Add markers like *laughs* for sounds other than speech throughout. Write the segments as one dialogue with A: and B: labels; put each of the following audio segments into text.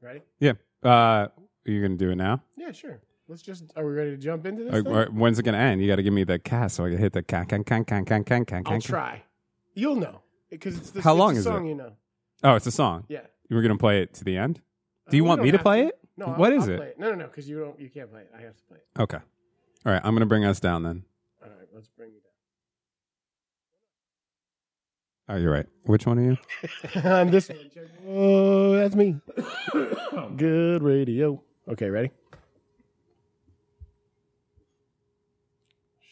A: Ready?
B: Yeah. Uh, you're gonna do it now.
A: Yeah, sure. Let's just. Are we ready to jump into this?
B: Like,
A: thing?
B: wh- when's it gonna end? You got to give me the cast so I can hit the can can can can can can can.
A: I'll
B: can.
A: try. You'll know because it's the
B: How
A: it's
B: long
A: the
B: is
A: song
B: it?
A: You know.
B: Oh, it's a song.
A: Yeah.
B: We're gonna play it to the end.
A: Uh,
B: Do you
A: we
B: want
A: don't
B: me to
A: have
B: play it?
A: No. I'll-
B: What is
A: I'll
B: it?
A: play No, no, no. Because you don't. You can't play it. I have to play it.
B: Okay. All right. I'm gonna bring us down then.
A: All right. Let's bring you
B: Oh, you're right. Which one are you?
A: down. *laughs* On this one. check- Oh, that's *coughs* me. Good radio. Okay. Ready?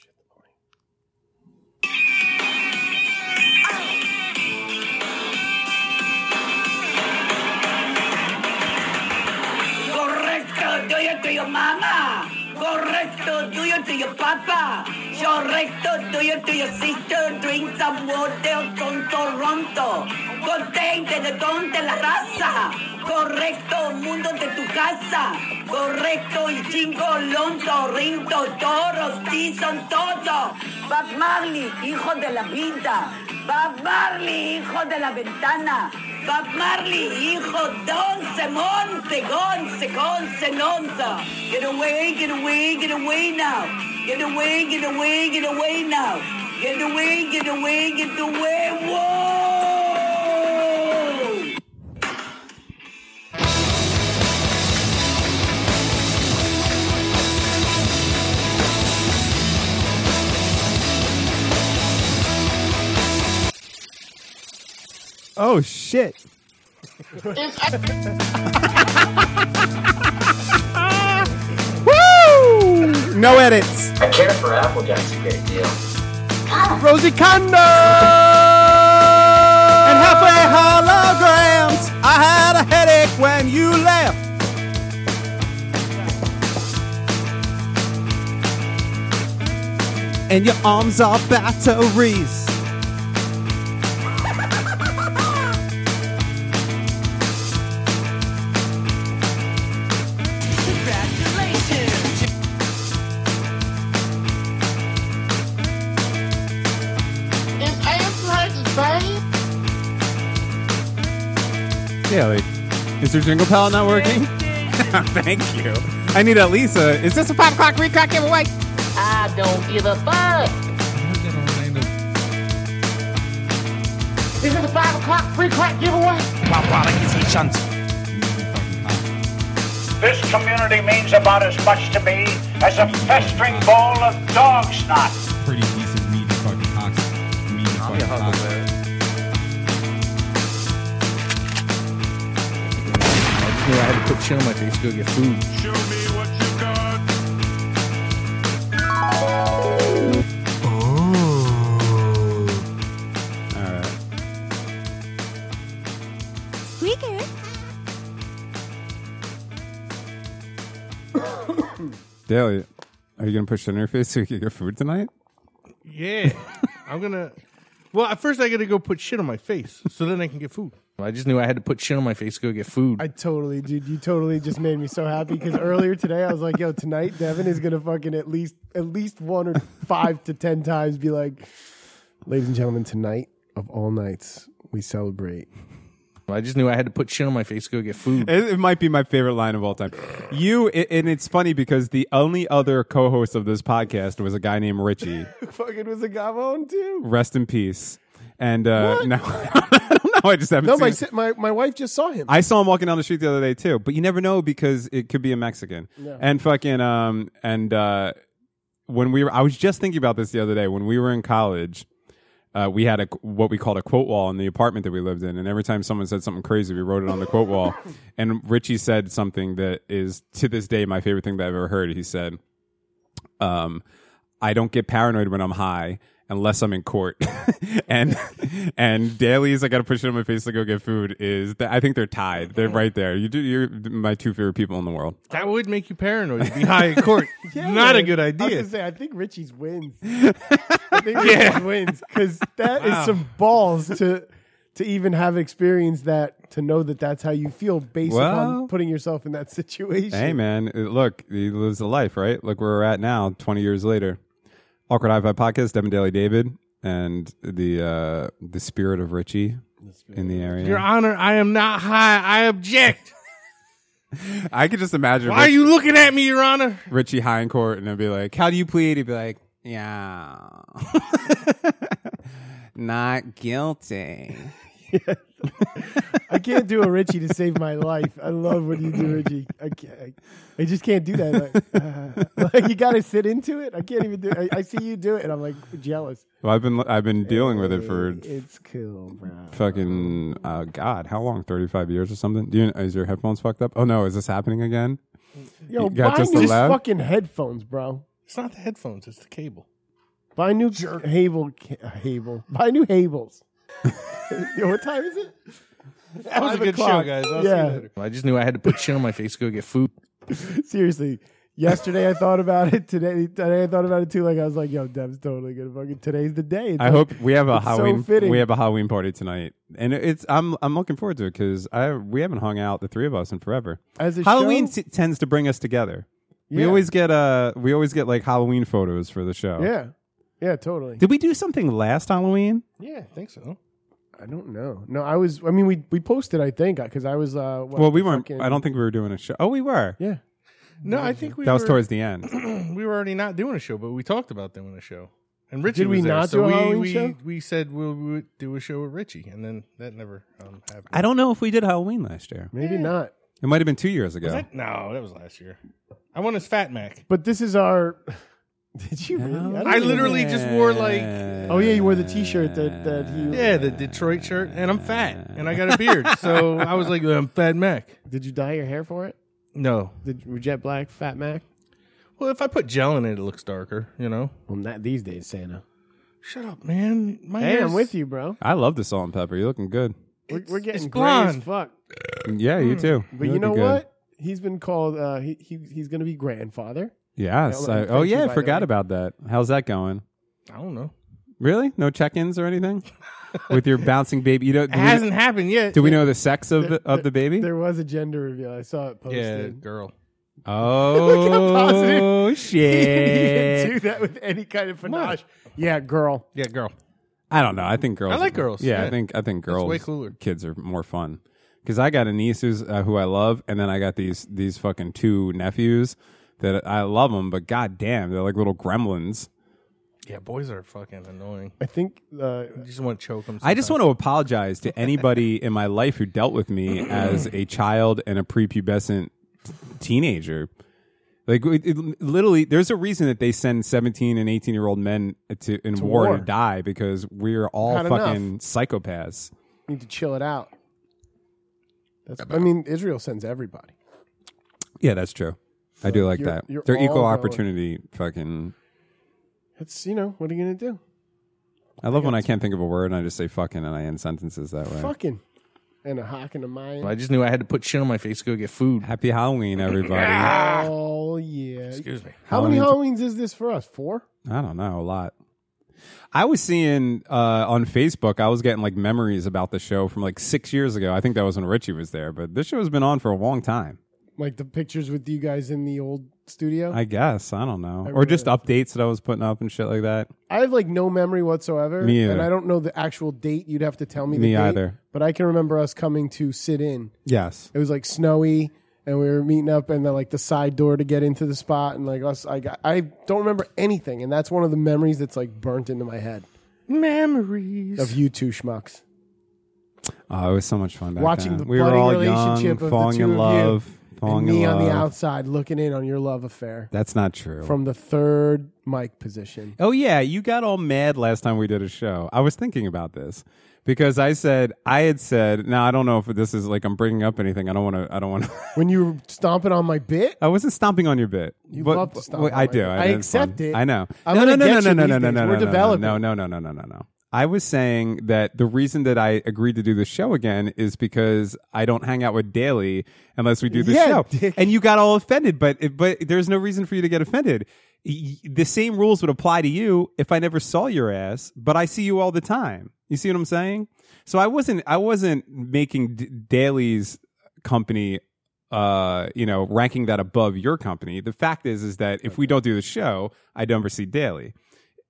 A: Shit, the point.
C: Correcto, do it to your mama. Correcto, do it to your papa. Correcto, do it to your sister. Drink some water con Toronto. Contente de donde la raza. Correcto, mundo de tu casa. Correcto, y chingo, lonto, rinto, toros, sí son todos. Bob Marley, hijo de la vida. Bob Marley, hijo de la ventana. Bob Marley, hijo de once, monte, once, once, nonza. Get away, get away, get away now. Get away, get away, get away now. Get away, get away, get away. Whoa!
B: Oh shit.
A: *laughs*
B: Woo! No edits.
D: I care for Applejack's a great deal.
B: Rosie Kondo and halfway holograms. I had a headache when you left. And your arms are batteries.
E: Is Ace Lady Buddy?
B: Yeah, like, is your jingle palette not working? *laughs* Thank you. I need at least a. Is this a pop clock recrack giveaway?
E: I don't give a fuck. This is a five o'clock free crack giveaway.
F: This community means about as much to me as a festering bowl of dog snot.
G: pretty decent meat and fucking cocks. Meat and fucking cocks.
H: I had to put shit on my face to go get food.
B: All right.
I: Squeaker.
B: Daily, are you gonna push dinner face so you can get food tonight?
J: Yeah. I'm gonna. Well, at first I gotta go put shit on my face so then I can get food.
H: I just knew I had to put shit on my face to go get food.
A: I totally, dude. You totally just made me so happy because earlier today I was like, "Yo, tonight Devin is gonna fucking at least at least one or five to ten times be like, ladies and gentlemen, tonight of all nights we celebrate."
H: I just knew I had to put shit on my face to go get food.
B: It, it might be my favorite line of all time. You i and it's funny because the only other co-host of this podcast was a guy named Richie.
A: fucking was a gavon too.
B: Rest in peace. And uh, no, *laughs* I don't know. I just haven't.
A: No,
B: seen
A: my
B: him.
A: si- my my wife just saw him.
B: I saw him walking down the street the other day too, but you never know because it could be a Mexican. And fucking um and uh when we were I was just thinking about this the other day when we were in college uh, we had a what we called a quote wall in the apartment that we lived in, and every time someone said something crazy, we wrote it on the quote wall. And Richie said something that is to this day my favorite thing that I've ever heard. He said, um, I don't get paranoid when I'm high unless I'm in court. *laughs* and and dailies I got to push it on my face to go get food is that I think they're tied. They're right there. You do you're my two favorite people in the world.
J: That would make you paranoid. to Be high
H: *laughs*
J: in court. Not a good
A: I was
J: idea.
A: gonna say, I think Richie's wins. I think Richie's wins because that is some balls to to even have experienced that to know that that's how you feel based
B: Well.
A: upon putting yourself in that situation.
B: Hey man, uh, look, he lives the life, right? Look where we're at now, 20 years later. Awkward High Five Podcast, Devin Daly David, and the uh, the spirit of Richie in the
H: *laughs*
B: area.
J: Your Honor, I am not high. I object.
B: I could just imagine
J: Why are
B: Rich-
J: you looking at me, Your Honor?
B: Richie High in court and they'd be like, How do you plead? He'd be like, Yeah. *laughs* Not guilty.
A: I can't do a Richie to save my life. I love when you do Richie. I can't. I, I just can't do that. Like, *laughs* uh, like, you got to sit into it. I can't even do. it. I, I see you do it, and I'm like jealous.
B: Well, I've been I've been dealing with it for
A: It's cool, bro.
B: fucking uh, God, how long? Thirty five years or something? Do you is your headphones fucked up? Oh no, is this happening again?
A: Yo,
B: You got
A: buy
B: just
A: new
B: allowed?
A: fucking headphones, bro.
J: It's not the headphones, it's the cable.
A: Buy new Havel, ca- Havel. Buy new
B: *laughs*
A: Havels. Yo, what time is it?
J: That was a
A: Five
J: good show,
A: o'clock.
J: guys. I'll see
A: Yeah.
J: you later.
H: I just knew I had to put shit on my face to go get food.
A: Seriously. Yesterday I thought about it. Today, today I thought about it too. Like I was like, "Yo, Dev's totally gonna fucking." Today's the day. It's
B: I
A: like-
B: hope we have a
A: It's so
B: Halloween
A: fitting.
B: we have a Halloween party tonight, and it's I'm I'm looking forward to it because I we haven't hung out the three of us in forever.
A: As a
B: Halloween
A: show?
B: t- tends to bring us together. We
A: Yeah.
B: always get uh we always get like Halloween photos for the show.
A: Yeah, yeah, totally.
B: Did we do something last Halloween?
J: Yeah, I think so.
A: I don't know. No, I was. I mean, we we posted. I think because I was. Uh, what,
B: Well, we weren't.
A: fucking-
B: I don't think we were doing a show. Oh, we were.
A: Yeah,
J: No, I think we
B: that
J: were,
B: was towards the end.
J: *clears throat* we were already not doing a show, but we talked about doing a show. And Richie
A: Did we
J: was there,
A: not
J: so
A: do a
J: we,
A: Halloween
J: we,
A: show?
J: we said we'll, we would do a show with Richie, and then that never um, happened.
B: *clears throat* I don't know if we did Halloween last year.
A: maybe not.
B: It might have been two years ago.
J: Was that- no, that was last year. I want his Fat Mac.
A: But this is our. *laughs* Did you really? don't
J: I
A: even-
J: literally just wore, like-
A: Oh yeah, you wore the T-shirt that that he.
J: Yeah, the Detroit shirt, and I'm fat, and I *laughs* got a beard, so I was like, I'm Fat Mac.
A: Did you dye your hair for it?
J: No,
A: Did you jet black, Fat Mac?
J: well, if I put gel in it, it looks darker. You know.
A: Well, not these days, Santa.
J: Shut up, man. My
A: Hey, I'm with you, bro.
B: I love the salt and pepper. You're looking good.
A: We're, we're getting
J: it's
A: gray as
J: blonde.
A: fuck.
B: Yeah, you too.
A: But you know what? He's been called. Uh, he, he he's gonna be grandfather.
B: Yes.
A: That
B: I-
A: was-
B: oh
A: thank you,
B: yeah,
A: by
B: I
A: the
B: forgot
A: way.
B: about that. How's that going?
J: I don't know.
B: Really? No check-ins or anything with your bouncing baby. You know,
J: It
B: do we,
J: hasn't happened yet.
B: do we know the sex of the,
A: There-
B: of the baby?
A: There was a gender reveal. I saw it *laughs*
J: Yeah,
A: posted.
J: girl.
B: Oh
A: Yeah. do
B: shit!
A: that with any kind of panache. Yeah, girl.
J: Yeah, girl.
B: I don't know. I think girls.
J: I like girls,
B: Yeah, I
J: yeah.
B: think I think girls.
J: way cooler.
B: Kids are more fun because I got a niece who's uh, who I love, and then I got these these fucking two nephews that I love them, but goddamn, they're like little gremlins.
J: Yeah, boys are fucking annoying.
A: I think uh,
J: You just want to choke them.
B: I just want to apologize to *laughs* anybody in my life who dealt with me as a child and a prepubescent t- teenager. Like it, it- literally, there's a reason that they send 17 and 18 year old men to in war,
A: war.
B: to die because we're all
A: Had enough.
B: fucking psychopaths.
A: need to chill it out. That's, I mean, Israel sends everybody.
B: Yeah, that's true. I do like
A: you're-
B: that.
A: you're
B: They're equal
A: all valid.
B: opportunity. Fucking.
A: It's you know what are you gonna do?
B: I love when I can't think of a word and I just say fucking and I end sentences that way.
A: Fucking and a hawk and a Mayan.
H: I just knew I had to put shit on my face to go get food.
B: Happy
A: *laughs*
B: Halloween, everybody. I
A: Oh yeah.
J: Excuse me.
A: How many Halloweens is this for us? Four.
B: don't know a lot. I was seeing uh, on Facebook. I was getting like memories about the show from like six years ago. I think that was when Richie was there, but this show has been on for a long time.
A: Like the pictures with you guys in the old studio. I,
B: I guess I don't know, or
A: really
B: just updates that I was putting up and shit like that.
A: have like no memory whatsoever,
B: Me either.
A: and I don't know the actual date. You'd have to tell me. The
B: Me
A: date,
B: either.
A: But I can remember us coming to sit in.
B: Yes,
A: It was like snowy, and we were meeting up, and then like the side door to get into the spot, and like us. I got, I don't remember anything, and that's one of the memories that's like burnt into my head
J: Memories.
A: of you two schmucks.
B: oh, it was so much fun. Back
A: Watching
B: then.
A: the
B: we were
A: budding
B: all
A: relationship
B: young,
A: of
B: falling
A: the two
B: in love,
A: of you,
B: falling
A: and me
B: in
A: on
B: love.
A: the outside looking in on your love affair
B: That's not true.
A: from the third mic position.
B: Oh yeah, you got all mad last time we did a show. I was thinking about this because I said I had said. Now I don't know if this is like I'm bringing up anything. I don't want to. I don't want to. *laughs*
A: When you were stomping on my bit,
B: I wasn't stomping on your bit.
A: You love to stomp on
B: I
A: my
B: do.
A: bit. I
B: it's fun.
A: accept it.
B: I know.
A: I'm
B: no, no,
A: gonna
B: no, no,
A: get
B: no,
A: you
B: no, no,
A: these
B: no,
A: days.
B: no,
A: We're
B: no, no,
A: developing.
B: No, no, no, no, no, no, no. I was saying that the reason that I agreed to do the show again is because I don't hang out with Daly unless we do the
A: Yeah,
B: show.
A: *laughs* dick.
B: And you got all offended, but but there's no reason for you to get offended. Y- The same rules would apply to you if I never saw your ass, but I see you all the time. You see what I'm saying? So I wasn't I wasn't making D- Daly's company uh, you know, ranking that above your company. The fact is, is that if we don't do the show, I never see daily.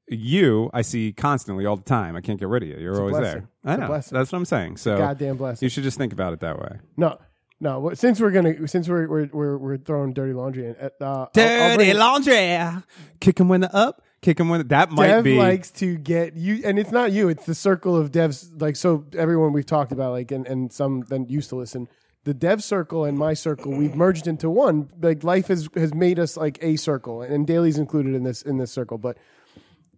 B: You, I see constantly all the time. I can't get rid of you. You're always
A: blessing.
B: there. I
A: It's a
B: know.
A: blessing.
B: That's what I'm saying. So
A: goddamn
B: you
A: blessing.
B: should just think about it that way.
A: No, No, well, since we're gonna since we're we're we're, we're throwing dirty laundry in, uh, I'll- I'll bring
B: Dirty
A: it-
B: laundry. Kick him when the up. Kick him when the, that might
A: Dev
B: be.
A: likes to get you, and it's not you. It's the circle of devs. Like so, everyone we've talked about, like and and some that used to listen. The dev circle and my circle, we've merged into one. Like life has has made us like a circle, and Daly's included in this in this circle. But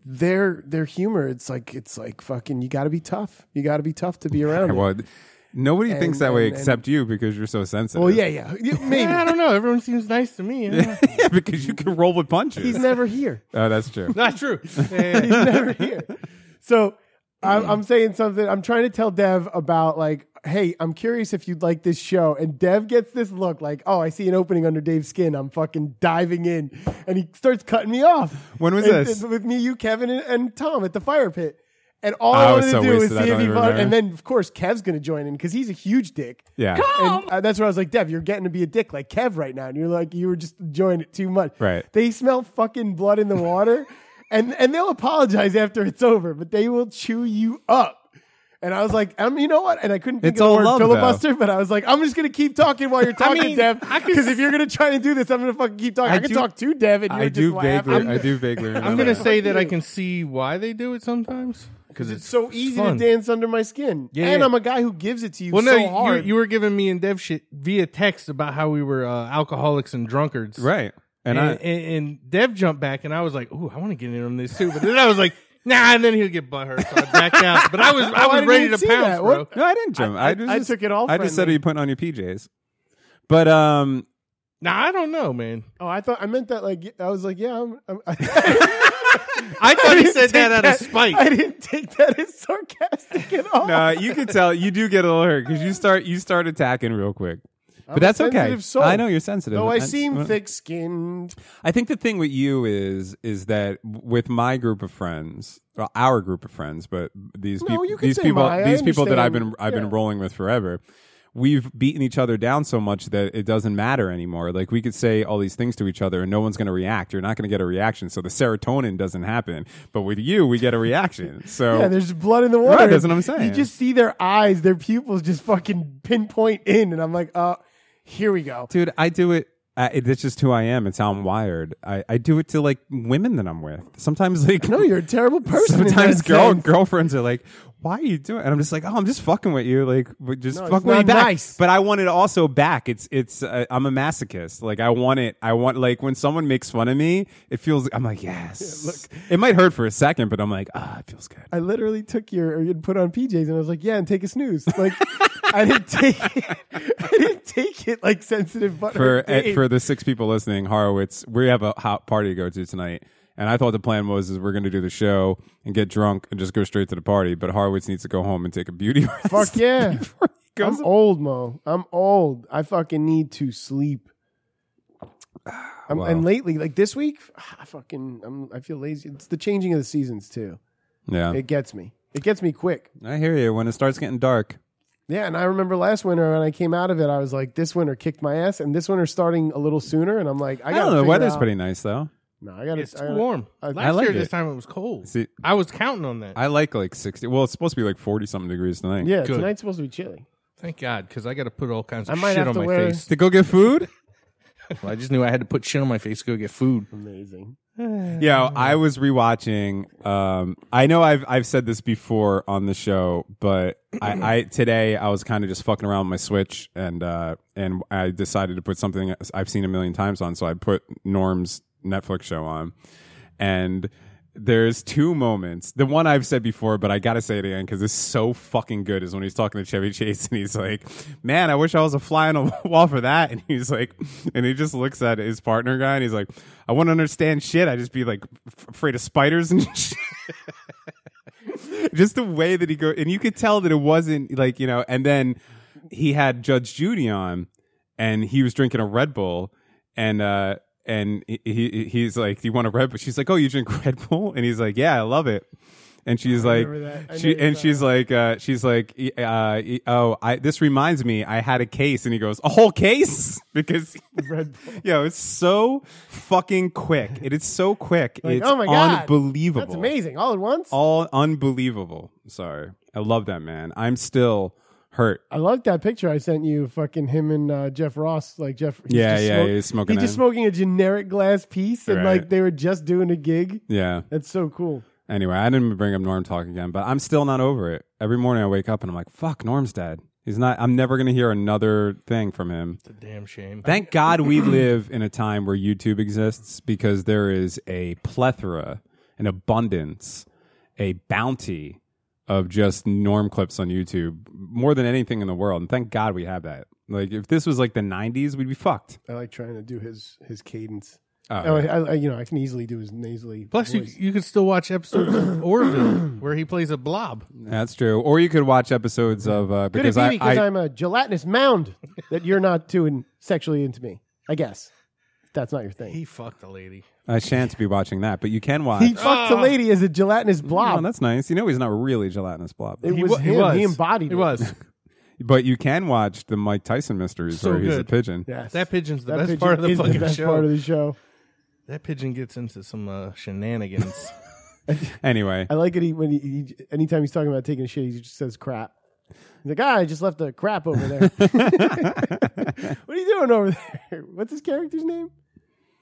A: their their humor, it's like it's like fucking. You got to be tough. You got to be tough to be around. it.
B: *laughs* well, nobody thinks that way
A: and- and-
B: except you because you're so sensitive.
A: well, yeah, yeah, Yeah, maybe.
J: *laughs* I don't know. Everyone seems nice
H: *laughs*
J: to me. Yeah.
B: yeah, *laughs* because you can roll with punches.
A: He's never here.
B: oh, that's
A: *laughs*
B: true.
J: Not true.
A: He's never here. So I'm, I'm saying something. I'm trying to tell Dev about like, hey, I'm curious if you'd like this show. And Dev gets this look like, oh, I see an opening under Dave's skin. I'm fucking diving in, and he starts cutting me off.
B: When was
A: And-
B: this?
A: and with me, you, Kevin, and, and Tom at the fire pit. And all
B: I
A: I
B: was
A: wanted
B: so
A: to do was
B: wasted, I
A: see if
B: don't
A: he
B: even
A: fought.
B: remember.
A: And then, of course, Kev's going to join in because he's a huge dick.
B: Yeah.
A: And uh, that's where I was like, Dev, you're getting to be a dick like Kev right now. And you're like, you were just enjoying it too much.
B: Right.
A: They smell fucking blood in the water and, and they'll apologize after it's over, but they will chew you up. And I was like, um, you know what? And I couldn't think
B: It's
A: of
B: all
A: the word
B: love, though.
A: filibuster, but I was like, I'm just going to keep talking while you're talking,
J: mean,
A: Dev.
J: *laughs* I could-
A: Because if you're going to try and do this, I'm going to fucking keep talking. I,
B: I
A: can
B: do-
A: talk to Dev and you're
B: I
A: just
B: do
A: laugh. *laughs*
B: vaguely.
A: I'm-
B: I do vaguely. Remember
J: I'm gonna
B: that.
J: say that I can see why they do it sometimes because
A: It's so easy
J: fun.
A: to dance under my skin.
J: Yeah,
A: and
J: yeah.
A: I'm a guy who gives it to you
J: Well,
A: so
J: no, you-
A: hard.
J: you, you were giving me and Dev shit via text about how we were uh, alcoholics and drunkards,
B: right. And,
J: And,
B: I,
J: and, and Dev jumped back, and I was like, "Ooh, I want to get in on this too," but then I was like, "Nah," and then he'll get butthurt, so I
A: *laughs*
J: backed out. But I was I
A: Oh, I
J: was
A: didn't
J: ready
A: even
J: to
A: see
J: pounce,
A: that.
J: bro.
A: What-
B: no, I didn't jump. I,
A: I-
B: was
A: I
B: just-
A: took it all
B: I just said
A: friendly.
B: you putting on your PJs. But um,
J: Nah, I don't know, man.
A: oh, I thought I meant that like, I was like, yeah, I'm, *laughs* I'm,
J: I thought he
B: *laughs*
J: said
A: take
J: that out of spite. *laughs*
A: I didn't take that as sarcastic at all.
B: no, you can tell you do get a little hurt because you start you start attacking real quick. But
A: a
B: that's okay.
A: sensitive soul.
B: I know you're sensitive.
A: Though I
B: That's-
A: seem
B: well-
A: thick-skinned,
B: I think the thing with you is is that with my group of friends, well, our group of friends, but these
A: No, you
B: people,
A: can
B: these
A: say
B: people,
A: my, I
B: these people that I've been
A: understand.
B: I've
A: Yeah.
B: been rolling with forever, we've beaten each other down so much that it doesn't matter anymore. Like we could say all these things to each other, and no one's going to react. You're not going to get a reaction, so the serotonin doesn't happen. But with you, we get
A: *laughs*
B: a reaction. So
A: yeah, there's blood in the water.
B: Oh. Right, that's what I'm saying.
A: You just see their eyes, their pupils just fucking pinpoint in, and I'm like, uh, here we go.
B: dude i do it I, it- it's just who i am it's how i'm wired I, I do it to like women that i'm with sometimes like
A: No, Oh, you're a terrible person. in that
B: sometimes girl,
A: sense.
B: girlfriends are like why are you doing and i'm just like oh i'm just fucking with you like but just
A: No,
B: fuck
A: it's
B: with me
A: not
B: back
A: nice.
B: but i want it also back it's it's uh, i'm a masochist like i want it i want like when someone makes fun of me it feels i'm like yes look it might hurt for a second but i'm like ah it feels good
A: I literally took your or you'd put on PJs and I was like, yeah, and take a snooze. Like I didn't take it. *laughs* I didn't take it like sensitive butter.
B: for eh,
A: Dave.
B: for the six people listening, Horowitz, we have a hot party to go to tonight. And I thought the plan was is we're going to do the show and get drunk and just go straight to the party. But Horowitz needs to go home and take a beauty *laughs* rest.
A: Fuck yeah.
B: before he goes.
A: I'm old, Mo. I'm old. I fucking need to sleep. I'm,
B: Ah, Wow.
A: And lately, like this week, I fucking I'm, I feel lazy. It's the changing of the seasons too.
B: yeah,
A: It gets me. It gets me quick.
B: I hear you. When it starts getting dark,
A: Yeah, and I remember last winter when I came out of it, I was like, this winter kicked my ass, and this winter's starting a little sooner, and I'm like, I
B: I,
A: got
B: don't know. The weather's pretty nice though.
A: No, I got
J: It's too warm.
A: I-
J: Last
A: I
B: like
J: year,
B: it.
J: this time it was cold.
B: See-
J: I was counting on that.
B: I like like sixty. Well, it's supposed to be like forty something degrees tonight.
A: Yeah,
J: Good.
A: tonight's supposed to be chilly.
J: Thank God, because I got to put all kinds
A: I
J: of
A: might
J: shit
A: have
J: on
A: to
J: my
A: wear-
J: face.
B: To go get food.
J: *laughs*
H: Well, I just knew I had to put shit on my face to go get food.
A: Amazing.
B: Yeah, I was rewatching. Um, I know I've I've said this before on the show, but I, I today I was kind of just fucking around with my Switch, and uh, and I decided to put something I've seen a million times on. So I put Norm's Netflix show on, and there's two moments. The one I've said before, but I gotta say it again because it's so fucking good. Is when he's talking to Chevy Chase and he's like, "Man, I wish I was a fly on a *laughs* wall for that." And he's like, and he just looks at his partner guy and he's like, "I want to understand shit. I just be like f- afraid of spiders and *laughs* shit." *laughs* just the way that he go, and you could tell that it wasn't like you know. And then he had Judge Judy on, and he was drinking a Red Bull, and uh, and he, he he's like, "Do you want a Red Bull?" She's like, "Oh, you drink *laughs* Red Bull?" And he's like, "Yeah, I love it." And she's like,
A: remember that. I know
B: she
A: you're
B: and she's like, uh, she's like, e- uh, e- "Oh, I this reminds me, I had a case." And he goes, "A whole case?" *laughs* Because
A: *laughs* Red Bull.
B: yo, it's so fucking quick. It is so quick.
A: Like,
B: it's
A: oh my God.
B: unbelievable.
A: That's amazing. All at once.
B: All unbelievable. Sorry. I love that man. I'm still hurt.
A: I like that picture I sent you. Fucking him and uh, Jeff Ross. Like Jeff. he's
B: Yeah,
A: just
B: yeah,
A: smoke-
B: he was smoking
A: He's just
B: a-
A: smoking a generic glass piece, and
B: Right.
A: like they were just doing a gig.
B: Yeah.
A: That's so cool.
B: Anyway, I didn't bring up Norm talk again, but I'm still not over it. Every morning I wake up and I'm like, fuck, Norm's dead. He's not, I'm never going to hear another thing from him.
J: It's a damn shame.
B: Thank God we live in a time where YouTube exists because there is a plethora, an abundance, a bounty of just norm clips on YouTube more than anything in the world. And thank God we have that. Like, if this was like the 90s, we'd be fucked.
A: I like trying to do his his cadence.
B: Oh,
A: Oh, I, I, you know, I can easily do his nasally.
J: Plus, you,
A: voice.
J: you can still watch episodes of *coughs* Orville where he plays a blob.
B: That's true. Or you could watch episodes of, uh,
A: Could it
B: because
A: be
B: I,
A: because
B: I-
A: I, am a gelatinous mound that you're not too in, sexually into me? I guess that's not your thing.
J: He
A: He,
J: fucked a lady.
B: I shan't be watching that, but you can watch.
A: fucked
J: Ah.
A: a lady as a gelatinous blob.
B: Oh, that's nice. You know he's not really gelatinous blob,
A: it
J: He
A: was
J: wa-
A: him. He, embodied.
J: He
A: it.
J: was.
B: but you can watch the Mike Tyson mysteries
J: So
B: where he's a
J: good.
B: pigeon.
A: *laughs* Yes.
J: That pigeon's the
A: That
J: best
A: pigeon
J: part of the
A: is
J: fucking
A: best
J: show.
A: part of the show.
J: that pigeon gets into some uh, shenanigans.
B: Anyway,
A: I like it he, when he, he anytime he's talking about taking a shit, he just says crap. He's like, ah, I just left the crap over
B: *laughs*
A: there. *laughs* what are you doing over there? *laughs* What's his character's name?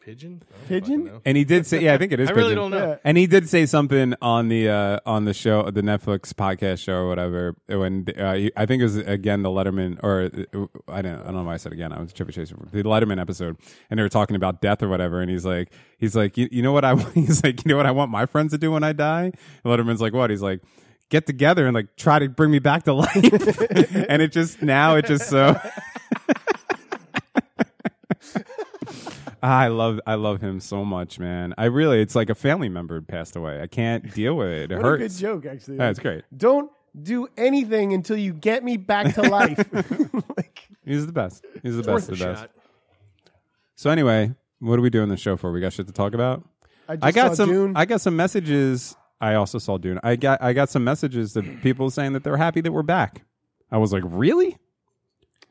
J: pigeon? I
A: *laughs*
J: don't
A: Pigeon?
J: fucking know.
B: and he did say, yeah, I think it is.
J: *laughs* I really
B: pigeon.
J: don't know.
A: Yeah.
B: And he did say something on the uh, on the show, the Netflix podcast show or whatever. When uh, he- I think it was again the Letterman or uh, I don't I don't know why I said again. I was Chevy Chase the Letterman episode, and they were talking about death or whatever. And he's like, he's like, you, you know what I *laughs* want? he's like, you know what I want my friends to do when I die. And Letterman's like, what? He's like. Get together and like try to bring me back to *laughs* life, and it just now it just so. I love I love him so much, man. I really it's like a family member passed away. I can't deal with it.
A: *laughs*
B: It
A: What
B: hurts.
A: a good joke, actually.
B: That's great.
A: Don't do anything until you get me back to
B: *laughs*
A: life. *laughs* like,
B: He's the best. He's the best. of The best. So anyway, what are we doing the show for? We got shit to talk about.
A: I, just
B: I got
A: saw
B: some.
A: Dune.
B: I got some messages. I also saw Dune. I got I got some messages that people saying that they're happy that we're back. I was like, really?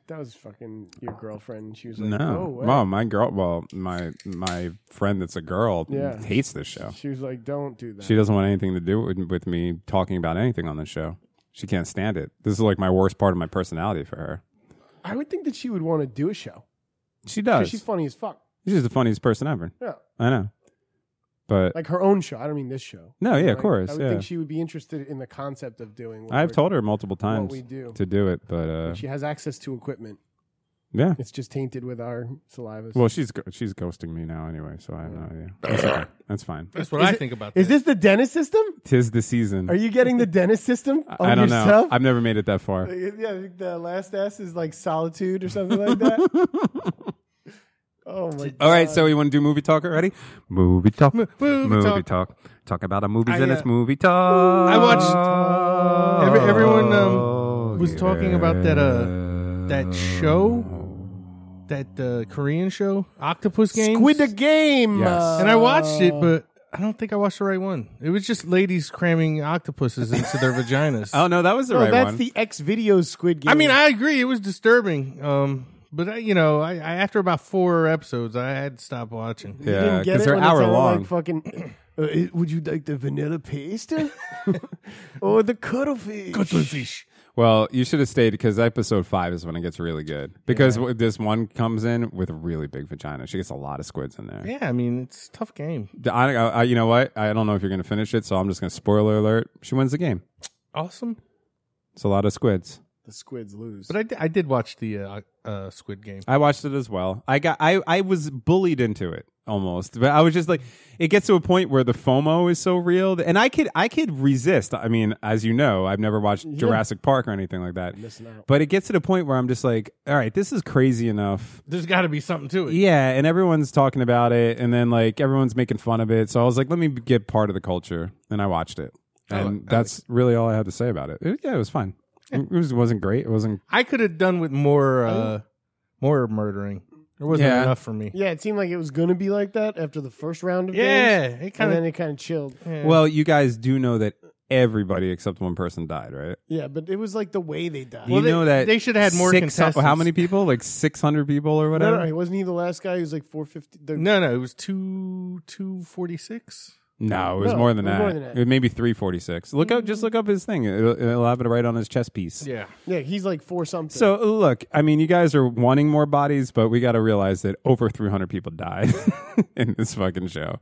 A: that was fucking your girlfriend. She was like, "Oh,
B: No.
A: what?"
B: well, my girl. Well, my my friend that's a girl
A: Yeah.
B: hates this show.
A: She was like, "Don't do that."
B: She doesn't want anything to do with, with me talking about anything on the show. She can't stand it. This is like my worst part of my personality for her.
A: I would think that she would want to do a show.
B: She
A: 'Cause
B: does.
A: She's
B: She's,
A: funny as fuck.
B: the funniest person ever.
A: Yeah.
B: I know. But
A: Like her own show. I don't mean this show.
B: no, yeah, of
A: Like, I
B: course.
A: would
B: Yeah.
A: think she would be interested in the concept of doing. what
B: I've
A: we're-
B: told her multiple times
A: we do.
B: to do it, but uh,
A: she has access to equipment. *laughs*
B: yeah.
A: It's just tainted with our saliva.
B: Well, she's go- she's ghosting me now anyway, so I have no idea. That's, okay. That's fine.
J: That's what I think about.
A: is
J: that.
A: this the dentist system?
B: Tis the season.
A: Are you getting the dentist system on
B: *laughs* I don't
A: yourself?
B: know. I've never made it that far.
A: yeah, I think the last S is like solitude or something like that.
B: *laughs*
A: oh my!
B: All right, so you want to do movie talk already? Movie talk. movie,
J: talk.
B: talk. talk. about a movie,
A: I,
B: and
A: uh,
B: it's movie talk.
J: I watched. Every, everyone
B: Oh,
J: um, was talking about that uh that show, that uh, Korean show, Octopus Games.
A: Squid the game. Uh,
B: Yes.
J: and I watched it, but I don't think I watched the right one. It was just ladies cramming octopuses into their vaginas.
B: *laughs* Oh no, that was the
A: no,
B: right
A: that's
B: one.
A: the X videos Squid Game.
J: I mean, I agree. It was disturbing. Um, but I, you know, I, I after about four episodes, I had to stop watching.
A: You
B: yeah,
A: didn't get
B: because
A: it
B: they're
A: when it
B: hour
A: sounded
B: long.
A: Like fucking. *clears throat* uh, uh, would you like the vanilla *laughs* pasta or the cuttlefish?
J: Cuttlefish.
B: well, you should have stayed because episode five is when it gets really good. Because w this one comes in with a really big vagina. She gets a lot of squids in there.
J: Yeah, I mean, it's a tough game.
B: I, I, I- you know what? I don't know if you're going to finish it, so I'm just going to spoiler alert. She wins the game.
J: Awesome.
B: It's a lot of squids.
A: The squids lose.
J: But I, di- I did watch the uh, uh, Squid Game.
B: I watched it as well. I got I I was bullied into it almost, but I was just like, it gets to a point where the FOMO is so real, and I could I could resist. I mean, as you know, I've never watched Jurassic Park or anything like that. But it gets to the point where I'm just like, all right, this is crazy enough.
J: There's got to be something to it.
B: Yeah, and everyone's talking about it, and then like everyone's making fun of it. So I was like, let me get part of the culture, and I watched it, and that's really all I had to say about it. It- yeah, it was fine. It was, wasn't great. It wasn't.
J: I could have done with more uh,
A: Oh.
J: more murdering. There wasn't
B: Yeah.
J: enough for me.
A: yeah, it seemed like it was gonna be like that after the first round of games,
J: Yeah, it
A: and
J: kind
A: then
J: of.
A: it kind of chilled.
B: Well, you guys do know that everybody except one person died, right?
A: Yeah, but it was like the way they died.
B: you
J: they-
B: know that
J: they should have had more
B: six- How
J: contestants.
B: many people? Like six hundred people or
A: no,
B: whatever.
A: no, wasn't he the last guy who was like four fifty?
J: No, no, it was two two forty six.
B: No, it was
A: No,
B: more than
A: it was
B: that.
A: more than that.
B: It was maybe three forty six. Look up, just look up his thing. It'll, it'll have it right on his chest piece.
J: Yeah.
A: Yeah, he's like four something.
B: So look, I mean, you guys are wanting more bodies, but we got to realize that over three hundred people died *laughs* in this fucking show.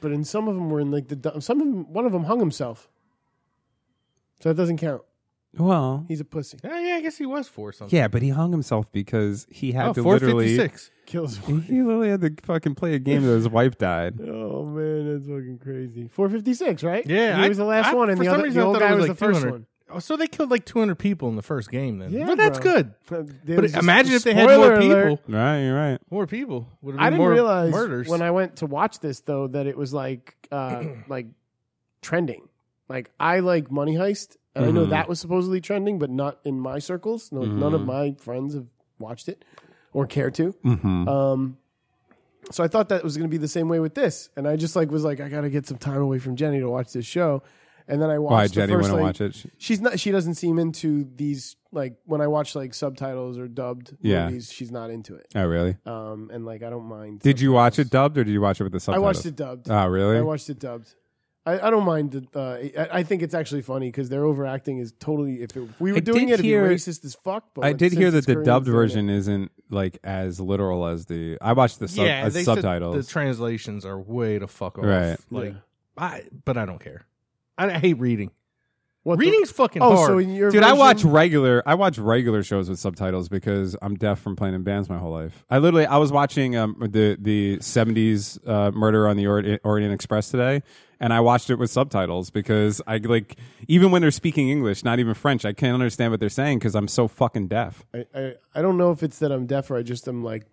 A: but in some of them were in like the du- some of them, one of them hung himself. So that doesn't count.
B: Well,
A: He's a pussy. *laughs*
J: Yeah, Uh, yeah, I guess he was four something.
B: yeah, but he hung himself because he had
J: Oh,
B: to literally.
J: 456.
A: Kills.
B: He literally had to fucking play a game that his wife died.
A: *laughs* Oh man, that's fucking crazy. Four fifty six, right?
J: Yeah,
A: he was the last
J: I-
A: one, and
J: for
A: the
J: some
A: other
J: reason
A: the
J: I
A: old
J: thought it
A: guy was,
J: was
A: the
J: like
A: first
J: 200.
A: one.
J: Oh, so they killed like 200 people in the first game then.
A: Yeah,
J: but that's
A: bro.
J: good.
A: *laughs* There
J: But
A: was just-
J: imagine if they had more
A: Spoiler alert.
J: people.
B: Right, you're right.
J: More people would have been
A: I didn't
J: more
A: realize
J: murders.
A: when I went to watch this though that it was like
B: *clears throat*
A: uh like trending. Like I like Money Heist, and I know
B: Mhm.
A: that was supposedly trending, but not in my circles. No, none of
B: Mhm.
A: my friends have watched it or care to.
B: Mm-hmm.
A: Um, so I thought that was going to be the same way with this, and I just like was like, I got to get some time away from Jenny to watch this show, and then I watched.
B: Why
A: the
B: Jenny
A: first,
B: want to
A: like-
B: watch it? She-
A: She's not. She doesn't seem into these like when I watch like subtitles or dubbed
B: Yeah.
A: movies. She's not into it.
B: Oh, really?
A: Um, and like I don't mind.
B: Did you watch it
A: subtitles.
B: dubbed or did you watch it with the
A: I
B: subtitles?
A: watched it dubbed.
B: Oh, really?
A: I watched it dubbed. I, I don't mind. The, uh, I, I think it's actually funny because their overacting is totally. If, it, if we were
B: I
A: doing
B: did
A: it, it'd
B: hear-
A: be racist as fuck. But
B: I
A: when-
B: did
A: since
B: hear that
A: it's
B: the
A: Koreans
B: dubbed
A: doing it-
B: version is isn't like as literal as the. I watched the sub,
J: yeah,
B: as
J: they said
B: subtitles.
J: the translations are way to fuck off.
B: Right.
J: Like,
A: Yeah.
J: I, but I don't care. I, I hate reading.
A: What the-
J: Reading's fucking
A: oh,
J: hard.
A: so in your
B: Dude, I
A: version-
B: watch regular. I watch regular shows with subtitles because I'm deaf from playing in bands my whole life. I literally, I was watching um, the the '70s uh, Murder on the Ori- Orient Express today, and I watched it with subtitles because I like even when they're speaking English, not even French, I can't understand what they're saying because I'm so fucking deaf.
A: I, I, I don't know if it's that I'm deaf or I just am like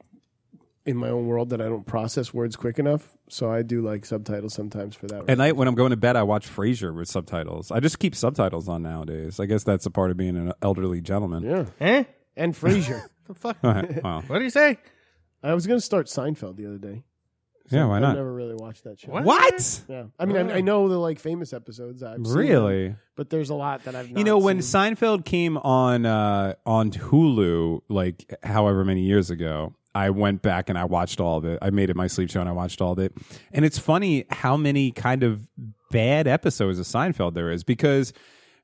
A: in my own world that I don't process words quick enough. So I do like subtitles sometimes for that.
B: At
A: reason.
B: night when I'm going to bed, I watch Frasier with subtitles. I just keep subtitles on nowadays. I guess that's a part of being an elderly gentleman.
A: yeah,
J: eh?
A: and Frasier.
B: *laughs*
J: The fuck?
B: All
A: *laughs*
B: right, *laughs* wow.
J: What do you say?
A: I was gonna start Seinfeld the other day.
B: Yeah, why
A: I've
B: not?
A: never really watched that show.
J: What?
B: What?
A: Yeah, I mean, I, I know the like famous episodes. I've seen,
B: Really?
A: but there's a lot that I've. Not
B: you know when
A: seen.
B: Seinfeld came on uh, on Hulu like however many years ago, I went back and I watched all of it. I made it my sleep show and I watched all of it. And it's funny how many kind of bad episodes of Seinfeld there is because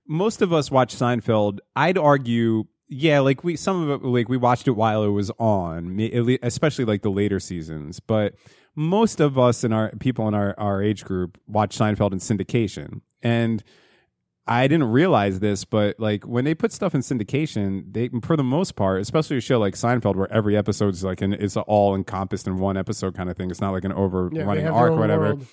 B: most of us watch Seinfeld. I'd argue, yeah, like we some of it, like we watched it while it was on, me- at lea- especially like the later seasons. But most of us and our people in our our age group watch Seinfeld in syndication, and I didn't realize this, but like when they put stuff in syndication, they for the most part, especially a show like Seinfeld, where every episode is like an it's all encompassed in one episode kind of thing. It's not like an
A: Yeah, they
B: overrunning
A: have their
B: arc, or
A: own
B: whatever.
A: world.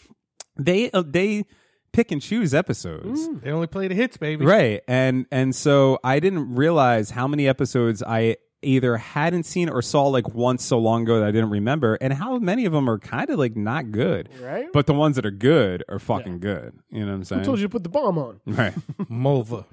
B: They uh, they pick and choose episodes.
A: Mm.
J: They only play the hits, baby.
B: Right. And and so I didn't realize how many episodes I either hadn't seen or saw like once so long ago that I didn't remember and how many of them are kind of like not good.
A: Right?
B: But the ones that are good are fucking good. You know what I'm saying?
A: Who told you to put the bomb on?
B: Right.
J: Mulva.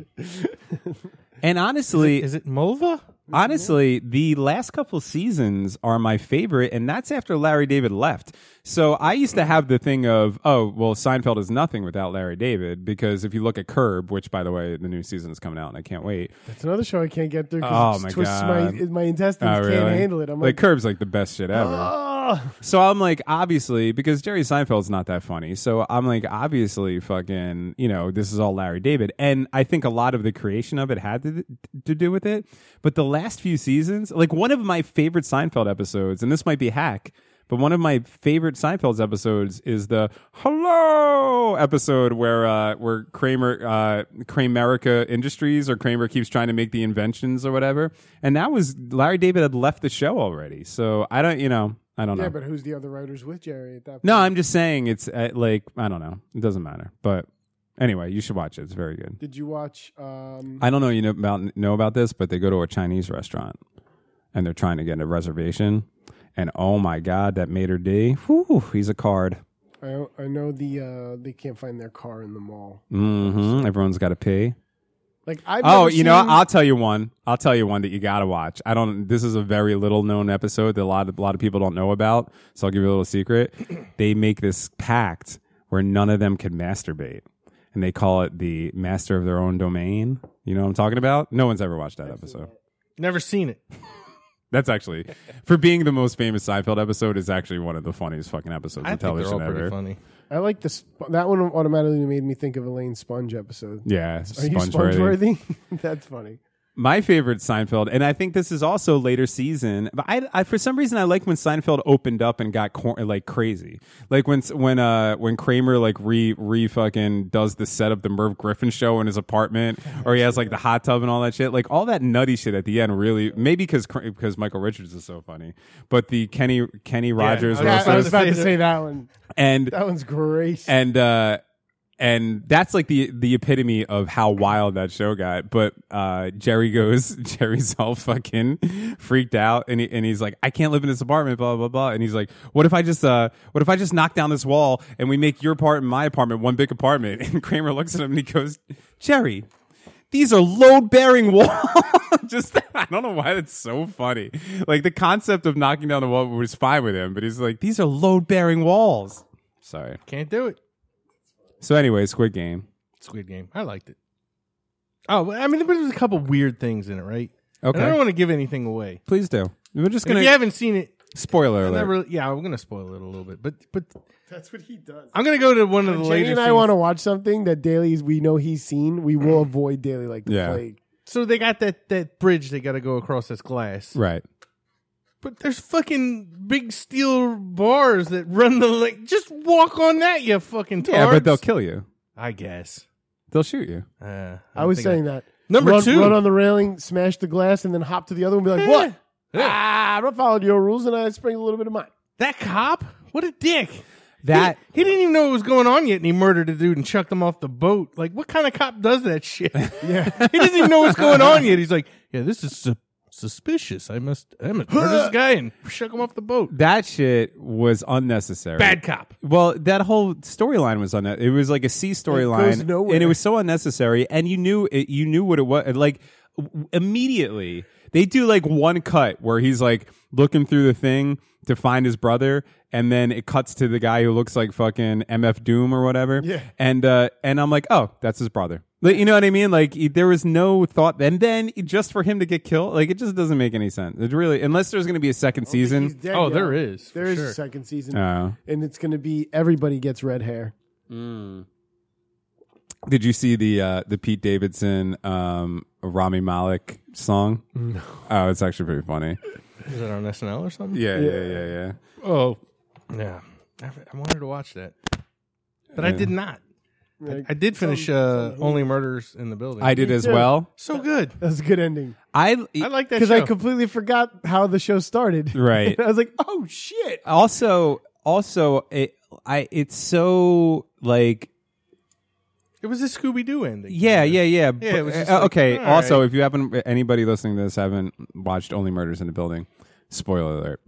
B: And
A: *laughs*
B: honestly,
J: Is it Mulva?
B: honestly, the last couple seasons are my favorite, and that's after Larry David left. So I used to have the thing of, oh, well, Seinfeld is nothing without Larry David, because if you look at Curb, which by the way, the new season is coming out and I can't wait.
A: It's another show I can't get through. 'cause
B: Oh,
A: it
B: my
A: twists
B: God.
A: My, my intestines
B: Oh, really?
A: can't handle it. I'm
B: like,
A: like,
B: Curb's like the best shit ever.
A: "Ah."
B: So I'm like, obviously, because Jerry Seinfeld's not that funny. So I'm like, obviously, fucking, you know, this is all Larry David. And I think a lot of the creation of it had to, to do with it. But the last few seasons, like one of my favorite Seinfeld episodes, and this might be hack, but one of my favorite Seinfeld's episodes is the "Hello" episode where uh, where Kramer uh, Kramerica Industries or Kramer keeps trying to make the inventions or whatever, and that was Larry David had left the show already. So I don't, you know, I don't
A: yeah,
B: know.
A: but who's the other writers with Jerry at that point?
B: No, I'm just saying it's uh, like I don't know. It doesn't matter. But anyway, you should watch it. It's very good.
A: Did you watch? Um,
B: I don't know you know about know about this, but they go to a Chinese restaurant and they're trying to get a reservation. And oh my god, that Mater D, whew, he's a card.
A: I, I know the uh, they can't find their car in the mall.
B: hmm Everyone's got to pee.
A: Like I.
B: oh, you know, I'll tell you one. I'll tell you one that you gotta watch. I don't. This is a very little known episode that a lot of a lot of people don't know about. So I'll give you a
H: *clears throat*
B: little secret. they make this pact where none of them can masturbate, and they call it the master of their own domain. You know what I'm talking about? No one's ever watched that episode.
J: Never seen it.
B: That's actually for being the most famous Seinfeld episode is actually one of the funniest fucking episodes
H: I
B: of
H: think they're
B: television
H: all pretty
B: ever.
H: funny.
A: I like the sp- that one automatically made me think of Elaine's Sponge episode. Are
B: Yeah,
A: you
B: Sponge-worthy.
A: Sponge-worthy? *laughs* That's
B: *laughs*
A: funny.
B: My favorite Seinfeld, and I think this is also later season. But I, I for some reason, I like when Seinfeld opened up and got cor- like crazy, like when s- when uh when Kramer like re re fucking does the set of the Merv Griffin show in his apartment, or he has like the hot tub and all that shit, like all that nutty shit at the end. Really, maybe because because Michael Richards is so funny, but the Kenny Kenny Rogers
J: I was
A: Yeah, I was
B: roasters
A: about to say that one.
B: and
A: That one's great.
B: and uh and that's like the the epitome of how wild that show got. But uh Jerry goes, *laughs* Jerry's all fucking freaked out, and he, and he's like, I can't live in this apartment, blah blah blah. And he's like, What if I just uh what if I just knock down this wall and we make your part and my apartment one big apartment? *laughs* And Kramer looks at him and he goes, Jerry. These are load bearing *laughs* walls. Just I don't know why that's so funny. Like the concept of knocking down the wall was fine with him, but he's like, these are load bearing walls. Sorry.
J: Can't do it.
B: So anyway, Squid Game.
J: Squid Game. I liked it. Oh, well, I mean, there was a couple weird things in it, right? And I
B: Okay.
J: don't want to give anything away.
B: Please do. We're just
J: And
B: gonna
J: if you haven't seen it,
B: spoiler
J: I'm
B: alert.
J: not really- yeah, I'm gonna spoil it a little bit, but but
A: That's what he does.
J: I'm gonna go to one of the
A: Jane
J: later.
A: and I
J: scenes.
A: want to watch something that Daily is, we know he's seen. We
B: *clears throat*
A: will avoid Daily like the
B: Yeah.
A: plague.
J: So they got that that bridge they got to go across this glass.
B: right.
J: But there's fucking big steel bars that run the like. Just walk on that, you fucking. Tards.
B: Yeah, but they'll kill you.
J: I guess.
B: They'll shoot you.
J: Uh, I,
A: I was saying that.
J: Number
A: run,
J: two. Eh.
A: Run on the railing, smash the glass, and then hop to the other one and be like, what? Ah, I'm not following your rules, and I spring a little bit of mine.
J: that cop. What a dick.
B: That
J: *laughs* He, he didn't even know what was going on yet, and he murdered a dude and chucked him off the boat. Like, what kind of cop does that shit?
A: Yeah.
J: he doesn't even know what's going on yet. He's like, yeah, this is su- suspicious. I must, I must murder this guy and chuck him off the boat.
B: that shit was unnecessary.
J: Bad cop.
B: Well, that whole storyline was on that. It was like a C
A: goes
B: storyline,
A: nowhere.
B: and it was so unnecessary. And you knew it, you knew what it was. Like w- immediately, they do like one cut where he's like looking through the thing to find his brother, and then it cuts to the guy who looks like fucking MF Doom or whatever.
A: Yeah.
B: and uh, and I'm like, oh, that's his brother. Like, you know what I mean? Like he- there was no thought, and then just for him to get killed, like it just doesn't make any sense. It really, unless there's going to be a second
A: He's
B: season.
A: dead,
J: Oh,
A: yo.
J: there is, for
A: There is
J: sure.
A: a second season.
B: Oh.
A: and it's going to be everybody gets red hair.
B: Did you see the uh, the Pete Davidson um, Rami Malik song? No. Oh, it's actually pretty funny.
J: Is it on SNL or something?
B: Yeah, yeah, yeah, yeah.
J: Oh, yeah. I, I wanted to watch that, but I
B: Yeah.
J: did not. I, I did finish uh, Only Murders in the Building.
B: I did as
A: too.
B: well.
J: so good.
A: That's a good ending
B: I,
J: I like that
A: because
J: show.
A: I completely forgot how the show started. *laughs*
B: Right.
A: I was like, oh shit.
B: also also it I it's so like
J: it was a Scooby Doo ending.
B: yeah yeah yeah, but-
J: it was just
B: uh,
J: like,
B: okay
J: all
B: also
J: right.
B: if you haven't uh, anybody listening to this haven't watched Only Murders in the Building spoiler alert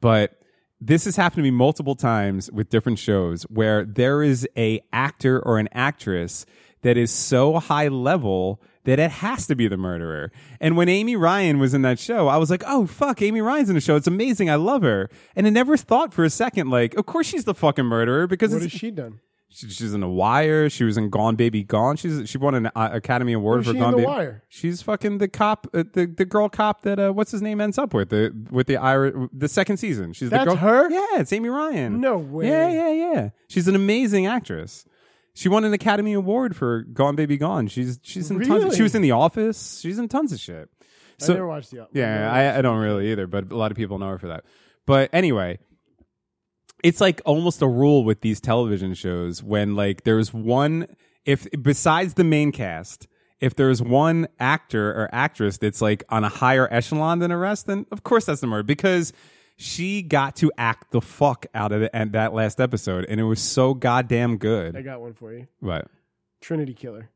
B: but this has happened to me multiple times with different shows where there is a actor or an actress that is so high level that it has to be the murderer. And when Amy Ryan was in that show, I was like, "Oh fuck, Amy Ryan's in the show. It's amazing. I love her." And I never thought for a second like, "Of course she's the fucking murderer because
A: What
B: it's,
A: has she done?
B: she, she's in The Wire. She was in Gone Baby Gone. She's she won an uh, Academy Award
A: Who's
B: for
A: she
B: Gone
A: in The
B: Baby.
A: Wire?
B: She's fucking the cop, uh, the the girl cop that uh, what's his name ends up with the with the Irish the second season. She's the
A: That's
B: girl.
A: her?
B: Yeah, it's Amy Ryan.
A: No way.
B: Yeah, yeah, yeah. She's an amazing actress. She won an Academy Award for Gone Baby Gone. She's she's in tons. Of,
A: Really?
B: she was in The Office. She's in tons of shit. So
A: I never watched the.
B: yeah, I, I don't really either, but a lot of people know her for that. But anyway, it's like almost a rule with these television shows when like there's one if besides the main cast, if there's one actor or actress that's like on a higher echelon than the rest, then of course that's the murder because she got to act the fuck out of it and that last episode, and it was so goddamn
A: I
B: good.
A: got one for you.
B: But
A: Trinity Killer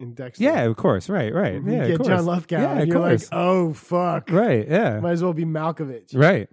A: in Dexter.
B: yeah, of course, right, right,
A: You
B: yeah, of
A: get
B: course.
A: John Lithgow.
B: yeah, of
A: and you're like,
B: course.
A: oh fuck.
B: right, yeah,
A: Might as well be Malkovich.
B: uh, Right.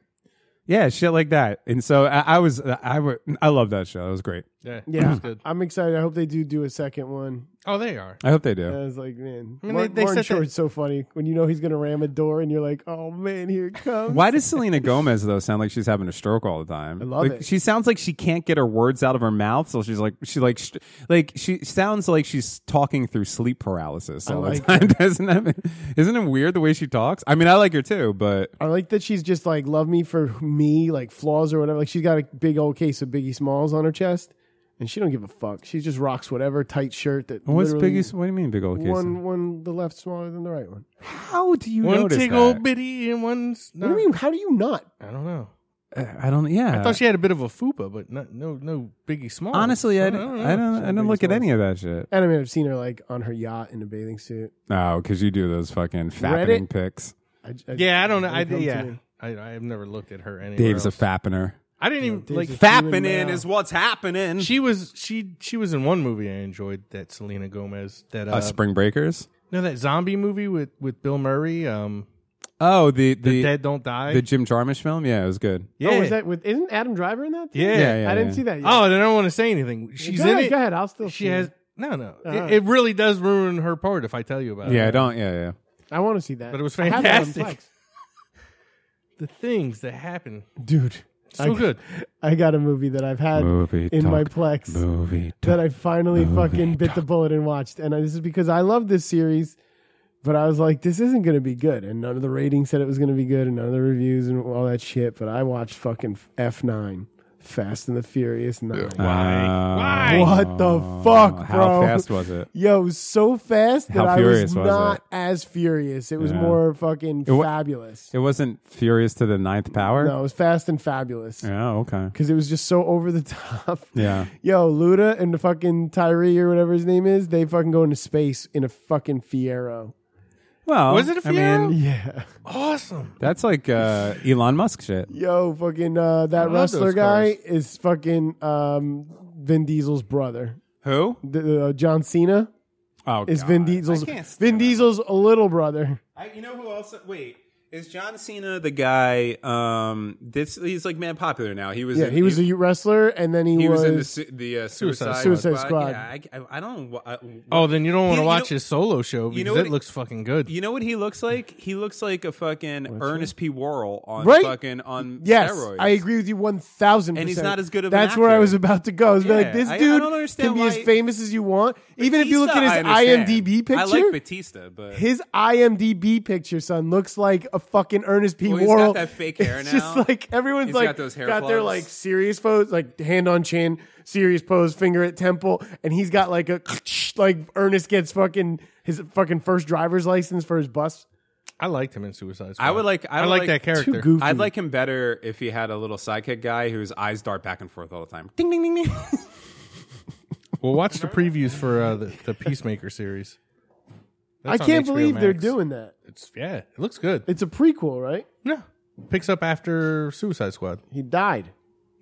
B: Yeah, shit like that. And so I, I was, I, I, wa- I love that show. That was great.
J: Yeah.
A: Yeah,
J: That's good.
A: I'm excited. I hope they do do a second one.
J: Oh, they are.
B: I hope they
A: And I
B: do.
A: was like, man,
J: I mean,
A: Martin,
J: they- they
A: Martin
J: said that-
A: Short's so funny when you know he's gonna ram a door and you're like, oh man, here it comes.
B: Why does Selena Gomez though sound like she's having a stroke all the time?
A: I love
B: like,
A: it.
B: She sounds like she can't get her words out of her mouth, so she's like she like sh- like she sounds like she's talking through sleep paralysis
A: I
B: all
A: like
B: the time. *laughs* Doesn't that, isn't it weird the way she talks? I mean, I like her too, but
A: I like that she's just like love me for me, like flaws or whatever. Like she's got a big old case of Biggie Smalls on her chest, and she don't give a fuck. She just rocks whatever tight shirt that.
B: what's
A: literally-
B: Biggie? What do you mean, big old case?
A: One, one, the left smaller than the right one.
B: How do you
J: One
B: notice
J: big
B: that?
J: old bitty and one's not.
A: What do you mean? How do you not?
J: I don't know.
B: Uh, I don't. Yeah,
J: I thought she had a bit of a fupa, but not, no, no Biggie Small.
B: honestly, I, don't. I don't. I don't look at any of that shit.
A: And I mean, I've seen her like on her yacht in a bathing suit.
B: No, because Oh, you do those fucking fapping
A: Reddit?
B: pics.
A: I,
J: Yeah, I don't know. I,
A: come to
J: yeah,
A: you.
J: I, I have never looked at her anywhere.
B: Dave's
J: else.
B: a fappiner.
J: I didn't even
A: Dave's
J: like.
A: a
B: Fapping
A: Even
B: in
A: now. Oh,
B: is what's happening.
J: She was she she was in one movie I enjoyed that Selena Gomez that uh,
B: uh, Spring Breakers.
J: no that zombie movie with with Bill Murray um
B: Oh, the the
J: the,
B: the,
J: Dead Don't Die
B: Jim Jarmusch film. Yeah, it was good.
J: yeah
A: Oh, was that with? Isn't Adam Driver in that? too?
J: yeah.
B: Yeah, yeah.
A: I didn't see that. Yet.
J: oh then I don't want to say anything she's
A: go ahead,
J: in it
A: Go ahead. I'll still.
J: she
A: see
J: has
A: it.
J: no no It-
A: Uh-huh.
J: it, really does ruin her part if I tell you about
B: Yeah, I
J: it
B: don't. Yeah, yeah.
A: I want to see that.
J: But it was
A: I have that on
J: fantastic.
A: Plex.
J: the things that happen
A: dude.
J: so
A: I, *laughs*
J: good
A: I got a movie that I've had
B: Movie
A: in my
B: talk.
A: Plex.
B: Movie.
A: that I finally fucking bit the bullet and watched. And I, this is because I love this series, but I was like, this isn't going to be good. And none of the ratings said it was going to be good, and none of the reviews and all that shit. But I watched fucking F9, Fast and the Furious 9.
B: Why?
A: What the fuck,
B: Oh. How
A: bro?
B: fast was it?
A: Yo, it was so fast that
B: How
A: I
B: furious
A: was
B: was
A: not
B: it?
A: as furious. It was
B: Yeah.
A: more fucking
B: wa-
A: fabulous.
B: It wasn't furious to the ninth power.
A: no, it was fast and fabulous.
B: Oh, okay.
A: Because it was just so over the *laughs* top.
B: Yeah.
A: Yo, Luda and the fucking Tyree or whatever his name is, they fucking go into space in a fucking Fiero.
B: Well,
J: Was it a
B: I mean,
J: Fiero?
A: Yeah.
J: awesome
B: that's like uh, Elon Musk shit.
A: Yo, fucking uh, that
J: love
A: wrestler
J: those
A: guy
J: cars.
A: is fucking um, Vin Diesel's brother.
B: Who?
A: The, uh, John Cena
B: Oh,
A: is Vin Diesel's Vin Diesel's little brother.
B: I, you know who also? Wait, is John Cena the guy? Um, this he's like man popular now. He was.
A: Yeah,
B: in-
A: he was a wrestler, and then he,
B: he
A: was,
B: was in the, su- the uh, Suicide,
A: Suicide Squad.
B: Yeah, I, I, I don't. wa- uh, I-
J: oh then you don't want
B: You-
J: to
B: you
J: watch
B: know-
J: his solo show because
B: you know what
J: it
B: it-
J: looks fucking good
B: you know what he looks like? He looks like a fucking Ernest P. Worrell on
A: Right?
B: fucking on
A: yes.
B: steroids.
A: I agree with you one thousand.
B: And he's not as good of an
A: That's where I
B: actor.
A: was about to go. I was
B: Yeah,
A: like, this
B: I- I
A: dude
B: don't understand
A: can be
B: why-
A: as famous as you want, even if you look
B: Batista,
A: at
B: I
A: his
B: understand.
A: IMDb picture.
B: I like Batista, but
A: His IMDb picture, son, looks like a fucking Ernest P.
B: Well, he's got
A: Worrell.
B: that fake
A: *laughs*
B: hair
A: it's
B: now.
A: Just like everyone's
B: He's
A: like
B: got those hair
A: their
B: plugs.
A: like serious pose, like hand on chin, serious pose, finger at temple, and he's got like a *laughs* like Ernest gets fucking his fucking first driver's license for his bus.
J: I liked him in Suicide Squad
B: I would like. I,
J: I
B: would
J: like that character
A: Too goofy.
B: I'd like him better if he had a little sidekick guy whose eyes dart back and forth all the time. Ding ding ding ding.
J: Well, watch
B: *laughs*
J: the previews for uh, the, the Peacemaker series.
A: I
J: That's on
A: can't
J: HBO
A: believe they're
J: Max.
A: doing that.
J: It's yeah, it looks good.
A: It's a prequel, right?
J: No, picks up after Suicide Squad.
A: He died.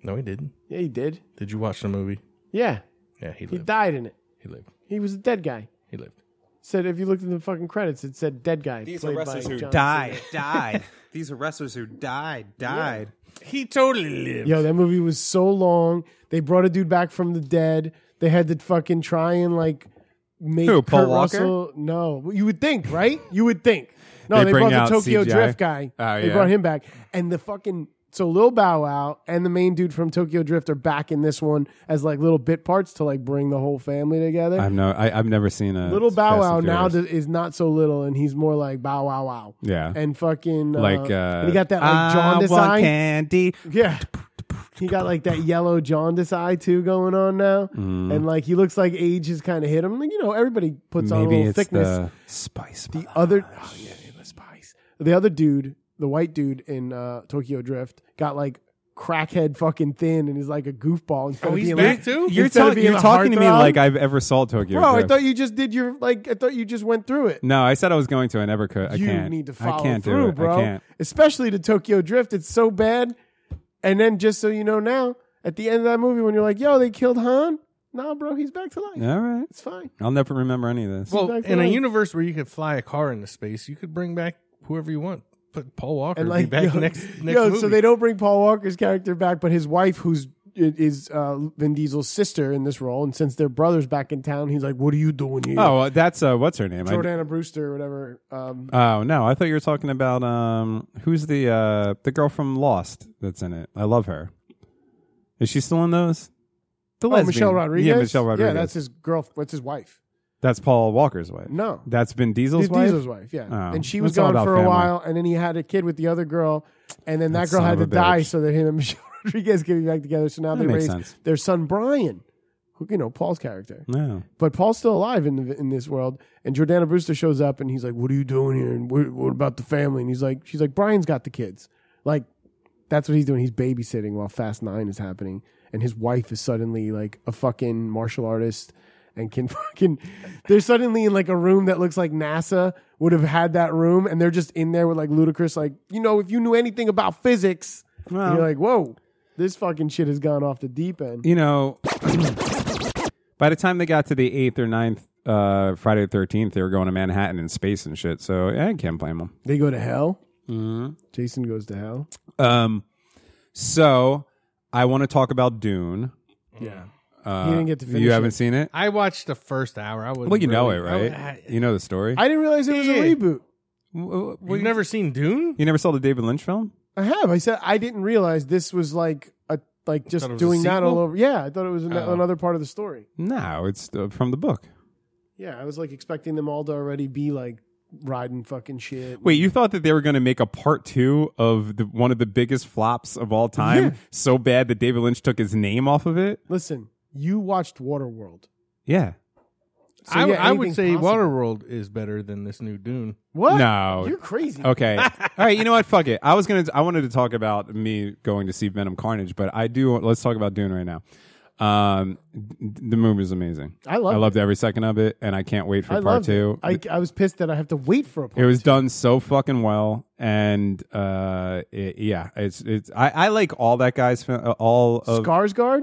J: No, he didn't.
A: Yeah, he did.
J: Did you watch the movie?
A: Yeah,
J: Yeah, he lived.
A: he died in it.
J: He lived.
A: He was a dead guy.
J: He lived.
A: Said if you looked in the fucking credits, it said dead guy. played by John Cena. *laughs*
B: died. These are wrestlers who died, died.
J: He totally lived.
A: Yo, that movie was so long. They brought a dude back from the dead. They had to fucking try and like make
B: Who,
A: Kurt
B: Paul Walker?
A: Russell. No, Well, you would think, right? You would think. No,
B: They
A: they,
B: bring
A: brought the
B: out
A: Tokyo
B: CGI?
A: Drift guy.
B: Oh,
A: they
B: yeah.
A: brought him back, and the fucking so Lil Bow Wow and the main dude from Tokyo Drift are back in this one as like little bit parts to like bring the whole family together.
B: I've no. I, I've never seen a
A: little Bow
B: Fast and
A: Wow now
B: Furious.
A: does, is not so little, and he's more like Bow Wow Wow.
B: Yeah.
A: and fucking uh,
B: like uh,
A: and he got that like jaundice
B: I want
A: eye.
B: candy.
A: Yeah. He got like that yellow jaundice eye too going on now.
B: Mm.
A: And like he looks like age has kind of hit him. Like, you know, everybody puts on a
B: Maybe
A: little
B: it's
A: thickness.
B: the Ah, spice.
A: The other oh, yeah, yeah, the spice. The other dude, the white dude in uh, Tokyo Drift, got like crackhead fucking thin and is like a goofball instead
J: Oh,
A: of
J: he's
A: being
J: back
A: like,
J: too?
B: You're,
A: instead of
B: talk-
A: being
B: you're
A: a
B: talking to me
A: heartthrob.
B: like I've ever saw Tokyo.
A: Bro, I
B: Drift.
A: thought you just did your like I thought you just went through it.
B: No, I said I was going to. I never could. I
A: you
B: can't.
A: need to
B: I
A: follow
B: can't
A: through,
B: do it.
A: bro.
B: I can't.
A: Especially to Tokyo Drift, it's so bad. And then just so you know now, at the end of that movie, when you're like, "Yo, they killed Han," nah, bro, he's back to life.
B: All right.
A: It's fine.
B: I'll never remember any of this.
J: Well,
A: Back to
J: in a
A: life.
J: universe where you could fly a car into space, you could bring back whoever you want. Put Paul Walker
A: And
J: would
A: like,
J: be back
A: yo,
J: next next
A: yo,
J: movie.
A: so they don't bring Paul Walker's character back, but his wife, who's is uh, Vin Diesel's sister in this role, and since their brother's back in town, he's like, "What are you doing here?"
B: Oh, uh, that's uh, what's her name? I-
A: Jordana Brewster or whatever. Um,
B: oh no, I thought you were talking about um, who's the uh, the girl from Lost that's in it. I love her. Is she still in those? The
A: oh,
B: lesbian.
A: Michelle Rodriguez.
B: Yeah, Michelle Rodriguez.
A: Yeah, that's
B: that's,
A: his girl. What's his wife?
B: Paul Walker's wife.
A: No.
B: that's Vin Diesel's
A: Vin
B: wife.
A: Diesel's wife, yeah.
B: Oh,
A: and she was
B: that's all
A: gone
B: about
A: for a
B: family.
A: while, and then he had a kid with the other girl, and then that,
B: That
A: girl
B: son
A: had to
B: of a
A: die
B: bitch.
A: so that him and *laughs* Michelle Rodriguez could be back together. So now
B: That
A: they
B: makes
A: raised
B: sense.
A: their son Brian, who you know Paul's character.
B: No,
A: But Paul's still alive in the, in this world, and Jordana Brewster shows up, and he's like, "What are you doing here? And what, what about the family?" And he's like, "She's like, Brian's got the kids. Like, that's what he's doing. He's babysitting while Fast Nine is happening, and his wife is suddenly like a fucking martial artist, and can *laughs* fucking. They're suddenly in like a room that looks like NASA would have had that room, and they're just in there with like ludicrous, like you know, if you knew anything about physics, and
B: Well.
A: you're like, whoa, this fucking shit has gone off the deep end.
B: you know, *clears throat* by the time they got to the eighth or ninth uh, Friday the Thirteenth, they were going to Manhattan and space and shit. So yeah, I can't blame them.
A: They go to hell. Jason goes to hell.
B: Um, so I want to talk about Dune.
A: Yeah.
B: Uh,
A: You didn't get to finish
B: You haven't
A: it.
B: seen it.
J: I watched the first hour. I wouldn't
B: Well, you know it,
J: really-
B: right?
J: I- I-
B: you know the story.
A: I didn't realize it was
J: Yeah.
A: a reboot.
B: W- w-
J: We've never seen Dune.
B: You never saw the David Lynch film?
A: I have. I said I didn't realize this was like a like just
J: thought it was a
A: doing that all
J: sequel?
A: over. Yeah, I thought it was an,
J: Oh.
A: another part of the story.
B: No, it's uh, from the book.
A: Yeah, I was like expecting them all to already be like riding fucking shit.
B: Wait, you thought that they were going to make a part two of the, one of the biggest flops of all time
A: Yeah.
B: so bad that David Lynch took his name off of it?
A: Listen, you watched Waterworld.
B: Yeah.
A: So,
J: I,
A: yeah,
J: I would
A: anything's
J: say
A: possible.
J: Waterworld is better than this new Dune.
A: What?
B: No.
A: you're crazy.
B: Okay. All right. You know what? Fuck it. I was gonna. I wanted to talk about me going to see Venom Carnage, but I do. Let's talk about Dune right now. Um, d- the movie is amazing.
A: I loved
B: I loved every second of it, and I can't wait for
A: I
B: part
A: loved
B: two.
A: it. I, I was pissed that I have to wait for a part.
B: It was
A: two.
B: done so fucking well, and uh, it, yeah, it's it's. I, I like all that guy's film. uh, All of Scar-
A: Skarsgård,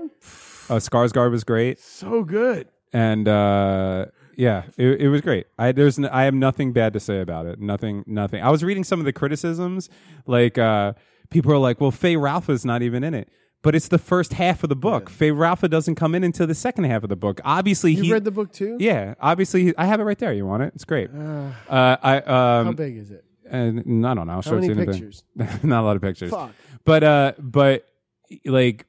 B: uh, Skarsgård was great,
A: so good.
B: and uh, yeah, it, it was great. I there's n- I have nothing bad to say about it. Nothing, nothing. I was reading some of the criticisms, like uh, people are like, "Well, Faye Ralpha's not even in it." But it's the first half of the book. Faye Ralpha doesn't come in until the second half of the book. Obviously,
A: You
B: he
A: read the book too?
B: yeah. Obviously, he- I have it right there. You want it? It's great. Uh, I um,
A: How big is it?
B: and and I don't know. I'll show
A: many
B: it to you in a bit.
A: pictures?
B: *laughs* Not a lot of pictures.
A: Fuck.
B: But uh, but like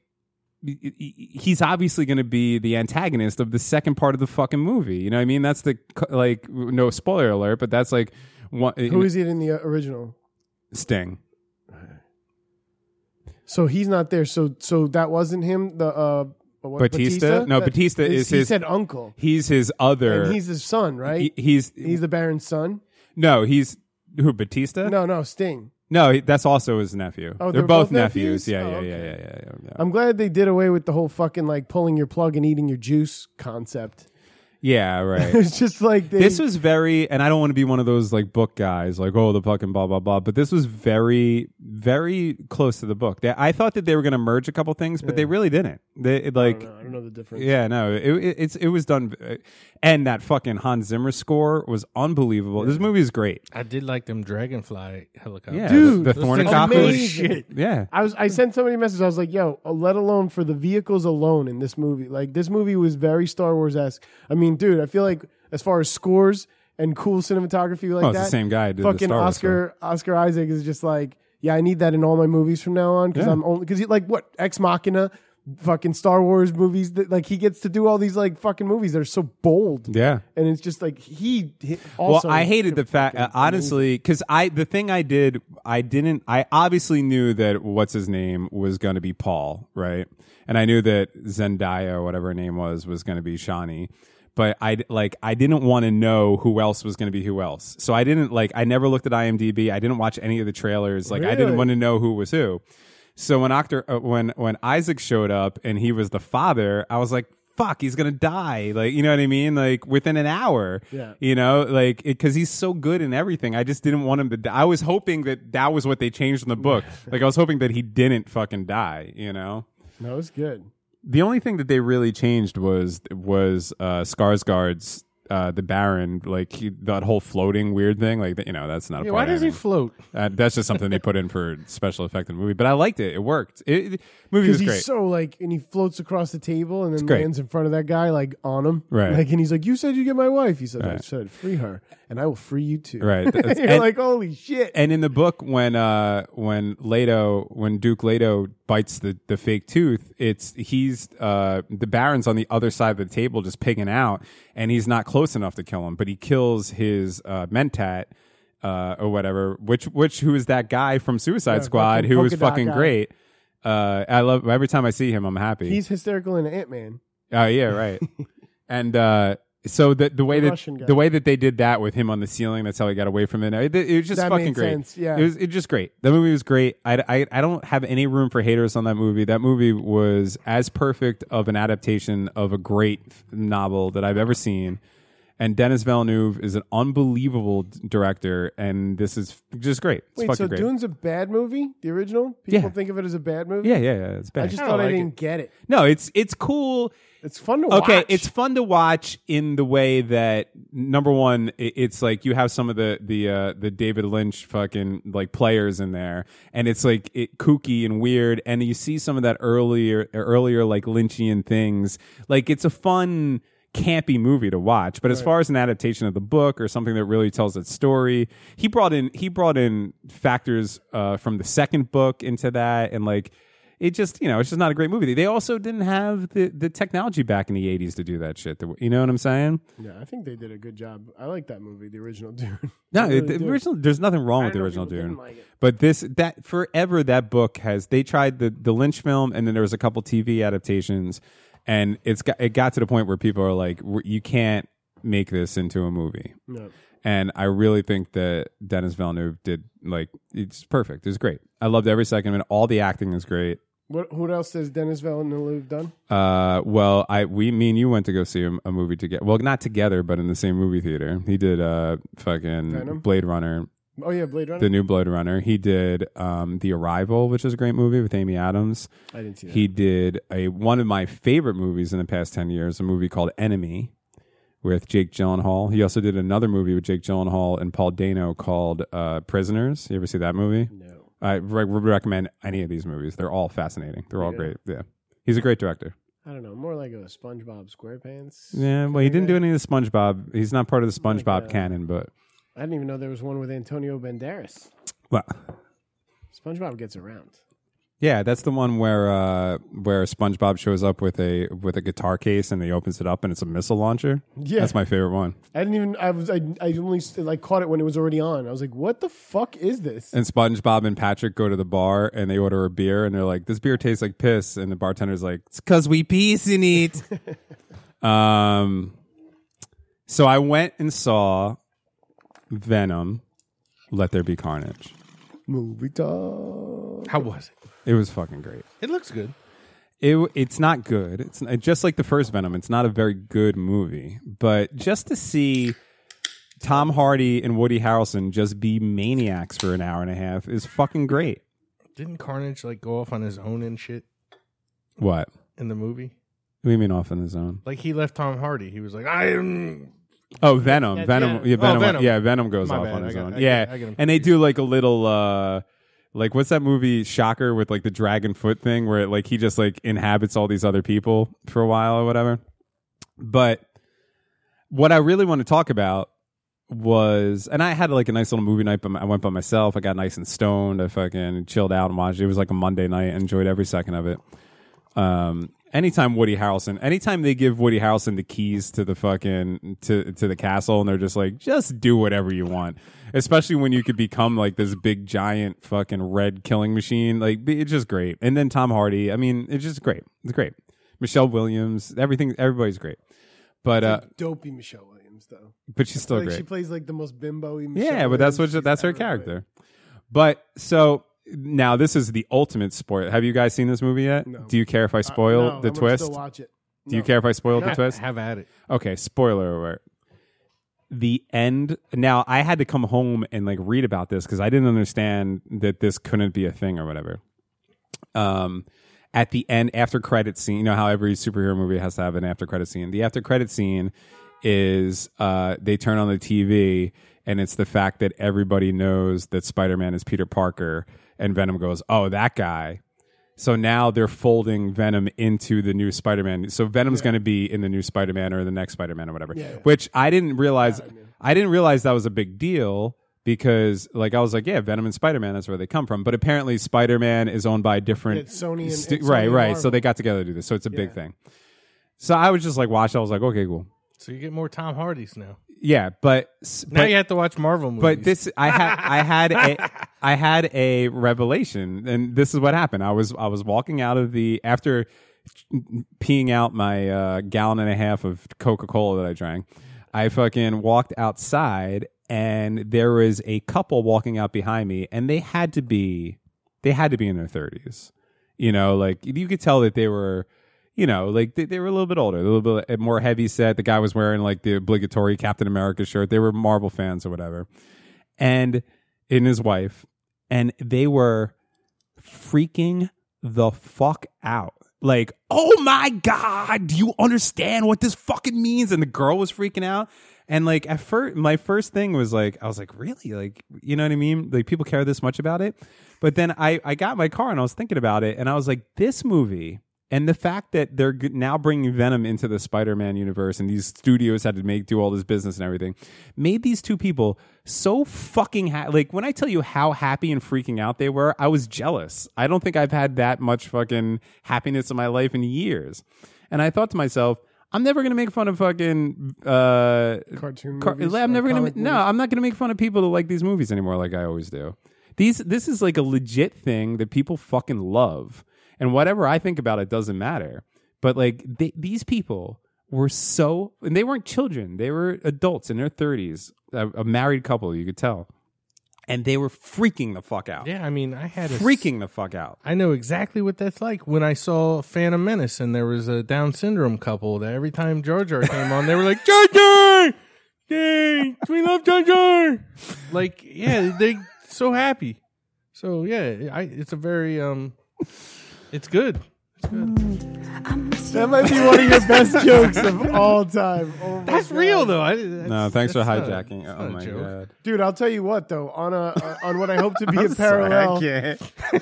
B: y- y- y- he's obviously going to be the antagonist of the second part of the fucking movie. You know what I mean? That's the c- like no spoiler alert, but that's like one
A: Who is it in the uh, original?
B: Sting.
A: So he's not there. So so that wasn't him. The uh, what,
B: Batista? No, Batista is
A: he
B: his-
A: said uncle,
B: He's his other.
A: and he's his son, right?
B: he- he's
A: he's the Baron's son.
B: no, he's who Batista?
A: No, no, Sting.
B: no, he- that's also his nephew.
A: Oh, they're
B: they're, both,
A: both nephews?
B: nephews. Yeah,
A: Oh,
B: yeah, yeah,
A: okay.
B: yeah, yeah, yeah, yeah.
A: I'm glad they did away with the whole fucking like pulling your plug and eating your juice concept. *laughs*
B: Yeah, right.
A: It's just like they,
B: this was very and i don't want to be one of those like book guys like oh the fucking blah blah blah but this was very very close to the book They- i thought that they were going to merge a couple things but they really didn't they it, like
A: I don't know the difference.
B: yeah no it, it, it's it was done uh, and that fucking hans zimmer score was unbelievable this movie is great
J: I did like them dragonfly helicopters.
B: yeah
A: Dude,
B: the, the
J: Those things
A: are
B: thornacopter
A: amazing.
B: yeah
A: I was I sent somebody a message. I was like, "Yo, uh, let alone for the vehicles alone in this movie. Like this movie was very Star Wars esque. I mean, dude, I feel like as far as scores and cool cinematography like
B: Oh, it's
A: that,
B: the same guy who did the
A: fucking
B: Star Wars
A: Oscar Oscar Isaac is just like, yeah, I need that in all my movies from now on because
B: Yeah.
A: I'm only because like what Ex Machina, fucking Star Wars movies that like he gets to do all these like fucking movies that are so bold.
B: yeah
A: and it's just like he, he also.
B: well, I hated the fact, uh, honestly, because I the thing I did, I didn't. I obviously knew that what's his name was going to be Paul, right? And I knew that Zendaya, or whatever her name was, was going to be Shawnee. But I d- like I didn't want to know who else was going to be who else, so I didn't like. I never looked at IMDb. I didn't watch any of the trailers. Like I didn't
A: Really?
B: want to know who was who. So when Octor, uh, when when Isaac showed up and he was the father, I was like, "Fuck, he's gonna die!" Like you know what I mean? Like within an hour,
A: Yeah.
B: You know, like because he's so good in everything. I just didn't want him to. die. I was hoping that that was what they changed in the
J: *laughs*
B: book. like I was hoping that he didn't fucking die. You know.
A: No, it's good.
B: The only thing that they really changed was was uh, Skarsgård's uh, the Baron, like he, that whole floating weird thing, like you know, that's not.
J: Yeah,
B: a
J: why
B: part
J: does he
B: animal.
J: float?
B: Uh, that's just something they put in for special effect in the movie. But I liked it; it worked. It, it- movie
A: Because
B: was
A: he's
B: great.
A: so like, and he floats across the table and then
B: great.
A: lands in front of that guy, like on him.
B: Right.
A: Like, and he's like, You said you get my wife. He said, I
B: Right.
A: said, free her, and I will free you too. *laughs*
B: Right.
A: You're
B: That's- and-
A: like, Holy shit.
B: and in the book, when uh, when Leto, when Duke Leto bites the, the fake tooth, it's he's uh, the Baron's on the other side of the table, just pigging out, and he's not close enough to kill him, but he kills his uh, mentat. Uh, or whatever, which which who is that guy from Suicide Squad
A: fucking
B: who was
A: polka dot
B: fucking
A: guy.
B: great? Uh, I love every time I see him, I'm happy.
A: he's hysterical in Ant Man.
B: Oh
A: *laughs*
B: yeah, right. and uh, so the the way
A: The Russian guy.
B: that the way that they did that with him on the ceiling, that's how he got away from it. It, it was just
A: That
B: fucking
A: made
B: great.
A: sense, yeah.
B: it was it was just great. That movie was great. I, I I don't have any room for haters on that movie. That movie was as perfect of an adaptation of a great novel that I've ever seen. And Dennis Villeneuve is an unbelievable d- director, and this is just great. It's
A: Wait,
B: fucking
A: so
B: great.
A: Dune's a bad movie? The original? People
B: Yeah.
A: think of it as a bad movie?
B: yeah, yeah, yeah. It's bad.
A: I just thought I
J: like
A: didn't get it.
B: no, it's it's cool.
A: It's fun to watch.
B: Okay, it's fun to watch in the way that number one, i- it's like you have some of the the uh, the David Lynch fucking like players in there, and it's like it kooky and weird, and you see some of that earlier earlier like Lynchian things. Like it's a fun campy movie to watch, but as far as an adaptation of the book or something that really tells its story, he brought in he brought in factors uh, from the second book into that, and like it just you know it's just not a great movie. They also didn't have the the technology back in the eighties to do that shit. The- You know what I'm saying?
A: Yeah, I think they did a good job. I like that movie, the original *laughs* Dune.
B: No,
A: I really
B: the
A: do.
B: original. There's nothing wrong with
A: I
B: the
A: know
B: original
A: people didn't
B: Dune,
A: like it.
B: but this that forever that book has. They tried the the Lynch film, and then there was a couple TV adaptations, and it's got it got to the point where people are like, "W- you can't make this into a movie.
A: No.
B: And I really think that Dennis Villeneuve did like it's perfect. It's great. I loved every second of it. All the acting is great.
A: What, what else has Dennis Villeneuve done?
B: Uh, well, I we me and you went to go see a, a movie together. Well, not together, but in the same movie theater. He did uh fucking
A: Venom?
B: Blade Runner,
A: Oh, yeah, Blade Runner?
B: the new Blade Runner. He did um The Arrival, which is a great movie with Amy Adams.
A: I didn't see that.
B: He did a one of my favorite movies in the past ten years, a movie called Enemy with Jake Gyllenhaal. He also did another movie with Jake Gyllenhaal and Paul Dano called uh, Prisoners. You ever see that movie?
A: no.
B: I re- would recommend any of these movies. They're all fascinating. They're all
A: Yeah.
B: great. Yeah, he's a great director.
A: I don't know. More like a SpongeBob SquarePants.
B: Yeah, well, he didn't do any of the SpongeBob. He's not part of the
A: Like,
B: SpongeBob
A: uh,
B: canon, but
A: I didn't even know there was one with Antonio Banderas.
B: well,
A: SpongeBob gets around.
B: yeah, that's the one where uh, where SpongeBob shows up with a with a guitar case and he opens it up and it's a missile launcher.
A: Yeah.
B: that's my favorite one.
A: I didn't even. I was. I. I only like caught it when it was already on. I was like, "What the fuck is this?"
B: And SpongeBob and Patrick go to the bar and they order a beer and they're like, "This beer tastes like piss," and the bartender's like, "It's cause we piss in it." um, so I went and saw Venom. Let there be carnage.
A: Movie talk.
H: How was it?
B: It was fucking great.
H: It looks good.
B: it it's not good. It's n- just like the first Venom. It's not a very good movie. But just to see Tom Hardy and Woody Harrelson just be maniacs for an hour and a half is fucking great.
H: Didn't Carnage like go off on his own and shit
B: What?
H: in the movie?
B: What do you mean off on his own?
H: Like he left Tom Hardy. He was like, I am.
B: Oh, Venom, Venom, yeah,
H: Oh,
B: Venom,
H: Venom.
B: yeah, Venom goes
H: My
B: off
H: bad.
B: on
H: I
B: his
H: got-
B: own,
H: I got-
B: yeah.
H: I got him
B: and they
H: confused.
B: do like a little, uh like what's that movie Shocker with like the dragon foot thing, where like he just like inhabits all these other people for a while or whatever. But what I really want to talk about was, and I had like a nice little movie night, but I went by myself. I got nice and stoned. I fucking chilled out and watched. It It was like a Monday night. I enjoyed every second of it. Um, anytime Woody Harrelson, anytime they give Woody Harrelson the keys to the fucking to to the castle, and they're just like, just do whatever you want. Especially when you could become like this big giant fucking red killing machine. Like be- it's just great. And then Tom Hardy. I mean, it's just great. It's great. Michelle Williams. Everything. Everybody's great. But uh,
A: Dopey Michelle Williams though.
B: but she's still
A: like
B: great.
A: she plays like the most bimbo-y. Michelle
B: Yeah, but that's what
A: Williams she's
B: that's her
A: ever played.
B: character. But so now this is the ultimate spoil. Have you guys seen this movie yet?
A: No.
B: Do you care if I
A: I-
B: spoil
A: no,
B: the
A: I'm gonna
B: twist?
A: Still watch it.
B: Do you
A: No.
B: care if I spoil the
H: Ha-
J: *laughs*
B: twist?
H: Have at it.
B: Okay, spoiler alert. The end. Now I had to come home and like read about this because I didn't understand that this couldn't be a thing or whatever. Um, at the end, after credit scene, you know how every superhero movie has to have an after credit scene. The after credit scene is uh, they turn on the TV and it's the fact that everybody knows that Spider Man is Peter Parker, and Venom goes, "Oh, that guy." So now they're folding Venom into the new Spider Man. So Venom's going to be in the new Spider Man or the next Spider Man or whatever. Which I didn't realize. I didn't realize that was a big deal because, like, I was like, "Yeah, Venom and Spider Man. That's where they come from." But apparently, Spider Man is owned by different
A: It's Sony and-
B: stu-
A: and Sony
B: right,
A: and
B: right. So
A: Marvel.
B: they got together to do this. So it's a big thing. So I was just like, watch. I was like, okay, cool.
J: So you get more Tom Hardy's now.
B: Yeah, but s-
J: Now
B: but,
J: you have to watch Marvel movies.
B: but this I had I had a I had a revelation, and this is what happened. I was I was walking out of the after peeing out my uh, gallon and a half of Coca Cola that I drank. I fucking walked outside, and there was a couple walking out behind me, and they had to be they had to be in their thirties. You know, like you could tell that they were. You know, like they, they were a little bit older, a little bit more heavy set. The guy was wearing like the obligatory Captain America shirt. They were Marvel fans or whatever and and his wife, and they were freaking the fuck out. Like, oh my god, do you understand what this fucking means? And the girl was freaking out. And like at first, my first thing was like, I was like, really? Like, you know what I mean? Like people care this much about it. But then I I got in my car and I was thinking about it, and I was like, this movie. And the fact that they're g- now bringing Venom into the Spider-Man universe, and these studios had to make do all this business and everything, made these two people so fucking ha- like when I tell you how happy and freaking out they were, I was jealous. I don't think I've had that much fucking happiness in my life in years. And I thought to myself, I'm never gonna make fun of fucking uh,
A: Cartoon
B: Car-
A: movies
B: I'm
A: or
B: never gonna
A: comic
B: no. I'm not gonna make fun of people that like these movies anymore, like I always do. These this is like a legit thing that people fucking love, and whatever I think about it doesn't matter. But like they, these people were so, and they weren't children; they were adults in their 30s, a, a married couple, you could tell, and they were freaking the fuck out,
J: yeah, I mean, I had a s-
B: freaking the fuck out.
J: I know exactly what that's like. When I saw Phantom Menace and there was a Down syndrome couple that every time Jar Jar came on, they were like, Jar Jar! Yay! We love Jar Jar! Like, yeah, they so happy. So yeah, I, it's a very um, it's good.
A: That might be one of your
B: *laughs*
A: best jokes of all time. Oh my
J: That's
A: God.
J: real though. I,
B: No,
J: that's-
B: thanks for
J: that's not-
B: hijacking.
J: that's
B: oh
J: not a
B: my
J: joke.
B: god,
A: dude. I'll tell you what though, on a uh, on what I hope
B: *laughs*
A: to be a parallel, *laughs*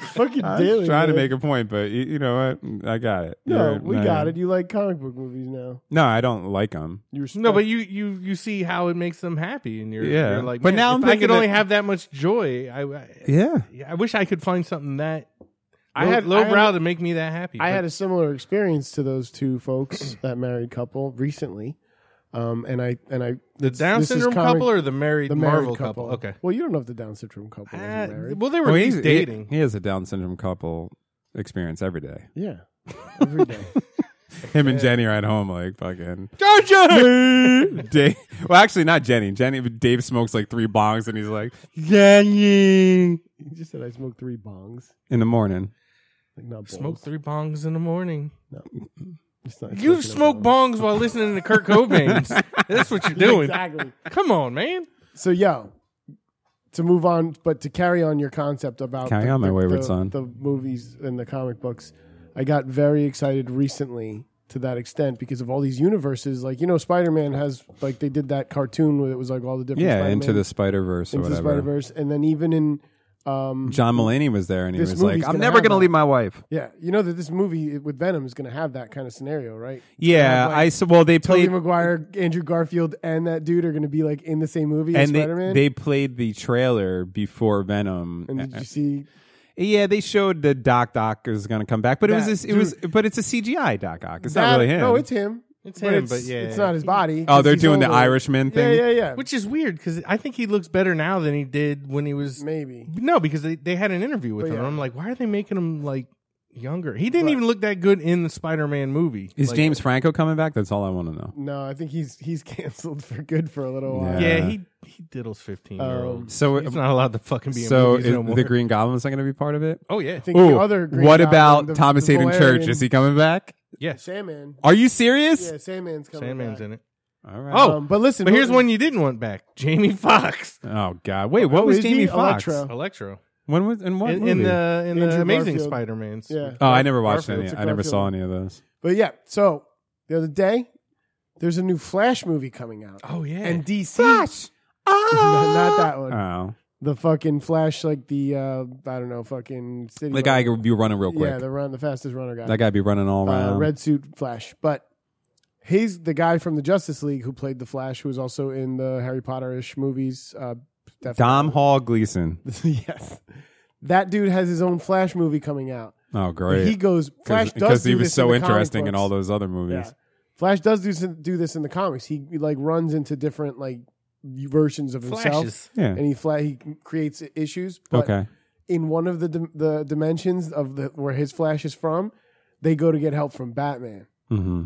A: fucking
B: I
A: daily.
B: was trying to
A: man.
B: make a point, but you, you know what? I got it.
A: No,
B: You're-
A: we got it. You like comic book movies now.
B: No, I don't like them.
A: You respect-
J: No, but you you you see how it makes them happy, and you're,
B: Yeah.
J: you're like,
B: But
J: man,
B: now
J: if
B: I'm
J: I could
B: thinking
J: only
B: that-
J: have that much joy. I, I
B: Yeah.
J: I wish I could find something that
A: I
J: low-
A: had- I
J: low
A: had-
J: brow to make me that happy.
A: I
J: but-
A: had a similar experience to those two folks, *clears throat* that married couple, recently. Um, and I and I
J: The Down
A: this is
J: syndrome
A: comic-
J: couple or the married
A: the married
J: Marvel couple? Okay.
A: Well, you don't know if the Down syndrome couple was
J: Uh,
A: married.
J: well, they were at least dating.
B: He, has a Down syndrome couple experience every *laughs* day.
A: yeah,
J: *laughs*
A: every day.
B: Him and Jenny are at home, like fucking. *laughs* Dave, well, actually, not Jenny. Jenny, but Dave smokes like three bongs, and he's like Jenny
A: you just said I smoked three bongs.
B: in the morning.
A: Like not
J: Smoke
A: bongs.
J: three bongs in the morning.
A: It's not
J: You
A: smoking a
J: smoke
A: bong.
J: bongs while listening to *laughs* Kurt Cobain. That's what you're doing.
A: exactly.
J: Come on, man.
A: So yo, to move on, but to carry on your concept about
B: Carry on, my wayward
A: the,
B: son.
A: the movies and the comic books, I got very excited recently to that extent because of all these universes. Like you know, Spider Man has like they did that cartoon where it was like all the different
B: Yeah,
A: Spider-Man,
B: into the Spider Verse or
A: into the Spider
B: whatever.
A: Verse, and then even in um,
B: John Mulaney was there, and he
A: This
B: was like,
A: movie's
B: "I'm
A: gonna
B: never
A: have
B: gonna
A: that.
B: leave my wife."
A: yeah, you know that this movie with Venom is going to have that kind of scenario, right?
B: Yeah, I s- well they
A: Tobey
B: played
A: Maguire, Andrew Garfield, and that dude are going to be like in the same movie as
B: and
A: Spider Man.
B: they, they played the trailer before Venom.
A: and did you see
B: Yeah, they showed the Doc Doc is going to come back, but it was
A: That-
B: this, it was but it's a CGI Doc Doc. It's
A: That-
B: not really him.
A: No, it's him.
J: It's him, but yeah.
A: it's not his body.
B: Oh, they're
A: He's
B: doing the
A: older.
B: Irishman thing?
A: Yeah, yeah, yeah.
J: Which is weird because I think he looks better now than he did when he was.
A: maybe.
J: No, because they, they had an interview with
A: But
J: him.
A: yeah.
J: I'm like, why are they making him like younger? He didn't
A: Right.
J: even look that good in the Spider Man movie.
B: is
J: Like-
B: James Franco coming back? That's all I want to know.
A: No, I think he's he's *laughs* canceled for good for a little while.
B: Yeah.
J: Yeah, he, he diddles 15 year
A: Um,
J: olds.
B: So,
J: He's not allowed to fucking be in
B: so
J: movies
B: is
J: no more.
B: the Green Goblin's not going to be part of it.
J: oh, yeah.
A: I think the other Green
B: what
A: Goblin,
B: about
A: the-
B: Thomas
A: the
B: Hayden Church?
A: Valerian-
B: Is he coming back?
J: Yes.
A: Sandman?
B: Are you serious?
A: Yeah, Sandman's coming.
J: Sandman's
A: back.
J: in it.
B: All right.
J: Oh,
A: Um, but listen,
J: But here's
A: who-
J: one you didn't want back: *laughs* Jamie Fox,
B: oh God! Wait, what
A: Oh,
B: was
A: is he?
B: Jamie Fox?
A: Electro.
J: Electro,
B: When was in what
J: in,
B: movie?
J: in the in the
A: Andrew
J: Amazing
A: Garfield.
J: Spider-Man's.
A: Yeah.
B: oh, I never watched
A: Garfield.
B: any.
A: It's a
B: I never
A: Garfield.
B: saw any of those.
A: But yeah, so the other day, There's a new Flash movie coming out.
J: Oh, yeah.
A: and *laughs* DC. Flash. no, not that one.
B: Oh,
A: the fucking Flash, like the uh, I don't know, fucking city.
B: the guy
A: runner.
B: could be running real quick.
A: Yeah, the run, the fastest runner guy.
B: that guy be running all around.
A: uh, red suit Flash, but. He's the guy from the Justice League who played the Flash, who was also in the Harry Potter ish movies. Uh, *laughs* definitely-
B: Dom Hall Gleason.
A: yes, that dude has his own Flash movie coming out.
B: Oh, great.
A: He goes Flash does
B: because he
A: do
B: was
A: this in
B: so
A: the comic
B: interesting in
A: books.
B: all those other
A: Yeah.
B: movies.
A: Flash does do do this in the comics. He like runs into different like versions of himself,
H: Flashes.
B: Yeah.
A: and he fla- he creates issues. But
B: okay.
A: in one of the dim- the dimensions of the where his Flash is from, they go to get help from Batman.
B: hmm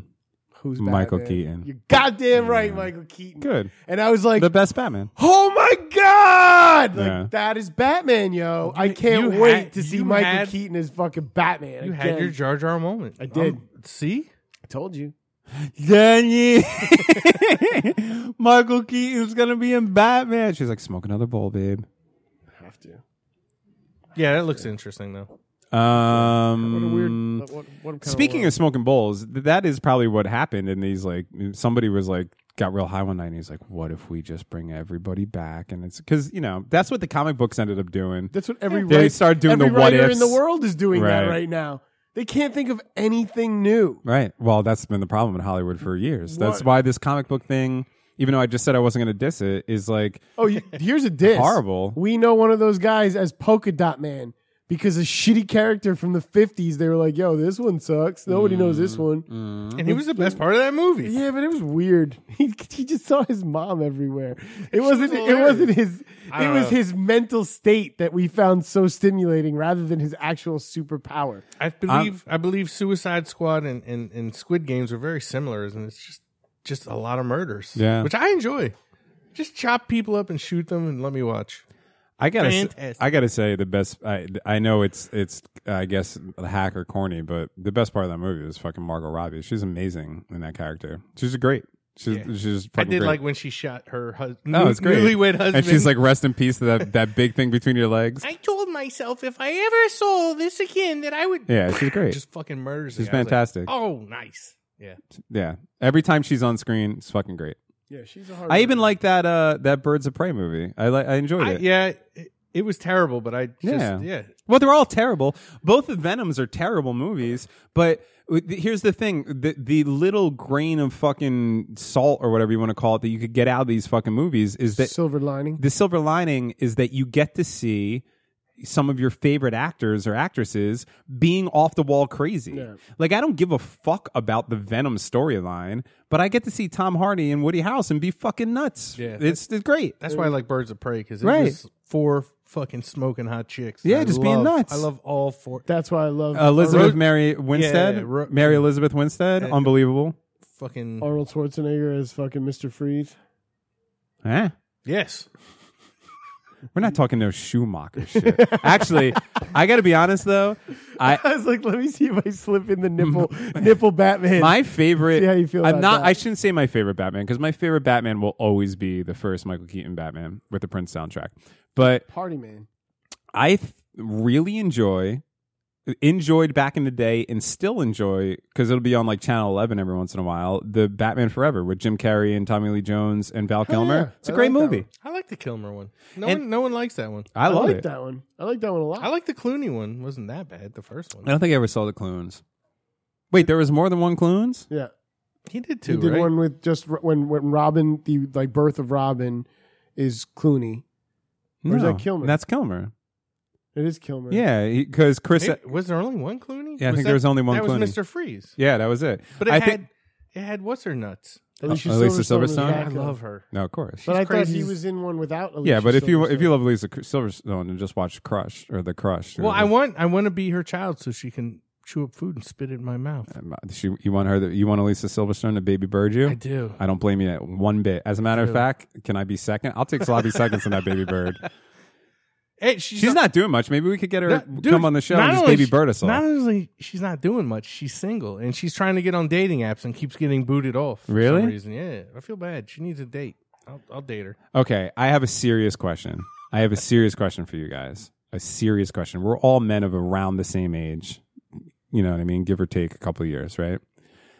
A: Who's
B: Michael
A: Batman?
B: Keaton.
A: You're goddamn right, Michael Keaton.
B: Good.
A: And I was like,
B: the best *gasps* Batman.
A: oh my god, like,
B: Yeah.
A: that is Batman, yo! I can't
J: you
A: wait
J: had-
A: to see
J: you
A: Michael
J: had-
A: Keaton as fucking Batman.
J: You
A: again.
J: had your Jar Jar moment. Um,
A: I did.
J: see?
A: I told you.
B: Danny. *laughs* Michael Keaton's gonna be in Batman. She's like, smoke another bowl, babe.
A: Have to.
J: Yeah, that looks interesting though.
B: Um,
A: What a weird. What, what kind
B: Speaking
A: of,
B: of smoking bowls, th- that is probably what happened. And these like somebody was like got real high one night, and he's like, "What if we just bring everybody back?" And it's because you know that's what the comic books ended up doing.
A: that's what every
B: They
A: write-
B: start doing
A: every
B: the what
A: writer
B: ifs.
A: in the world is doing that
B: Right.
A: right now. They can't think of anything new.
B: Right. Well, that's been the problem in Hollywood for years. That's
A: What?
B: why this comic book thing, even though I just said I wasn't going to diss it, is like
A: Oh,
B: *laughs*
A: you, here's a diss.
B: Horrible.
A: We know one of those guys as Polka Dot Man because a shitty character from the 50s. They were like, yo, this one sucks. Nobody knows
B: Mm.
A: this one.
B: Mm-hmm.
J: And he was the best part of that movie.
A: Yeah, but it was weird. *laughs* He, he just saw his mom everywhere. It wasn't. it wasn't his.
J: I
A: It
J: don't
A: was
J: know.
A: his mental state that we found so stimulating, rather than his actual superpower.
J: I believe i believe Suicide Squad and, and, and Squid Games are very similar, and it's just just a lot of murders.
B: Yeah.
J: which I enjoy. Just chop people up and shoot them, and let me watch.
B: I gotta, s-
J: Fantastic.
B: I gotta say the best. I I know it's it's I guess hack or corny, but the best part of that movie was fucking Margot Robbie. She's amazing in that character. She's great. She's she's.
J: I
B: fucking
J: did
B: great.
J: like when she shot her husband.
B: No, it's great.
J: Newlywed husband.
B: And she's like, rest in peace to that, that big thing between your legs.
J: *laughs* I told myself if I ever saw this again that I would.
B: Yeah, she's great.
J: Just fucking murders. the
B: She's
J: guy. I was like,
B: fantastic.
J: oh, nice. Yeah.
B: Yeah. Every time she's on screen, it's fucking great.
A: Yeah, she's a hard.
B: I even like that uh that Birds of Prey movie. I like I enjoyed
J: I,
B: it.
J: yeah. It, it was terrible, but I just,
B: Yeah.
J: yeah.
B: Well, they're all terrible. Both the Venoms are terrible movies, but w- th- here's the thing the, the little grain of fucking salt or whatever you want to call it that you could get out of these fucking movies is that
A: silver lining.
B: the silver lining is that you get to see some of your favorite actors or actresses being off the wall crazy.
A: Yeah.
B: Like I don't give a fuck about the Venom storyline, but I get to see Tom Hardy and Woody House and be fucking nuts.
J: Yeah.
B: It's, it's great.
J: That's why I like Birds of Prey because it
B: Right.
J: was four fucking smoking hot chicks.
B: Yeah,
J: I
B: just being
J: love-
B: nuts.
J: I love all four.
A: That's why I love
B: Elizabeth
A: Arnold-
B: Mary Winstead,
J: yeah, Ro-
B: Mary Elizabeth Winstead,
J: Yeah.
B: unbelievable.
J: Fucking
A: Arnold Schwarzenegger as fucking Mr. Freeze. *laughs*
B: Eh?
J: yes.
B: We're not talking no Schumacher shit.
A: *laughs*
B: Actually, I got to be honest though. I
A: I was like, let me see if I slip in the
B: *laughs*
A: nipple nipple Batman.
B: my favorite.
A: See how you feel
B: I'm
A: about
B: not.
A: that.
B: I shouldn't say my favorite Batman because my favorite Batman will always be the first Michael Keaton Batman with the Prince soundtrack. But
A: Party man.
B: I th- really enjoy enjoyed back in the day and still enjoy because it'll be on like channel 11 every once in a while the batman forever with jim carrey and tommy lee jones and val kilmer
A: yeah.
B: it's a
A: I
B: great
A: like that
B: movie
J: I like the Kilmer one. No
B: And-
J: one, no one likes that one.
B: i, love
A: like
B: it
A: that one. I like that one a lot.
J: I like the Clooney one. Wasn't that bad? The first
B: i
J: one.
B: don't think i ever saw the clones wait there was more than one clones
A: yeah.
J: He did
A: He
J: too.
A: did
J: right?
A: one with just r- when when Robin the like birth of Robin is Clooney. Or is that Kilmer?
B: that's kilmer
A: It is Kilmer.
B: yeah because chris
J: Maybe- was there only one Clooney?
B: Yeah, I think there was only one
J: That
B: Clooney.
J: was Mr. Freeze.
B: yeah that was it
J: But it
B: I
J: had
B: think- Uh,
J: it had what's her nuts.
A: Alicia,
B: Alicia
A: Silverstone. is
B: Silverstone?
A: back
J: I
A: though.
J: love her.
B: no of course
A: But I thought
J: crazy.
A: he was in one without Alicia
B: yeah but if you if you
A: Silverstone.
B: love lisa silverstone and just watch crush or the crush or
J: Well, I
B: the-
J: want I want to be her child so she can chew up food and spit it in my mouth.
B: she, you want her to, you want Elisa Silverstone to baby bird you?
J: I do.
B: I don't blame you at one bit. As a matter of fact, can I be second? I'll take
A: *laughs*
B: sloppy seconds on that baby bird.
J: Hey, she's,
B: She's not doing much. Maybe we could get her
J: No, dude,
B: come on the show
J: not
B: and just
J: only
B: baby
J: she-
B: bird us all.
J: Not only she's not doing much, she's single and she's trying to get on dating apps and keeps getting booted off. for some
B: Really?
J: reason. Yeah, I feel bad. She needs a date. I'll, I'll date her.
B: Okay, I have a serious question. I have a serious question for you guys. A serious question. We're all men of around the same age. You know what I mean? Give or take a couple of years, right?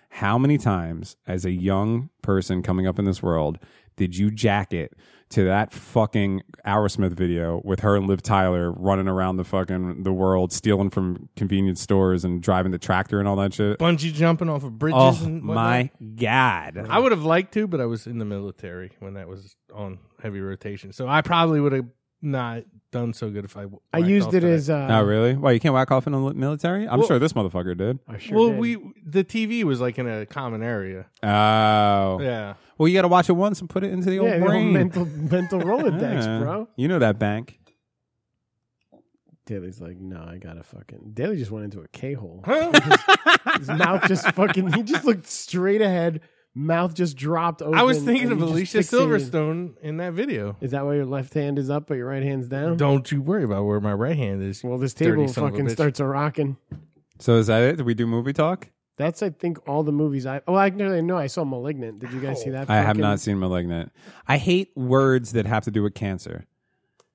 B: How many times, as a young person coming up in this world, did you jack it to that fucking Aerosmith video with her and Liv Tyler running around the fucking the world, stealing from convenience stores and driving the tractor and all that shit?
J: Bungee jumping off of bridges.
B: Oh
J: and whatnot.
B: my god!
J: I would have liked to, but I was in the military when that was on heavy rotation, so I probably would have not done so good if I. w-
A: I
J: whacked
A: used
J: off
A: it
J: to that.
A: as. Uh,
B: Oh really? Why you can't whack off in the military? I'm
J: Well-
B: sure this motherfucker did.
A: I uh, sure
J: well,
A: did.
J: we the TV was like in a common area.
B: Oh,
A: *laughs*
J: Yeah,
B: Well, you got to watch it once and put it into the
A: yeah,
B: old
A: the whole
B: brain.
A: mental mental Rolodex,
B: *laughs* Yeah.
A: bro.
B: You know that bank.
A: Daly's like, no, I gotta fucking. Daly just went into a K hole. His mouth
B: *laughs*
A: just fucking. He just looked straight ahead. Mouth just dropped open.
J: I was
A: and
J: thinking of
A: he just
J: Alicia
A: fixated-
J: Silverstone in that video.
A: Is that why your left hand is up but your right hand's down?
J: Don't you worry about where my right hand is.
A: Well, this
J: Dirty
A: table
J: son of a
A: fucking
J: bitch.
A: starts a rocking.
B: So is that it? Did we do movie talk?
A: That's I think all the movies I. Oh, I know. I saw *Malignant*. Did you guys
J: Oh.
A: see that?
B: I have
A: fucking-
B: not seen *Malignant*. I hate words that have to do with cancer.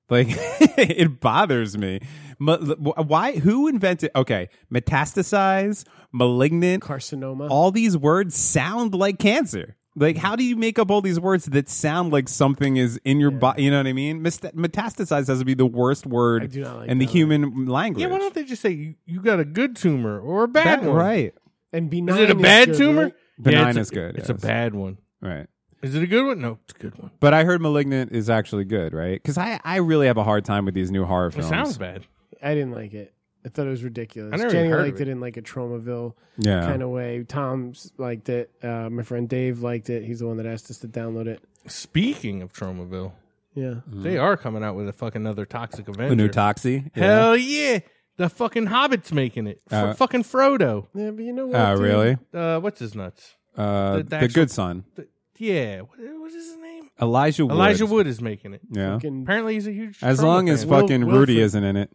B: Like *laughs* it bothers me. Ma- why? Who invented? Okay, metastasize, malignant.
A: *Carcinoma*.
B: all these words sound like cancer. Like, how do you make up all these words that sound like something is in your body? You know what I mean? Mest- metastasize has to be the worst
A: I
B: word
A: do not like
B: in the
A: that
B: human language.
J: Yeah, why don't they just say you, you got a good tumor or a bad
B: That-
J: one?
B: right?
A: and
J: Is
A: benign.
J: it a bad
A: good,
J: tumor?
A: right?
B: Benign
J: it's a-
B: is good,
J: It's
B: yes.
J: a bad one.
B: Right.
J: Is it a good one? No, it's a good one.
B: But I heard *Malignant* is actually good, right? Because I, I really have a hard time with these new horror
J: It
B: films.
J: sounds bad.
A: I didn't like it. I thought it was ridiculous.
J: I never even
A: Jenny
J: heard of
A: liked
J: it.
A: it. in like a Tromaville
B: Yeah.
A: kind of way. Tom's liked it. Uh, my friend Dave liked it. He's the one that asked us to download it. Mm.
J: Speaking of Tromaville,
A: Yeah.
J: they are coming out with a fucking another Toxic Avenger.
B: The Mm. new Toxie. Yeah.
J: Hell yeah. The fucking Hobbit's making it. F-
B: Uh,
J: fucking Frodo.
A: Yeah, but you know what?
B: Oh,
A: dude?
B: really?
J: Uh, what's his nuts?
B: Uh,
J: The- the
B: the,
J: actual-
B: good son,
J: The- yeah. What, what is his name?
B: Elijah Wood.
J: Elijah Wood is making it.
B: Yeah.
A: Fucking-
J: Apparently, he's a huge.
B: As
J: Troma
B: long as
J: fan.
A: Wil-
B: fucking Rudy
A: Wilfred.
B: isn't in it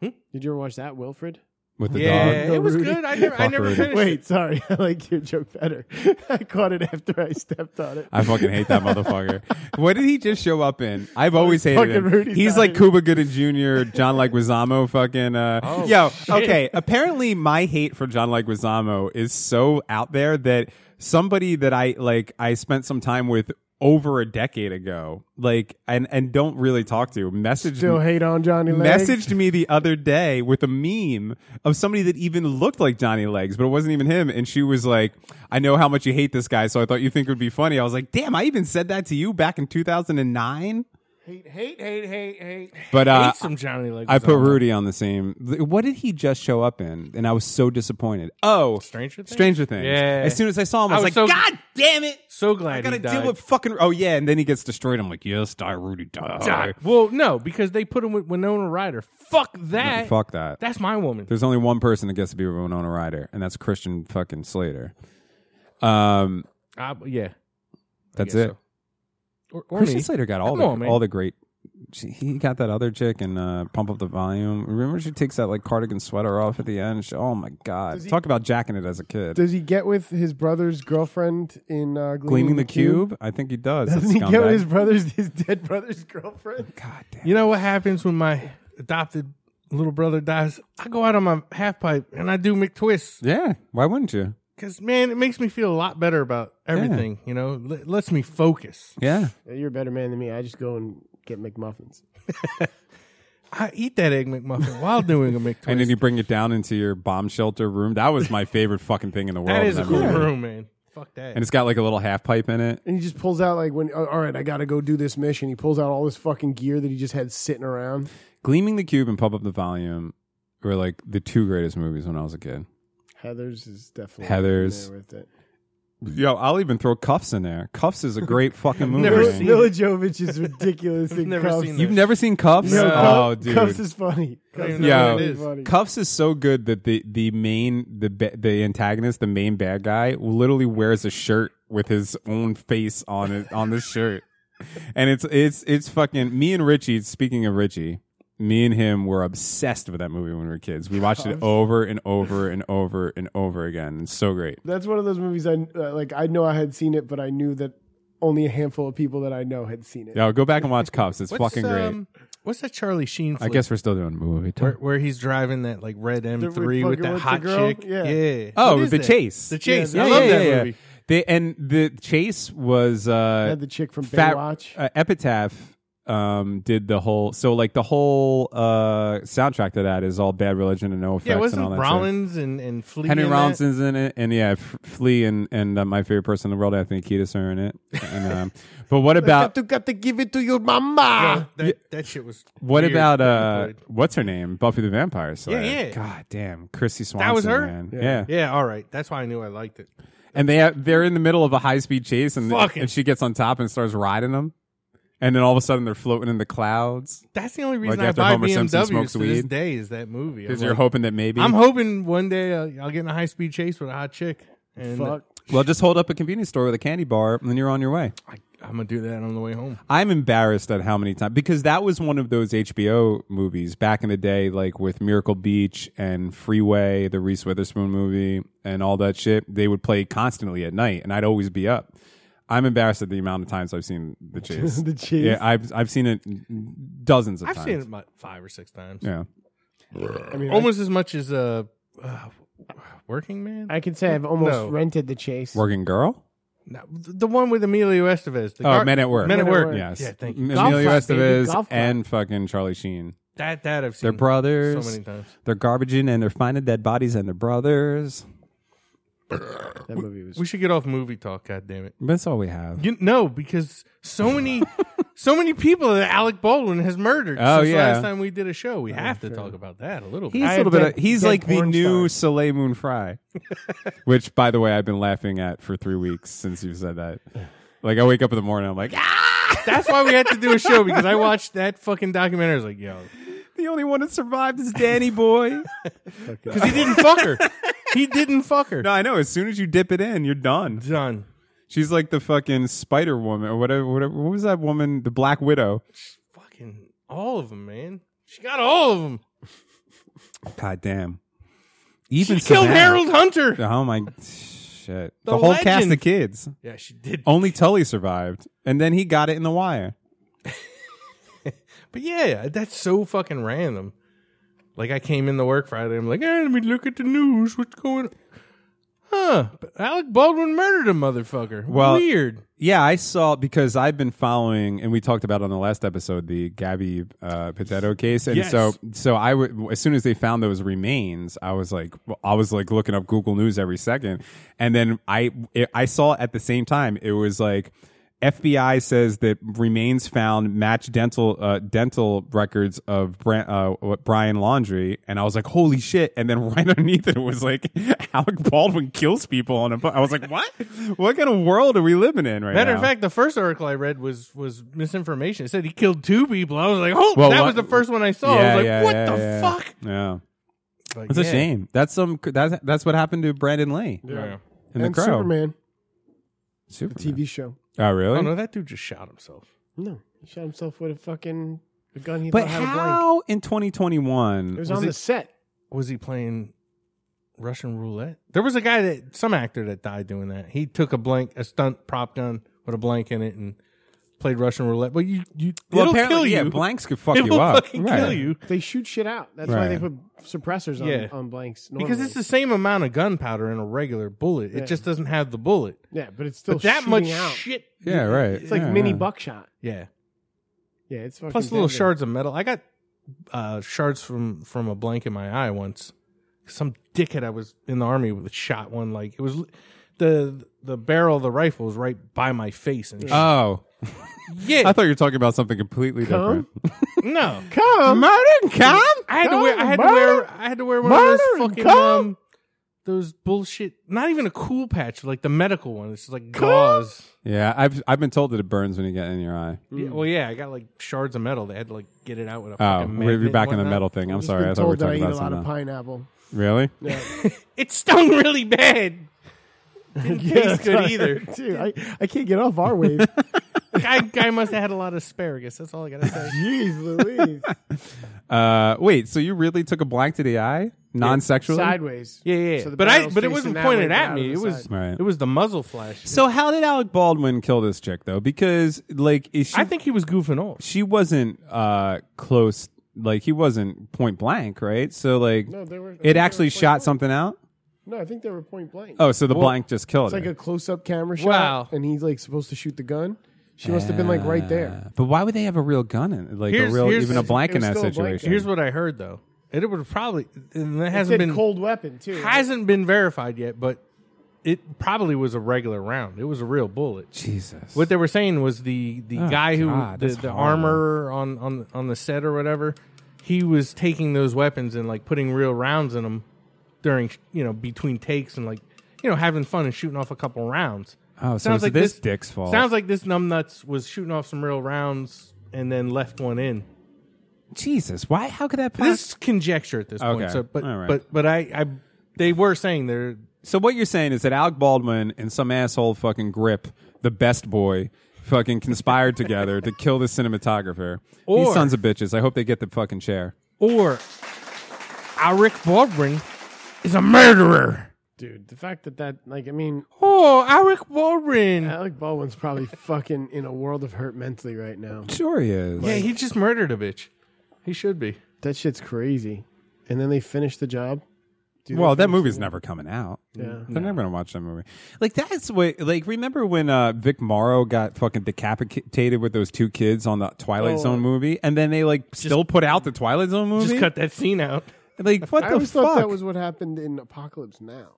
A: Did you ever watch that, Wilfred?
B: with the
J: yeah,
B: dog.
J: it was
A: Rudy.
J: good. I never, I
B: Fuck
J: never
B: Rudy.
J: finished.
A: Wait,
J: it.
A: sorry. *laughs* I like your joke better. *laughs* I caught it after I stepped on it.
B: *laughs* I fucking hate that mothafucker. What did he just show up in? I've always hated
A: Fucking
B: him.
A: Rudy
B: He's
A: Valley.
B: like Cuba Gooding Jr., John Leguizamo, fucking. Uh,
A: Oh,
B: yo, okay. Apparently, my hate for John Leguizamo is so out there that somebody that I like, I spent some time with over a decade ago, like, and and don't really talk to, messaged
A: Still
B: me-
A: hate on Johnny Legs?
B: messaged me the other day with a meme of somebody that even looked like Johnny Legs, but it wasn't even him. And she was like, I know how much you hate this guy, so I thought you think it would be funny. I was like, damn, I even said that to you back in 2009.
J: Hate, hate, hate, hate, hate.
B: But uh,
J: hate some Johnny Leguizamo.
B: I put Rudy on the same. What did he just show up in? And I was so disappointed. Oh,
J: Stranger Things?
B: Stranger Things.
J: Yeah.
B: As soon as I saw him, I
J: I
B: was,
J: was
B: like,
J: so-
B: God damn it.
J: So glad
B: I gotta
J: he died.
B: deal with fucking. Oh, yeah. And then he gets destroyed. I'm like, yes, die, Rudy, die.
J: Die. Well, no, because they put him with Winona Ryder. Fuck that.
B: Fuck that.
J: That's my woman.
B: There's only one person that gets to be Winona Ryder, and that's Christian fucking Slater. Um,
J: I, yeah.
B: that's
J: guess
B: it.
J: so. Or, or
B: Christian
J: me.
B: Slater got all
J: Come
B: the
J: on, man.
B: all the great. she- He got that other chick and uh, pump up the volume. Remember, she takes that like cardigan sweater off at the end. She- oh my god! Talk about jacking it as a kid.
A: Does he get with his brother's girlfriend in uh, Gleaming,
B: Gleaming the cube. I think he does. that
A: Doesn't he get with
B: scumbag.
A: his brother's his dead brother's *laughs* girlfriend?
B: God damn.
J: You know what happens when my adopted little brother dies? I go out on my half pipe and I do McTwists
B: Yeah. Why wouldn't you?
J: because, man, it makes me feel a lot better about everything. You know, L- lets me focus.
B: Yeah.
A: You're a better man than me. I just go and get McMuffins.
J: I eat that egg McMuffin while
B: *laughs*
J: doing a McTwist.
B: And then you bring it down into your bomb shelter room. That was my favorite fucking thing in the world.
J: *laughs* that
B: in
J: is a
B: that
J: cool
B: movie.
J: room, man. Fuck that.
B: And it's got like a little half pipe in it.
A: And he just pulls out like when, "Oh, all right, I gotta go do this mission. He pulls out all this fucking gear that he just had sitting around.
B: Gleaming the Cube and Pump Up the Volume were like the two greatest movies when I was a kid.
A: Heather's is definitely
B: Heather's.
A: in there with it.
B: Yo, I'll even throw Cuffs in there. Cuffs is a great
A: *laughs*
B: fucking movie.
J: Never
A: Mil-
J: seen
A: Milojovich is *laughs* ridiculous. in
J: never
A: Cuffs.
J: seen that.
B: You've never seen Cuffs?
A: No,
B: Oh,
A: Cuff-
B: dude.
A: Cuffs is funny.
J: don't
A: Cuffs
J: even know
B: what it
A: really
J: is.
A: funny.
B: Cuffs is so good that the the main the ba- the antagonist, the main bad guy, literally wears a shirt with his own face on it on the shirt, and it's it's it's fucking me and Richie. Speaking of Richie, me and him were obsessed with that movie when we were kids. We watched it over and over and over and over again. It's so great.
A: That's one of those movies I uh, like. I know I had seen it, but I knew that only a handful of people that I know had seen it.
B: Yo, go back and watch Cops. It's fucking great.
J: um, What's that Charlie Sheen?
B: I
J: Flick?
B: guess we're still doing movie
J: where,
B: time.
J: where he's driving that like red M3 with
A: fucking
J: that
A: with the
J: hot
A: girl?
J: chick.
A: Yeah.
B: Oh,
J: What is
B: the
J: that?
B: chase.
J: The chase.
A: Yeah,
J: I
A: yeah,
J: love that movie.
B: They, and the chase was uh,
A: Had the chick from
B: Fat-
A: Baywatch.
B: uh, Epitaph um, did the whole. So like the whole uh, soundtrack to that is all Bad Religion and No Effects
J: Yeah,
B: and all
J: wasn't
B: that. stuff.
J: Rollins and and Flea
B: Henry
J: in that?
B: Rollinson's in it, and yeah, F- Flea and and uh, my favorite person in the world, Anthony Kiedis, are in it. And, um, but what about
A: got to give it to your
B: *gasps*
A: mama.
J: That, Ah, that shit was.
B: what
J: weird.
B: about uh,
J: Good.
B: what's her name? Buffy the Vampire Slayer.
J: yeah.
B: God damn, Chrissy Swanson.
J: That was her?
B: man. Yeah.
J: Yeah, all right. That's why I knew I liked it.
B: and they have, they're in the middle of a high speed chase, and
J: Fucking-
B: and she gets on top and starts riding them, and then all of a sudden they're floating in the clouds
J: That's the only reason I
B: after
J: buy
B: Homer Simpson
J: BMWs
B: smokes
J: to this
B: weed.
J: day is that movie. I'm
B: because you're
J: like,
B: hoping that maybe
J: I'm hoping one day uh, I'll get in a high speed chase with a hot chick. And
A: Fuck.
B: well, just hold up a convenience store with a candy bar, and then you're on your way.
J: I, I'm gonna do that on the way home.
B: I'm embarrassed at how many times because that was one of those HBO movies back in the day, like with Miracle Beach and Freeway, the Reese Witherspoon movie, and all that shit. They would play constantly at night, and I'd always be up. I'm embarrassed at the amount of times I've seen
A: *laughs*
B: the chase.
A: The Chase.
B: Yeah, I've I've seen it dozens of
J: I've
B: times.
J: seen it about five or six times.
B: Yeah.
A: I mean,
J: Almost as much as uh, uh, Working Man.
A: I, I could say I've almost
J: No.
A: rented the Chase.
B: Working Girl?
J: No, the one with Emilio Estevez. The
B: Oh,
J: gar-
B: Men at Work.
J: Men at
A: Men at
J: Work.
A: Work.
B: Yes.
J: Yeah, thank you.
B: Emilio
A: Golf Club, baby,
B: Estevez
A: Golf Club.
B: and fucking Charlie Sheen.
J: That that I've seen.
B: They're brothers.
J: So many times.
B: They're garbaging and they're finding dead bodies and they're brothers.
A: That movie was.
J: We should get off movie talk. God damn it.
B: That's all we have.
J: You, no, because
B: *laughs*
J: so many, so many people that Alec Baldwin has murdered.
B: Oh,
J: since
B: yeah. Oh,
J: Last time we did a show, we have to talk about that a little bit.
B: He's a
A: I
B: little
A: had
B: bit. Of,
A: dead-
B: he's
A: dead
B: like the
A: porn
B: new Soleil Moon Frye, *laughs* which, by the way, I've been laughing at for three weeks since you said that. Like, I wake up in the morning, I'm like, ah,
J: That's why we had to do a show because I watched that fucking documentary. I was like, yo,
B: the only one that survived is Danny *laughs* Boy.
J: because he didn't fuck her. He didn't fuck
B: *laughs*
J: her.
B: no, I know. As soon as you dip it in, you're done.
J: Done.
B: She's like the fucking Spider Woman or whatever. Whatever. What was that woman? The Black Widow.
J: Fucking all of them, man. She got all of them.
B: God damn. Even
J: She killed
B: Savannah.
J: Harold Hunter.
B: Oh my shit. The,
J: The
B: whole
J: legend.
B: cast of kids.
J: Yeah, she did.
B: Only Tully survived, and then he got it in the wire.
J: But yeah, that's so fucking random. Like I came in the work Friday, I'm like, hey, let me look at the news. What's going on? Huh. But Alec Baldwin murdered a motherfucker.
B: Well-
J: Weird.
B: Yeah, I saw because I've been following, and we talked about it on the last episode the Gabby uh, Potato case, and
J: Yes.
B: so so I w- as soon as they found those remains, I was like I was like looking up Google News every second, and then I it, I saw at the same time it was like FBI says that remains found match dental uh, dental records of Bra- uh, what, Brian Laundry, and I was like holy shit, and then *laughs* right underneath it was like *laughs* Alec Baldwin kills people on a bu- I was like what what kind of world are we living in right
J: Matter
B: now?
J: of fact, the first article I read was was misinformation. It said he killed two people. I was like, oh,
B: Well,
J: that
B: what-
J: was the first one I saw. I was like, what the
B: yeah.
J: fuck?
B: Yeah,
J: But
B: it's a
J: yeah.
B: shame. That's some. That's that's what happened to Brandon Lee
J: Yeah.
B: in
A: and
B: the Crow.
A: Superman, the
B: Superman.
A: TV show.
B: Oh
J: Oh
B: really?
J: no, that dude just shot himself.
A: No, he shot himself with a fucking a gun. He
B: But
A: thought had a blank.
B: how in 2021?
A: It was, on the set.
J: Was he playing Russian roulette? There was a guy that some actor that died doing that. He took a blank, a stunt prop gun with a blank in it, and played Russian roulette. But you, you,
B: well,
J: it'll kill
B: apparently,
J: you.
B: yeah, blanks could fuck
J: It'll
B: you up.
J: fucking
B: Right.
J: kill you
A: They shoot shit out. That's why they
B: Right.
A: put suppressors on,
J: Yeah.
A: on blanks. Normally.
J: because it's the same amount of gunpowder in a regular bullet.
A: Yeah.
J: It just doesn't have the bullet.
A: yeah, but it's still
J: but that much
A: shooting out.
J: shit.
B: Yeah, right.
A: It's like
B: yeah,
A: mini
B: yeah.
A: buckshot.
J: Yeah.
A: Yeah, it's fucking
J: Plus little
A: deadly.
J: shards of metal. I got uh, shards from from a blank in my eye once. Some dickhead I was in the army with shot one like it was li- the the barrel of the rifle was right by my face and shot.
B: Oh,
J: yeah
B: I thought you were talking about something completely
A: Come?
B: different. *laughs*
J: no
A: Come,
B: Murder, come.
J: I had to wear I had to
A: Murder!
J: wear I had to wear one of
A: Murder
J: those
A: and
J: fucking
A: cum!
J: um, those bullshit not even a cool patch like the medical one it's just like gauze
B: Yeah, I've I've been told that it burns when you get in your eye.
J: Yeah, well yeah I got like shards of metal they had to like get it out with a
B: Oh,
J: fucking magnet
B: we're
J: and
B: back in the
J: whatnot.
B: metal thing. I'm
A: Just
B: sorry.
A: been
B: I thought we were
A: told that I
B: talking
A: eat a
B: about
A: lot
B: something.
A: of
B: else.
J: *laughs*
A: pineapple.
B: Really?
J: it stung *laughs* really bad didn't taste good either
A: *laughs* Dude, I, I can't get off our
J: *laughs*
A: wave.
J: guy, guy must have had a lot of asparagus. That's all I gotta say. *laughs*
A: Jeez Louise.
B: Uh, wait. So you really took a blank to the eye? non-sexually.
A: sideways.
J: Yeah, yeah.
A: So the
J: but I
A: barrel's
J: but it
A: facing
J: wasn't
A: that way,
J: pointed
A: but
J: at
A: out
J: me.
A: of
J: It
A: the
J: was
A: side.
B: Right.
J: it was the muzzle flash.
B: So how did Alec Baldwin kill this chick though? Because like is she
J: I think he was goofing off.
B: she wasn't uh close like he wasn't point blank, right? So like
A: No, they were-
B: it
A: they
B: actually
A: were point
B: shot
A: blank.
B: something out?
A: No, I think they were point blank.
B: Oh, so the blank just killed
A: it's like
B: her.
A: a close-up camera shot,
J: Wow.
A: and he's like supposed to shoot the gun. She must have been like right there.
B: But why would they have a real gun in like
J: Here's-
B: a real
J: here's-
B: even a blank
A: it
B: in
A: was
B: that
A: still a blank.
B: situation?
J: Here's what I heard though. It would probably and that
A: It
J: hasn't
A: said
J: been
A: cold weapon too.
J: hasn't been verified yet, but it probably was a regular round. It was a real bullet.
B: Jesus.
J: What they were saying was the the
B: Oh,
J: guy who
B: God,
J: the,
B: that's
J: the
B: horrible.
J: armor on on on the set or whatever, he was taking those weapons and like putting real rounds in them during you know between takes and like you know having fun and shooting off a couple rounds.
B: Oh, so it's this dick's fault.
J: Sounds like this numbnuts was shooting off some real rounds and then left one in.
B: Jesus. Why how could that
J: This
B: pass?
J: is conjecture at this
B: Okay.
J: point. So, but
B: All right.
J: but but I, I they were saying they're
B: So what you're saying is that Alec Baldwin and some asshole fucking grip, the best boy,
A: *laughs*
B: fucking conspired together to kill the cinematographer. These
J: Or-
B: sons of bitches. I hope they get the fucking chair.
J: or Alec Baldwin is a murderer.
A: dude. The fact that that like I mean,
J: Oh, Alec Baldwin.
A: Alec Baldwin's
B: *laughs*
A: probably fucking in a world of hurt mentally right now.
B: Sure he is.
J: yeah, he just murdered a bitch. He should be.
A: That shit's crazy. And then they finish the job. Dude,
B: well,
A: they
B: that
A: finished
B: movie's never coming out.
A: Yeah.
B: They're never gonna watch that movie. Like that's what. Like remember when uh, Vic Morrow got fucking decapitated with those two kids on the Twilight
A: Oh,
B: Zone movie, and then they like still put out the Twilight Zone movie.
J: Just cut that scene out.
B: Like what
A: I
B: the
A: always thought
B: fuck?
A: that was what happened in Apocalypse Now.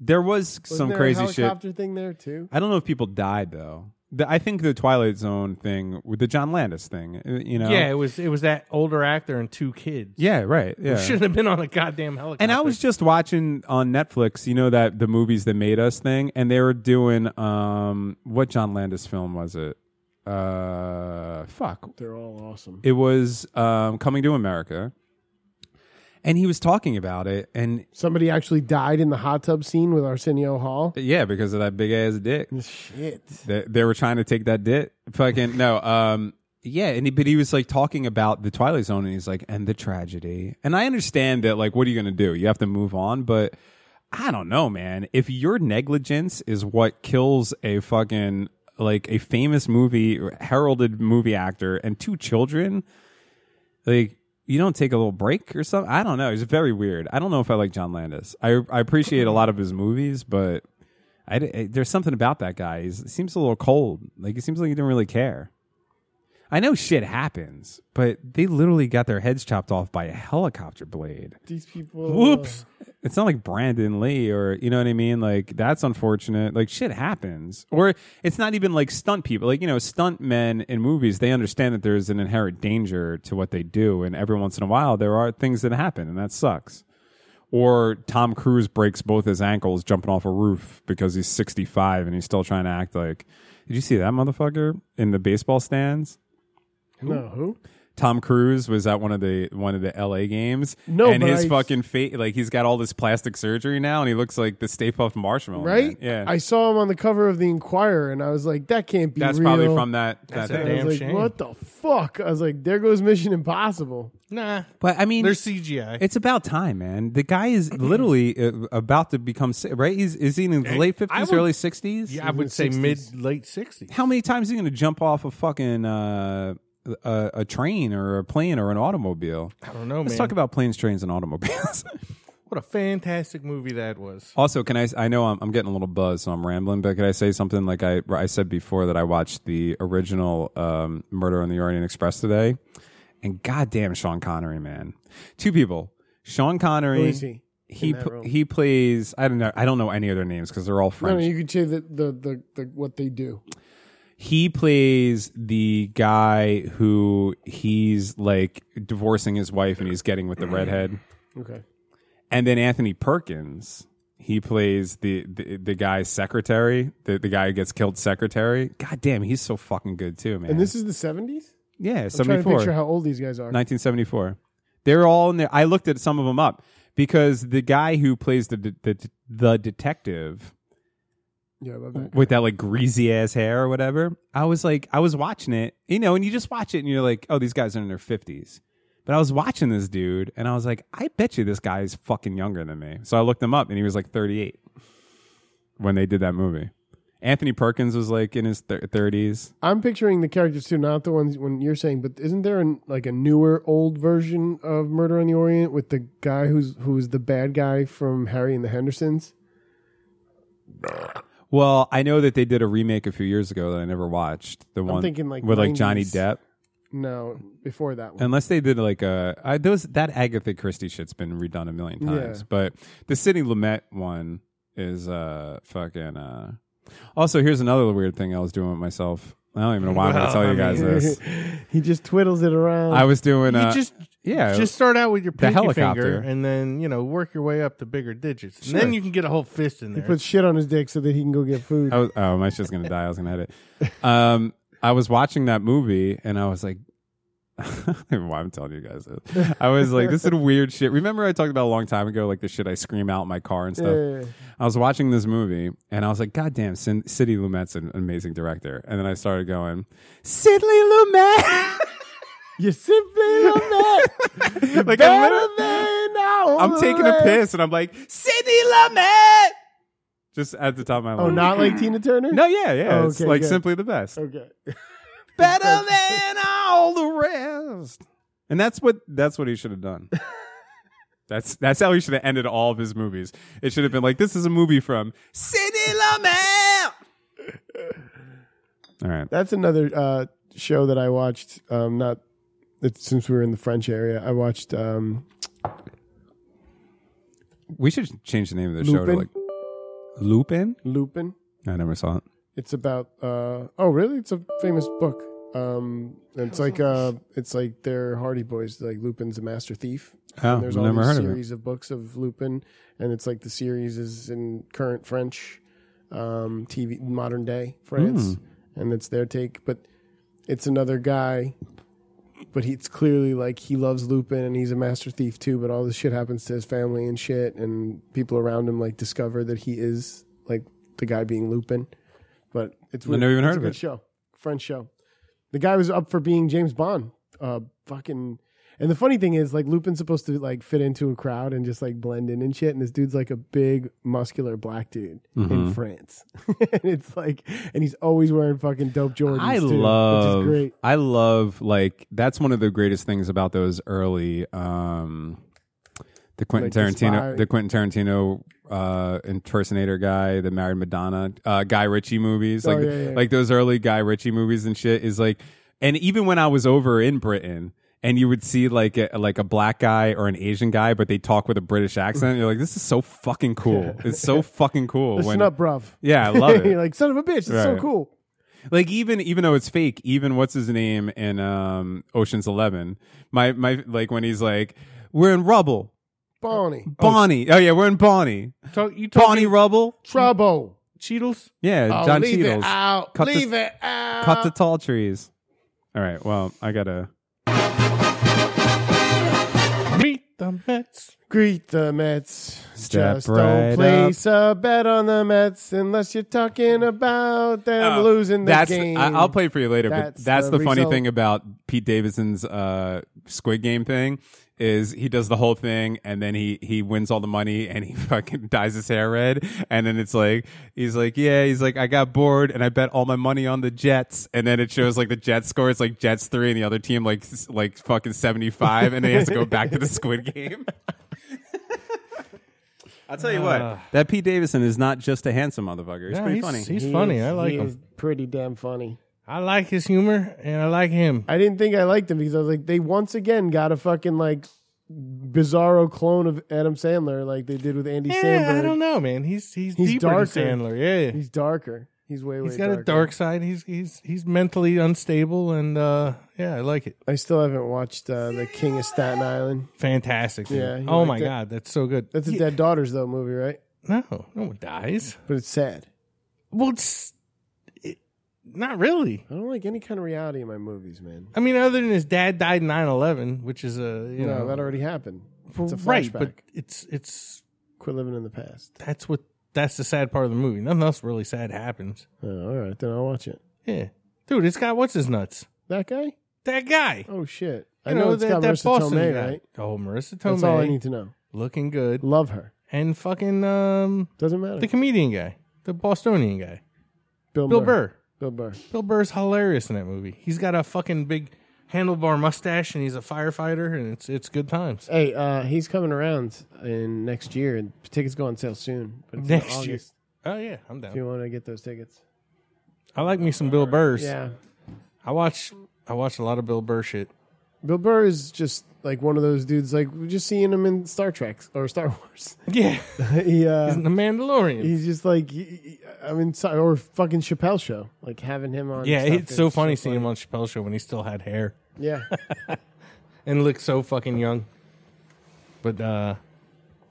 B: there was
A: Wasn't
B: some
A: there
B: crazy
A: a
B: shit.
A: helicopter thing there too.
B: I don't know if people died though. The, I think the Twilight Zone thing, with the John Landis thing, uh, you know.
J: Yeah, it was it was that older actor and two kids.
B: Yeah. Right. Yeah.
J: Shouldn't have been on a goddamn helicopter.
B: And I was just watching on Netflix, you know that the movies that made us thing, and they were doing um what John Landis film was it? Uh fuck.
A: They're all awesome.
B: It was um Coming to America. And he was talking about it and
A: Somebody actually died in the hot tub scene with Arsenio Hall.
B: yeah, because of that big ass dick.
A: Shit.
B: They, they were trying to take that dit. Fucking no. Um, yeah, and he, but he was like talking about the Twilight Zone, and he's like, and the tragedy. And I understand that, like, what are you going to do? You have to move on, but I don't know, man. If your negligence is what kills a fucking like a famous movie, heralded movie actor, and two children, like. You don't take a little break or something? I don't know. It's very weird. I don't know if I like John Landis. I I appreciate a lot of his movies, but I, I- there's something about that guy. He's, he seems a little cold. Like, it seems like he didn't really care. I know shit happens, but they literally got their heads chopped off by a helicopter blade.
A: These people. uh,
J: whoops.
B: It's not like Brandon Lee or, you know what I mean? Like, that's unfortunate. Like, shit happens. Or it's not even like stunt people. Like, you know, stunt men in movies, they understand that there's an inherent danger to what they do. And every once in a while, there are things that happen, and that sucks or Tom Cruise breaks both his ankles jumping off a roof because he's 65 and he's still trying to act like. Did you see that motherfucker in the baseball stands?
A: No, who?
B: Tom Cruise was at one of the one of the LA games.
A: No,
B: and
A: but
B: his
A: I-
B: fucking fate, like he's got all this plastic surgery now, and he looks like the Stay Puft Marshmallow. Man.
A: Right?
B: Yeah,
A: I saw him on the cover of the Inquirer, and I was like, that can't be.
B: that's
A: real.
B: probably from that. that
J: That's
B: thing.
J: a
A: And I
J: Damn
A: was like,
J: shame.
A: what the fuck? I was like, there goes Mission Impossible.
J: nah.
B: But I mean,
J: They're CGI.
B: It's about time, man. The
A: *clears throat*
B: guy is literally uh, about to become si- right. He's is he in his late fifties,
J: would-
B: early sixties?
J: yeah, I would say mid late sixties.
B: how many times are you going to jump off a fucking uh, a, a train or a plane or an automobile?
J: I don't know,
B: Let's
J: man.
B: talk about planes, trains, and automobiles. *laughs*
J: what a fantastic movie that was.
B: also, can I? I know I'm, I'm getting a little buzz, so I'm rambling. But can I say something like I I said before that I watched the original um, Murder on the Orient Express today, and goddamn Sean Connery, man. Two people, Sean Connery.
A: Who is he?
B: He
A: that
B: pl-
A: role?
B: he plays. I don't know. I don't know any other names because they're all French.
A: No, no, you could say the, the, the, the what they do.
B: he plays the guy who he's like divorcing his wife and he's
A: *clears throat*
B: getting with the redhead
A: Okay.
B: and then anthony perkins he plays the the, the guy's secretary the, the guy who gets killed secretary god damn he's so fucking good too man
A: And this is the 70s?
B: yeah
A: I'm trying to
B: 74
A: picture how old these guys are.
B: 1974 they're all in there i looked at some of them up because the guy who plays the de- the, the detective
A: Yeah, I love that.
B: with that like greasy ass hair or whatever. I was like, I was watching it, you know, and you just watch it and you're like, oh, these guys are in their 50s. But I was watching this dude and I was like, I bet you this guy is fucking younger than me. So I looked him up and he was like 38 when they did that movie. Anthony Perkins was like in his thir- 30s.
A: I'm picturing the characters too, not the ones when you're saying. But isn't there an, like a newer, old version of Murder on the Orient with the guy who's who was the bad guy from Harry and the Hendersons?
B: Well, I know that they did a remake a few years ago that I never watched. The one
A: thinking, like,
B: with like Johnny
A: 90s.
B: Depp.
A: No, before that one.
B: Unless they did like a I, those that Agatha Christie shit's been redone a million times.
A: Yeah.
B: But the Sidney Lumet one is uh fucking uh also here's another weird thing I was doing with myself. I don't even know why I'm gonna
J: Well,
B: tell
J: I
B: you guys
J: mean- *laughs*
B: this.
A: *laughs* he just twiddles it around.
B: I was doing uh,
J: you just
B: yeah
J: just start out with your pinky
B: helicopter.
J: finger and then you know work your way up to bigger digits.
B: Sure.
J: And then you can get a whole fist in
A: he
J: there.
A: puts shit on his dick so that he can go get food.
B: I was, oh, my shit's gonna die. I was gonna edit. Um, I was watching that movie and I was like, *laughs* I don't even know why I'm telling you guys this. I was like, this is weird shit. Remember I talked about a long time ago, like the shit I scream out in my car and stuff.
A: Yeah.
B: I was watching this movie and I was like, God damn, Sin- Sidney Lumet's an amazing director. And then I started going, Sidney Lumet. *laughs*
A: You simply love that.
B: like
A: better
B: I'm, literally-
A: than I
B: I'm taking a
A: was.
B: piss and I'm like, Sidney Lumet. Just at the top of my lungs.
A: Oh, not like Tina Turner.
B: *laughs* No, yeah, yeah.
A: Oh,
B: it's
A: okay,
B: like
A: good.
B: simply the best.
A: Okay.
B: better
A: *laughs*
B: than all the rest. And that's what that's what he should
A: *laughs*
B: have done. That's that's how he should have ended all of his movies. It should have been like this is a movie from Sidney Lumet. All right.
A: That's another uh, show that I watched. Um, not that since we were in the French area, I watched um,
B: We should change the name of the show to
A: Lupin?
B: like Lupin?
A: Lupin.
B: I never saw it.
A: It's about uh, oh really? It's a famous book. Um, and it's like uh, it's like they're Hardy Boys. Like Lupin's a master thief.
B: Oh,
A: and there's
B: I've
A: all
B: never
A: these
B: heard of it.
A: series of, books of Lupin, and it's like the series is in current French um, TV, modern day France,
B: Hmm.
A: and it's their take. But it's another guy, but he, it's clearly like he loves Lupin and he's a master thief too. But all this shit happens to his family and shit, and people around him like discover that he is like the guy being Lupin. But it's
B: never
A: it's
B: even heard
A: a
B: of
A: good
B: it.
A: Show French show. The guy was up for being James Bond. Uh, fucking. And the funny thing is, like Lupin's supposed to like fit into a crowd and just like blend in and shit. And this dude's like a big, muscular black dude
B: Mm-hmm.
A: in France. *laughs* and it's like, and he's always wearing fucking dope Jordans.
B: I
A: too,
B: love
A: which is great.
B: I love like that's one of the greatest things about those early um the Quentin
A: Like the
B: Tarantino
A: spy-
B: the Quentin Tarantino uh impersonator guy that married Madonna uh Guy Ritchie movies
A: Oh,
B: like
A: yeah, yeah.
B: like those early Guy Ritchie movies and shit is like and even when I was over in Britain and you would see like a, like a black guy or an Asian guy, but they talk with a British accent. You're like, this is so
A: *laughs*
B: fucking cool. It's so fucking cool.
A: Listen up, bruv.
B: Yeah, I *laughs* love
A: *laughs*
B: it
A: You're like, son of a bitch. It's so
B: Right.
A: cool.
B: like even even though it's fake, even what's his name in um Ocean's Eleven, my my like when he's like, we're in rubble,
A: Oh, Bonnie.
B: Bonnie. Oh, yeah, we're in Bonnie,
J: Talk, you talking
B: Bonnie rubble.
A: Trouble.
J: Cheetles?
B: Yeah,
A: Oh,
B: John
A: leave
B: Cheadle's
A: it out.
B: Cut the-
A: leave it out.
B: cut the tall trees. All right, well I gotta.
J: Meet the Mets.
A: Greet the Mets.
B: Step
A: Just
B: right
A: don't place a bet on the Mets unless you're talking about them
B: Oh,
A: losing the
B: that's
A: game.
B: I, I'll play it for you later.
A: That's
B: but that's
A: the
B: the, funny
A: result.
B: thing about Pete Davidson's uh, Squid Game thing is he does the whole thing and then he he wins all the money and he *laughs* fucking dyes his hair red and then it's like he's like yeah he's like I got bored and I bet all my money on the Jets and then it shows like the Jets score it's like Jets three and the other team like s- like fucking seventy five and then he has to go back to the Squid Game. *laughs* I'll tell you what, that Pete Davidson is not just a handsome motherfucker. He's
J: Yeah,
B: pretty
J: he's-
B: funny.
J: He's funny. I like
A: he is
J: him.
A: pretty damn funny.
J: I like his humor and I like him.
A: I didn't think I liked him because I was like, they once again got a fucking like bizarro clone of Adam Sandler, like they did with Andy
J: Yeah,
A: Samberg.
J: I don't know, man. He's he's,
A: He's
J: deeper
A: darker.
J: than Sandler. Yeah.
A: He's darker. He's way way.
J: he's got
A: darker.
J: a dark side. He's he's he's mentally unstable and uh yeah, I like it.
A: I still haven't watched uh, the King of Staten Island.
J: Fantastic. dude.
A: Yeah, he
J: Oh
A: liked
J: my
A: it.
J: god, that's so good.
A: That's a
J: Yeah.
A: Dead Daughters though movie, right?
J: No, no one dies.
A: But it's sad.
J: Well, it's it, not really.
A: I don't like any kind of reality in my movies, man.
J: I mean, other than his dad died in 9-11, which is a you
A: no,
J: know
A: that already happened. It's a flashback.
J: right, but it's it's
A: Quit living in the past.
J: that's what that's the sad part of the movie. Nothing else really sad happens.
A: Oh, all right, then I'll watch it.
J: Yeah, dude, it's got what's his nuts.
A: That guy?
J: That guy.
A: Oh shit! I know, it's got Marissa Tomei,
J: guy.
A: right?
J: Oh, Marissa
A: That's all I
J: Tomei,
A: need to know.
J: looking good,
A: Love her.
J: and fucking um,
A: Doesn't matter.
J: the comedian guy, the Bostonian guy, Bill Burr.
A: Bill Burr.
J: Bill Burr's hilarious in that movie. He's got a fucking big handlebar mustache, and he's a firefighter, and it's it's good times.
A: Hey, uh, he's coming around in next year, and tickets go on sale soon. But it's in
J: Next year.
A: August,
J: Oh yeah, I'm
A: If you
J: down.
A: want to get those tickets,
J: I like me some Bill Burrs.
A: yeah.
J: I watch I watch a lot of Bill Burr shit. *laughs*
A: Bill Burr is just like one of those dudes. Like we're just seeing him in Star Trek or Star Wars. *laughs*
J: Yeah, *laughs*
A: he, uh,
J: the Mandalorian.
A: he's just like he- he- I mean, so- or fucking Chappelle show. Like having him on.
J: yeah,
A: stuff
J: it's
A: is
J: so funny seeing him on Chappelle's show when he still had hair *laughs*
A: Yeah,
J: and looked so fucking young. But uh,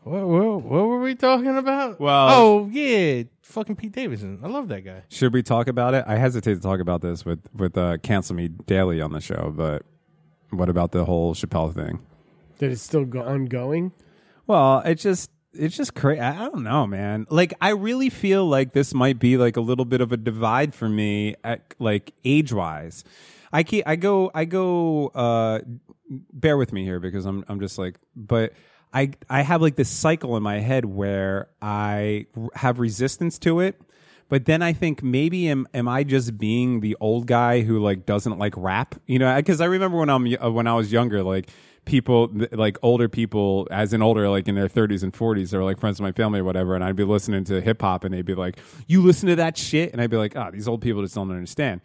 J: what what, what were we talking about?
B: Well-
J: oh yeah, fucking Pete Davidson. I love that guy.
B: Should we talk about it? I hesitate to talk about this with with uh, cancel me daily on the show, but what about the whole Chappelle thing?
A: that is still go- ongoing.
B: Well, it just it's just crazy. I I don't know, man. Like I really feel like this might be like a little bit of a divide for me at like age wise. I keep I go I go uh bear with me here because I'm I'm just like but I I have like this cycle in my head where I r- have resistance to it. But then I think maybe am am I just being the old guy who like doesn't like rap? You know, because I remember when I'm y- uh, when I was younger, like people th- like older people as an older like in their 30s and 40s they were like friends of my family or whatever and i'd be listening to hip-hop and they'd be like you listen to that shit and i'd be like ah these old people just don't understand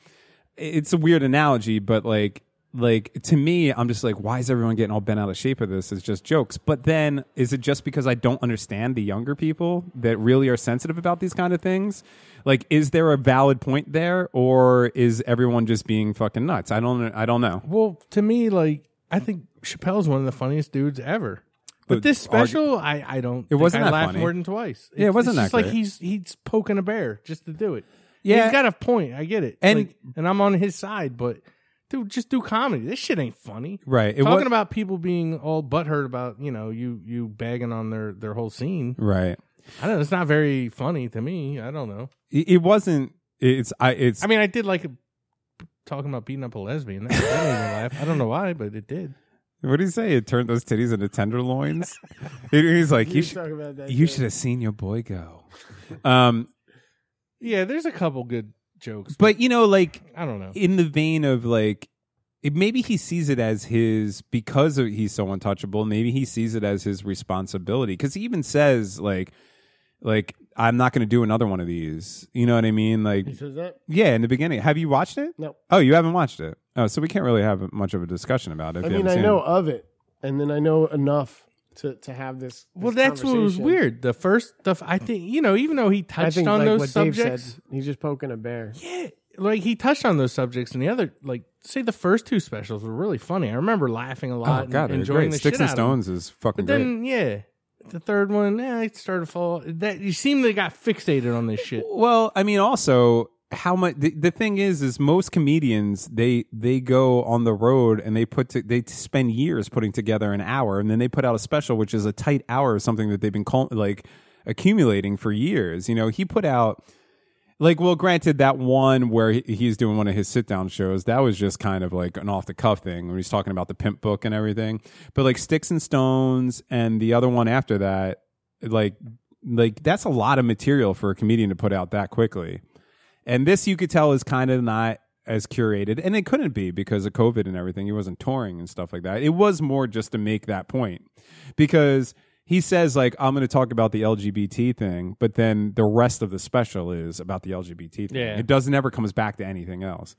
B: it's a weird analogy, but like like to me, I'm just like, why is everyone getting all bent out of shape of this? It's just jokes. But then, is it just because I don't understand the younger people that really are sensitive about these kind of things? Like, is there a valid point there, or is everyone just being fucking nuts? I don't, I don't know.
J: Well, to me, like I think Chappelle's one of the funniest dudes ever. But,
B: But
J: this
B: argu-
J: special, I I don't. It
B: wasn't
J: I
B: that
J: laughed
B: funny.
J: more than twice.
B: Yeah, it wasn't
J: it's just
B: that
J: like
B: great.
J: he's he's poking a bear just to do it.
B: Yeah.
J: he's got a point. I get it,
B: And-
J: Like, and I'm on his side, but. Dude, just do comedy. This shit ain't funny,
B: Right, it
J: Talking
B: wa-
J: about people being all butthurt about you know you you bagging on their their whole scene.
B: Right?
J: I don't. know. It's not very funny to me. I don't know.
B: It, it wasn't. It's I. It's
J: I mean, I did like talking about beating up a lesbian. That, that made me laugh. I don't know why, but it did.
B: what do you say? It turned those titties into tenderloins. *laughs* He's
J: *laughs*
B: like, you
A: were
B: should,
A: talking about that
B: you
A: too.
B: should have seen your boy go. Um,
J: Yeah, there's a couple good jokes, but
B: but you know, like
J: I don't know.
B: in the vein of like it, maybe he sees it as his because of, he's so untouchable maybe he sees it as his responsibility because he even says like like i'm not going to do another one of these you know what i mean like
A: He says that.
B: yeah in the beginning have you watched it
A: No.
B: oh you haven't watched it oh so we can't really have much of a discussion about it if
A: I
B: you
A: mean,
B: haven't
A: I
B: seen
A: know
B: it.
A: of it, and then I know enough to to have this.
J: Well,
A: this
J: that's what was
A: conversation.
J: weird. The first, the f- I think you know, even though he
A: I
J: touched
A: think
J: on
A: like
J: those
A: what Dave
J: subjects,
A: said, he's just poking a bear.
J: yeah, like he touched on those subjects, and the other, like, say the first two specials were really funny. I remember laughing a lot,
B: oh god
J: and
B: they're
J: enjoying
B: great
J: the
B: sticks and
J: shit out of them.
B: stones is fucking
J: But
B: great
J: then, yeah, the third one, eh, it started to fall. That you seem to got fixated on this shit.
B: Well, I mean, also how much the, the thing is is most comedians they they go on the road and they put to, they spend years putting together an hour and then they put out a special which is a tight hour of something that they've been cul- like accumulating for years. You know, he put out like well granted that one where he- he's doing one of his sit down shows that was just kind of like an off the cuff thing when he's talking about the pimp book and everything but like sticks and stones and the other one after that like like that's a lot of material for a comedian to put out that quickly and this you could tell is kind of not as curated and it couldn't be because of covid and everything he wasn't touring and stuff like that it was more just to make that point because he says like i'm going to talk about the lgbt thing but then the rest of the special is about the lgbt thing
J: Yeah.
B: it doesn't ever comes back to anything else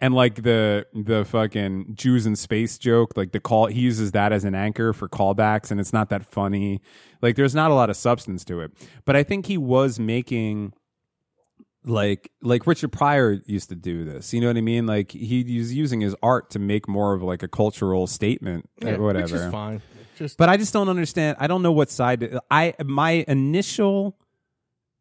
B: and like the the fucking Jews in space joke, like the call he uses that as an anchor for callbacks, and it's not that funny. Like there's not a lot of substance to it. But I think he was making like like Richard Pryor used to do this. You know what I mean? Like he was using his art to make more of like a cultural statement
J: Yeah,
B: or whatever.
J: which is fine. Just
B: But I just don't understand. I don't know what side. To, I my initial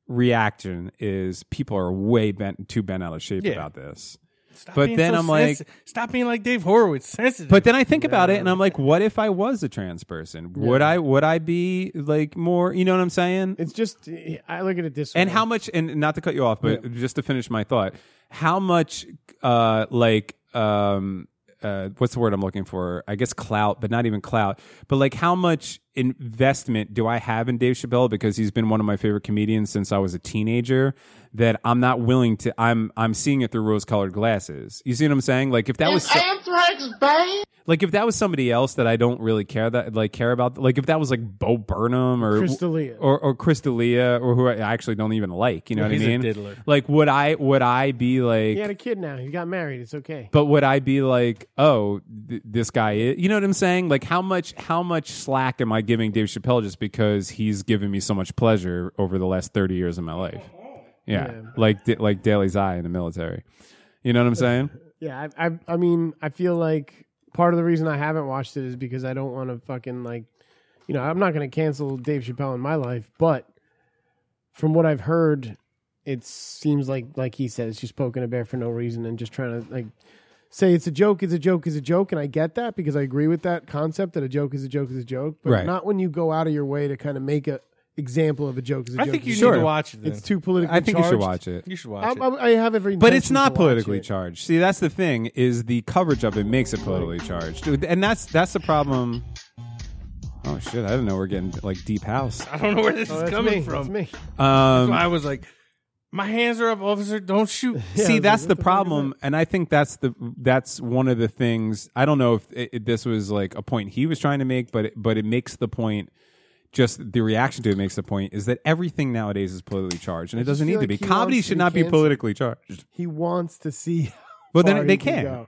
B: reaction is people are way bent too bent out of shape
J: Yeah.
B: about this.
J: stop
B: but
J: being
B: then
J: so
B: I'm like-
J: sensi- stop being like Dave Horowitz, sensitive.
B: But then I think about it and I'm like, what if I was a trans person? Would I would I be like more? You know what I'm saying?
A: It's just I look at it this way.
B: and how much? And not to cut you off, but just to finish my thought, how much? Uh, like um. uh, what's the word I'm looking for? I guess clout, but not even clout. But like, how much investment do I have in Dave Chappelle because he's been one of my favorite comedians since I was a teenager? That I'm not willing to. I'm I'm seeing it through rose-colored glasses. You see what I'm saying? Like if that was
E: It's
B: so-
E: anthrax, babe.
B: like if that was somebody else that I don't really care that like care about. Like if that was like Bo Burnham or
A: Chris D'Elia.
B: or or Crystalia or who I actually don't even like. You know what
J: he's
B: I
J: a
B: mean?
J: diddler.
B: Like would I would I be like?
A: He had a kid now. He got married. It's okay.
B: but would I be like, oh, th- this guy is, you know what I'm saying? Like, how much, how much slack am I giving Dave Chappelle just because he's given me so much pleasure over the last 30 years of my life? Yeah. Like, da- like Daly's eye in the military. You know what I'm saying?
A: Yeah, I, I I mean, I feel like part of the reason I haven't watched it is because I don't want to fucking like, you know, I'm not going to cancel Dave Chappelle in my life, but from what I've heard, it seems like like he said, it's just poking a bear for no reason and just trying to like say it's a joke, it's a joke, it's a joke, and I get that because I agree with that concept that a joke is a joke is a joke, but
B: Right.
A: not when you go out of your way to kind of make a example of a joke is a
J: I
A: joke.
J: think you
A: is a
B: Sure.
J: need to watch it.
A: joke.
J: Then.
A: it's too politically.
B: I think you should
A: charged.
B: watch it.
J: you should
A: I,
J: watch it.
A: I, I have every,
B: But
A: intention
B: it's not
A: to watch
B: politically
A: it.
B: charged. See, that's the thing is the coverage of it makes it politically charged, and that's that's the problem. Oh shit! I didn't know we're getting like deep house.
J: I don't know where this
A: Oh,
J: is
A: that's
J: coming
A: me.
J: from.
A: That's me.
J: So
B: Um,
J: I was like, my hands are up, officer. Don't shoot.
B: See,
A: I was like,
B: that's the
A: what the fuck is
B: problem, and I think that's the that's one of the things. I don't know if it, it- this was like a point he was trying to make, but it, but it makes the point. Just the reaction to it makes the point is that everything nowadays is politically charged, and it doesn't
A: feel
B: need to
A: like he
B: be. Comedy
A: wants to
B: should
A: be
B: not be
A: canceled.
B: politically charged.
A: he wants to see. *laughs* how
B: Well, then
A: far
B: they
A: he can
B: can.
A: go.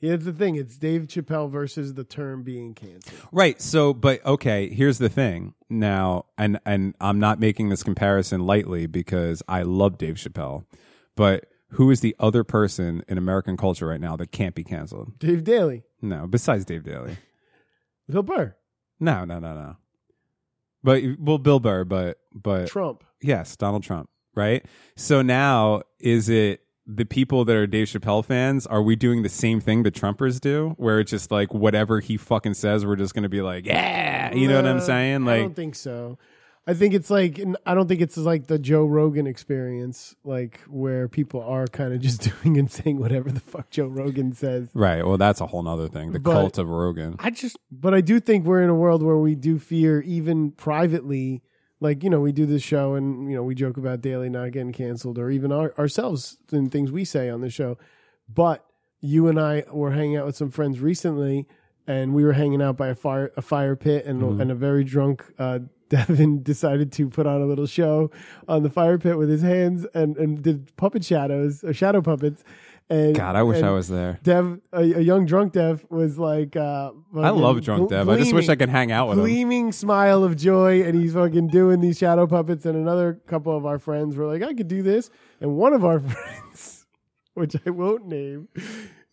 A: Yeah, that's the thing. It's Dave Chappelle versus the term being canceled.
B: Right. So, but okay, here's the thing. Now, and and I'm not making this comparison lightly because I love Dave Chappelle, but who is the other person in American culture right now that can't be canceled?
A: Dave Daly,
B: No, besides Dave Daly.
A: Bill Burr,
B: No, no, no, no. But well, Bill Burr, but but
A: Trump.
B: yes, Donald Trump, right? So now is it the people that are Dave Chappelle fans? Are we doing the same thing the Trumpers do, where it's just like whatever he fucking says, we're just gonna be like, yeah, you know what I'm
A: Uh,
B: saying?
A: I
B: Like,
A: don't think so. I think it's like I don't think it's like the Joe Rogan experience, like where people are kind of just *laughs* doing and saying whatever the fuck Joe Rogan says.
B: right? Well, that's a whole nother thing. The
A: But-
B: cult of Rogan.
J: I just
A: But I do think we're in a world where we do fear, even privately. Like you know, we do this show, and you know, we joke about daily not getting canceled, or even our, ourselves and things we say on the show. But you and I were hanging out with some friends recently, and we were hanging out by a fire a fire pit, and
B: Mm-hmm.
A: and a very drunk uh, *laughs* Devin decided to put on a little show on the fire pit with his hands and and did puppet shadows or shadow puppets. And
B: God, I wish I
A: and
B: was there.
A: Dev, a, a young drunk Dev, was like, uh,
B: I love drunk Dev. I just wish I could hang out with him.
A: Gleaming smile of joy, and he's fucking doing these shadow puppets. And another couple of our friends were like, I could do this. And one of our *laughs* friends, which I won't name,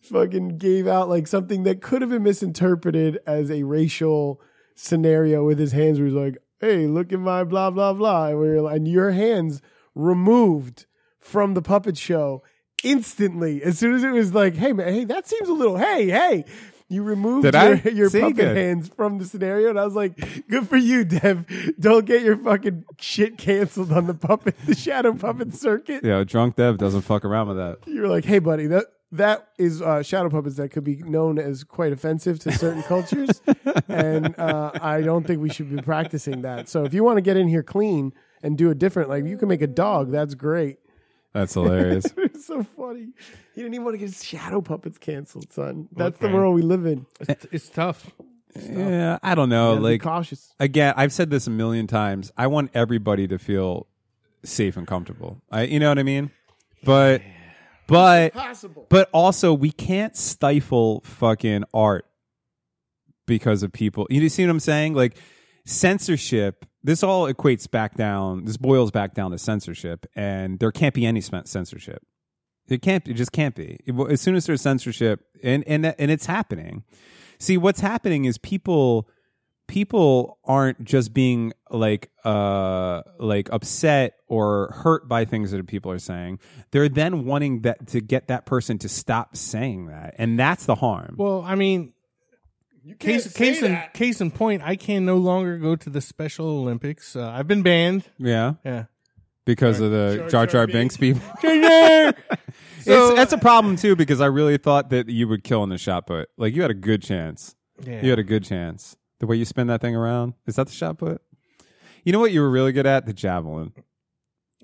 A: fucking gave out like something that could have been misinterpreted as a racial scenario with his hands, where he's like, Hey, look at my blah, blah, blah. And, we were, like- and your hands removed from the puppet show instantly as soon as it was like, hey man, hey, that seems a little, hey, hey. You removed
B: Did
A: your,
B: I?
A: *laughs* your
B: See,
A: puppet
B: good.
A: hands from the scenario, and I was like, "Good for you, Dev. Don't get your fucking shit canceled on the puppet, the shadow puppet circuit."
B: Yeah, drunk Dev doesn't fuck around with that.
A: You were like, "Hey, buddy, that that is uh, shadow puppets that could be known as quite offensive to certain cultures, and uh, I don't think we should be practicing that. So if you want to get in here clean and do it different, like you can make a dog, that's great." *laughs*
B: That's hilarious.
A: it's so funny. He didn't even want to get his shadow puppets canceled, son. That's the world we live in.
J: it's, it's tough.
B: yeah, I don't know.
A: Gotta be
B: Like,
A: cautious.
B: again, I've said this a million times. I want everybody to feel safe and comfortable. I, you know what I mean? But, but,
A: Possible.
B: but also, we can't stifle fucking art because of people. You see what I'm saying? Like censorship. This all equates back down. This boils back down to censorship, and there can't be any cen- censorship. It can't. It just can't be. It- As soon as there's censorship, and and and it's happening. See, what's happening is people people aren't just being like uh like upset or hurt by things that people are saying they're then wanting that to get that person to stop saying that and that's the harm
J: Well, I mean, case case in, case in point, I can no longer go to the Special Olympics. Uh, I've been banned.
B: yeah
J: Yeah.
B: because of the *laughs* Jar uh, Jar Binks people
J: Jar Jar!
B: it's, that's a problem too because I really thought that you would kill in the shot put. Like you had a good chance.
J: Yeah.
B: You had a good chance. The way you spin that thing around is that the shot put. You know what you were really good at the javelin.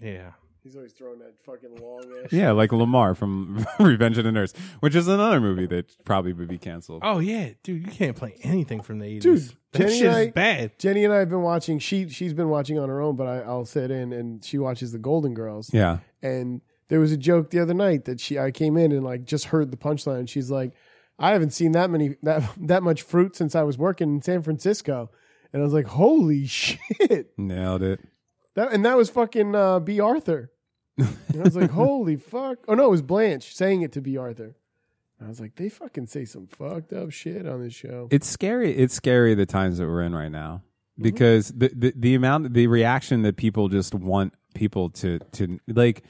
J: Yeah.
A: He's always throwing that fucking long ass.
B: Yeah, like Lamar from *laughs* Revenge of the Nurse, which is another movie that probably would be canceled.
J: Oh yeah, dude, you can't play anything from the eighties.
A: Dude,
J: that
A: Jenny
J: shit
A: and I-
J: is bad.
A: Jenny and I have been watching. She she's been watching on her own, but I, I'll sit in and she watches the Golden Girls.
B: Yeah.
A: And there was a joke the other night that she I came in and like just heard the punchline. and She's like, I haven't seen that many that that much fruit since I was working in San Francisco. And I was like, holy *laughs* shit!
B: Nailed it.
A: That and that was fucking uh, B Arthur. And I was
B: *laughs*
A: like, holy fuck! Oh no, it was Blanche saying it to B Arthur. And I was like, they fucking say some fucked up shit on this show.
B: It's scary. It's scary the times that we're in right now
A: Mm-hmm.
B: because the, the the amount the reaction that people just want people to to like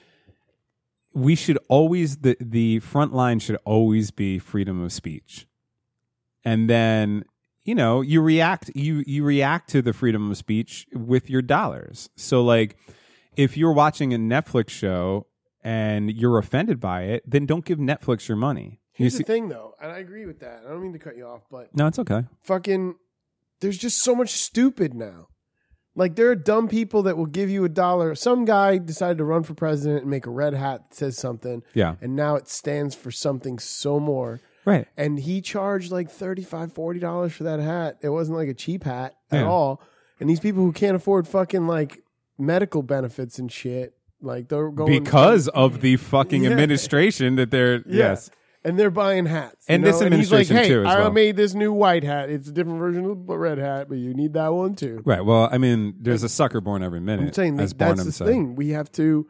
B: we should always the the front line should always be freedom of speech. And then you know, you react you you react to the freedom of speech with your dollars. So like if you're watching a Netflix show and you're offended by it, then don't give Netflix your money. You
A: Here's
B: see,
A: the thing, though, and I agree with that. I don't mean to cut you off, but
B: no, it's okay.
A: fucking, there's just so much stupid now. Like there are dumb people that will give you a dollar. Some guy decided to run for president and make a red hat that says something,
B: Yeah.
A: and now it stands for something so more.
B: Right.
A: And he charged like 35 40 dollars for that hat. It wasn't like a cheap hat at
B: Yeah.
A: all. And these people who can't afford fucking like medical benefits and shit, like they're going
B: because of the fucking
A: Yeah.
B: administration that they're yes
A: And they're buying hats. you
B: And this
A: know?
B: administration,
A: and he's like,
B: too,
A: hey,
B: as
A: I
B: well."
A: made this new white hat. It's a different version of the red hat, but you need that one too.
B: right well i mean there's a sucker born every minute
A: I'm saying
B: as
A: like, that's
B: Barnum
A: the
B: said.
A: thing. We have to,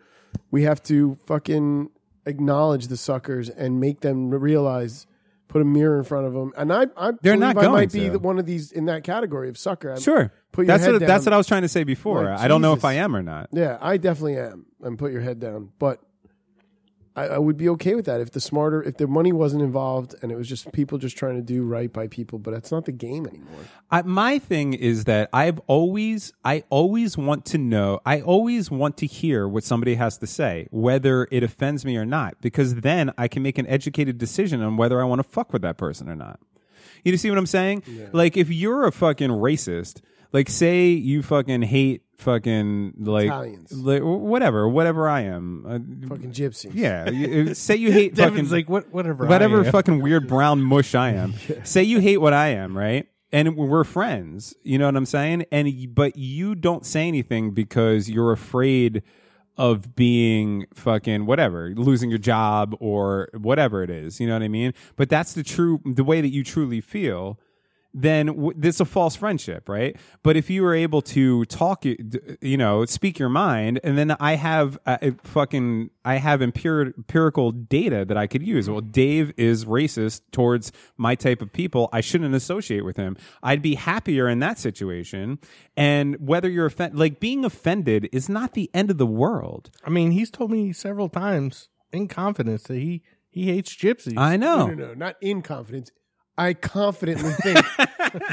A: we have to fucking acknowledge the suckers and make them realize. Put a mirror in front of them, and I, I
B: They're
A: believe
B: not
A: I might
B: going
A: be
B: to.
A: the, one of these in that category of sucker. I-
B: sure
A: Put your
B: that's
A: head
B: what
A: down.
B: that's what i was trying to say before
A: Like,
B: i don't know if
A: Jesus.
B: i am or not
A: Yeah, I definitely am. And put your head down, but I, I would be okay with that if the smarter, if the money wasn't involved, and it was just people just trying to do right by people. But that's not the game anymore.
B: I, my thing is that i've always i always want to know i always want to hear what somebody has to say whether it offends me or not because then i can make an educated decision on whether i want to fuck with that person or not You see what I'm saying? Like if you're a fucking racist, like say you fucking hate fucking like
A: Italians.
B: like, whatever, whatever I am. Uh,
A: Fucking gypsies.
B: yeah, you- say
J: *laughs*
B: you hate fucking
J: Devin's like what, whatever. I
B: whatever
J: am.
B: fucking weird brown mush I
J: *laughs*
B: am. Say you hate what I am, right? And we're friends. You know what I'm saying? And but you don't say anything because you're afraid of being fucking whatever, losing your job or whatever it is. You know what I mean? But that's the true the way that you truly feel then w- this is a false friendship, right? But if you were able to talk, y- d- you know, speak your mind, and then I have uh, a fucking, I have empir- empirical data that I could use. Well, Dave is racist towards my type of people. I shouldn't associate with him. I'd be happier in that situation. And whether you're offended, like being offended is not the end of the world.
J: I mean, he's told me several times in confidence that he he hates gypsies.
B: I know.
A: No, no, no, not in confidence. I confidently
J: *laughs*
A: think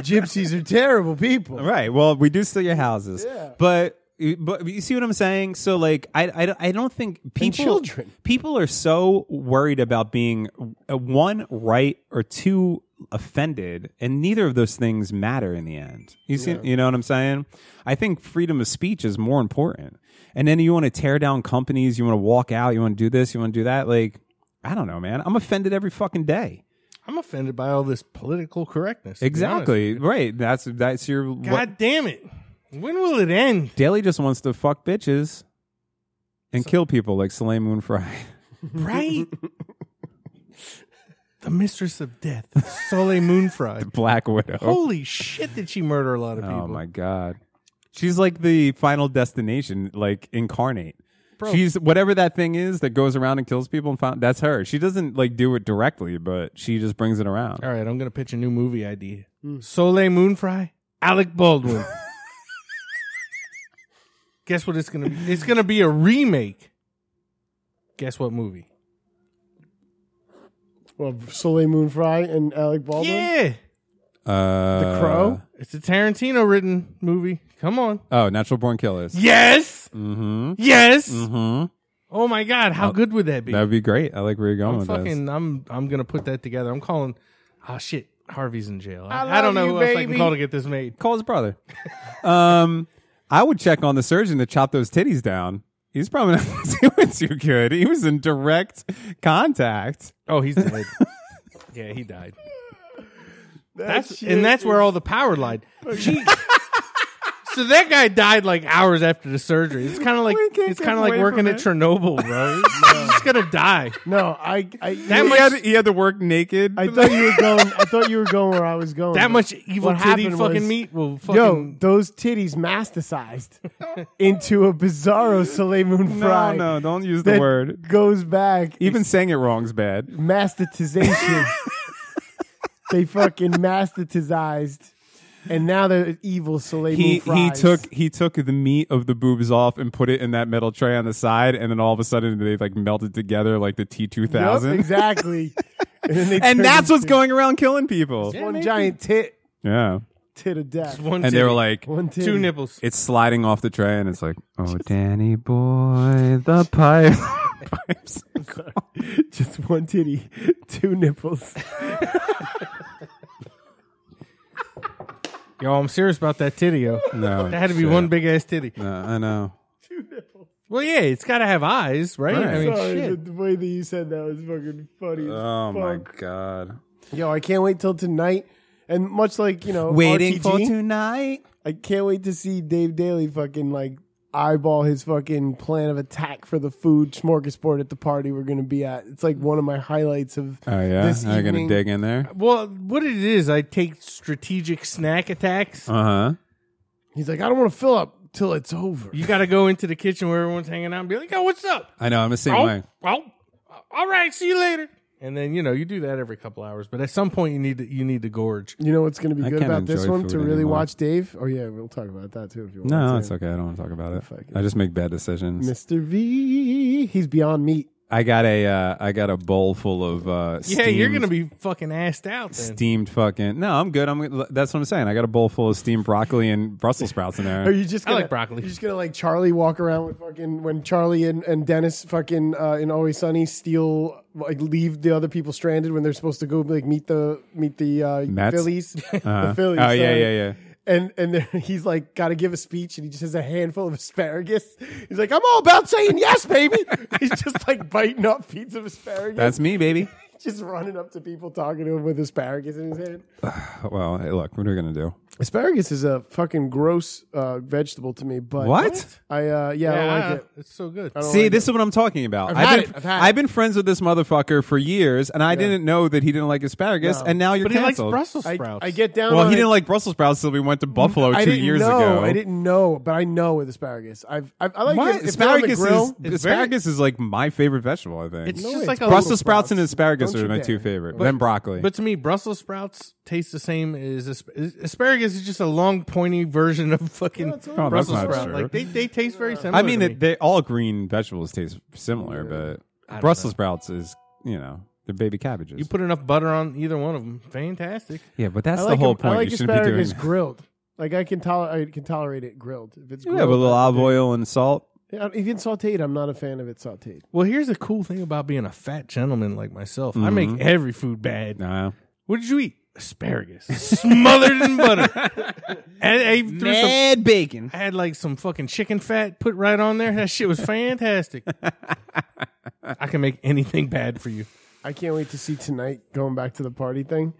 A: gypsies are terrible people.
B: Right. Well, we do steal your houses. But but you see what I'm saying? So like I I, don't- I don't think people
A: children.
B: people are so worried about being uh, one right or two offended and neither of those things matter in the end. You see you know what I'm saying? I think freedom of speech is more important. And then you want to tear down companies, you want to walk out, you want to do this, you want to do that like I don't know, man. I'm offended every fucking day.
J: I'm offended by all this political correctness. to be honest.
B: Exactly. Right. That's that's your what-
J: God damn it! When will it end?
B: Daly just wants to fuck bitches and kill people like Soleil Moon Frye.
J: Right? *laughs* the mistress of death, Soleil
B: *laughs*
J: Moonfry.
B: *laughs* Black Widow.
J: Holy shit! Did she murder a lot of people?
B: oh my god. She's like the final destination, like incarnate. She's whatever that thing is that goes around and kills people and found that's her. She doesn't like do it directly, but she just brings it around.
J: All right, I'm gonna pitch a new movie idea.
A: Hmm.
J: Soleil Moonfry, Alec Baldwin.
A: *laughs*
J: Guess what it's gonna be? It's gonna be a remake. Guess what movie?
A: Well, Soleil Moon Frye and Alec Baldwin.
J: Yeah,
B: Uh,
A: The Crow.
J: it's a Tarantino
B: Uh,
J: written movie. Come on.
B: Oh, Natural Born Killers.
J: Yes.
B: Mm-hmm.
J: Yes.
B: Mm-hmm.
J: Oh my god, how good would that be?
B: That'd be great. I like where you're going
J: I'm
B: with
J: fucking.
B: this.
J: I'm. I'm gonna put that together. I'm calling. Oh shit, Harvey's in jail. I,
A: I
J: I don't
A: love
J: know
A: you,
J: who else I can
A: baby.
J: call to get this made.
B: Call his brother. um, I would check on the surgeon to chop those titties down. He's probably *laughs* not doing too good. He was in direct contact.
J: Oh, he's
A: *laughs*
J: dead. yeah, he died. That's
A: shit
J: and that's where all the power lied.
B: *laughs*
J: She- so that guy died like hours after the surgery. It's kind of like
B: We can't
J: it's
B: get
J: kind of like
B: away
J: working
B: from
J: at
B: it.
J: Chernobyl,
B: *laughs*
J: bro. He's just gonna die.
A: No, I, I,
J: *laughs* That
B: He
J: much-
B: had, he had to work naked.
A: I thought you were going. I thought you were going where I was going.
J: That much evil
A: What
J: titty
A: happened
J: fucking
A: was-
J: meat will fucking.
A: Yo, those titties
J: *laughs*
A: masticized into a bizarro Soleil Moon
B: *laughs* no,
A: fry.
B: no, don't use the
A: that
B: word.
A: goes back.
B: Even saying it wrong's bad. *laughs*
A: mastatization. they fucking mastatized, and now they're evil Soleil
B: he
A: Moon
B: he
A: fries.
B: took he took the meat of the boobs off and put it in that metal tray on the side, and then all of a sudden they like melted together like the T two
A: Yup,
B: thousand. *laughs*
A: exactly, and, then they
B: And
A: turned
B: that's
A: *laughs*
B: what's
A: into
B: going around killing people. Yeah,
A: One giant tit, tit of death.
J: *laughs* one
B: and they were
J: titty,
B: like,
A: One titty.
J: two nipples.
B: it's sliding off the tray, and it's like,
J: *laughs*
B: oh, Danny boy, the pipe. pipes.
A: *laughs* Just one titty, *laughs* two
B: *laughs*
A: nipples.
J: Yo, I'm serious about that titty. Yo,
B: No,
J: that had to be
B: shit.
J: one big ass titty.
B: No, I know.
J: Well, yeah, it's got to have eyes, right?
B: Right.
J: I mean,
A: Sorry,
J: shit.
A: but the way that you said that was fucking funny. as
B: Oh my
A: fuck.
B: god.
A: Yo, I can't wait till tonight. And much like you know, RTG,
B: tonight.
A: I can't wait to see Dave Daly fucking like eyeball his fucking plan of attack for the food smorgasbord at the party we're gonna be at. It's like one of my highlights of
B: Oh yeah,
A: this
B: I'm gonna
A: evening.
B: dig in there.
J: Well, what it is, I take strategic snack attacks.
B: Uh huh.
A: He's like, I don't want to fill up till it's over.
J: You got to go into the kitchen where everyone's hanging out and be like, "Yo, what's up?"
B: I know. I'm the same
J: Oh,
B: way.
J: oh, all right, see you later. And then you know you do that every couple hours, but at some point you need to, you need to gorge.
A: You know what's gonna be
B: I
A: good
B: can't
A: about this
B: enjoy
A: one
B: food
A: to really
B: anymore.
A: watch Dave? Oh yeah, we'll talk about that too if you want.
B: No,
A: to.
B: it's okay. I don't want to talk about
A: Fuck
B: it.
A: it.
B: I just make bad decisions.
A: Mr. V, he's beyond meat.
B: I got a uh, I got a bowl full of uh, steamed,
J: Yeah, you're gonna be fucking assed out then.
B: steamed fucking. No, I'm good. I'm that's what I'm saying. I got a bowl full of steamed broccoli and Brussels sprouts in
A: Are
B: there.
A: you just
J: I
A: gonna,
J: like broccoli.
A: You're just gonna like Charlie walk around with fucking when Charlie and, and Dennis fucking uh, in Always Sunny steal like leave the other people stranded when they're supposed to go like meet the meet the uh,
B: Mets?
A: Phillies. *laughs*
B: Uh-huh.
A: The Phillies.
B: Oh yeah,
A: sorry.
B: yeah, yeah.
A: And and there- *laughs* he's like got to give a speech and he just has a handful of asparagus. He's like, I'm all about saying yes, baby. *laughs* he's just like biting up pieces of asparagus,
B: That's me, baby.
A: just running up to people talking to him with asparagus in his hand.
B: Oh, Well, hey, look, what are we gonna do?
A: Asparagus is a fucking gross uh, vegetable to me, but
B: What?
A: I uh, yeah, I don't like it.
J: it's so good.
A: don't
B: See,
A: like
B: this is what I'm talking about. I've,
A: had
B: been,
A: it. I've had
B: been friends with this motherfucker for years, and I didn't know that he didn't like asparagus,
A: No.
B: and now you're
J: but he likes
B: canceled.
J: Brussels
A: I,
J: sprouts.
A: I get down.
B: well,
A: on
B: he
A: it.
B: didn't like Brussels sprouts until we went to Buffalo
A: I
B: two
A: didn't
B: years
A: know.
B: ago.
A: I didn't know, but I know with asparagus. I've, I've I like
B: What?
A: it. If they're on the
B: Asparagus
A: grill-
B: is
J: It's very-
B: asparagus is like my favorite vegetable. I think
J: It's
A: No,
J: just
A: it's
J: like a
B: Brussels sprouts and
A: sprouts.
B: asparagus
A: Don't
B: are
A: you
B: my
A: dare.
B: two favorite.
A: But-
B: then broccoli.
J: But to me, Brussels sprouts taste the same as asp- asparagus. Is just a long, pointy version of fucking
A: it's all
B: right.
J: Brussels
B: Oh, that's not
J: sprout.
B: true.
J: Like they, they taste very similar.
B: I mean,
J: to
B: it,
J: me.
B: they all green vegetables taste similar, but Brussels sprouts is you know they're baby cabbages.
J: you put enough butter on either one of them, fantastic.
B: yeah, but that's
A: I
B: the
A: like
B: whole
A: them-
B: point.
A: I like
B: you shouldn't be doing
A: asparagus
B: that.
A: grilled. Like I can tolerate, I can tolerate it grilled if it's
B: You
A: grilled.
B: have a little
A: I-
B: olive oil and salt.
A: Yeah, Even sautéed, I'm not a fan of it sautéed.
J: Well, here's a cool thing about being a fat gentleman like myself. I make every food bad.
B: Mm-hmm. Nah.
J: What did you eat? Asparagus,
B: *laughs*
J: smothered in butter. and I threw some.
B: bacon.
J: I had like some fucking chicken fat put right on there. That shit was fantastic. I can make anything bad for you.
A: I can't wait to see tonight. Going back to the party thing,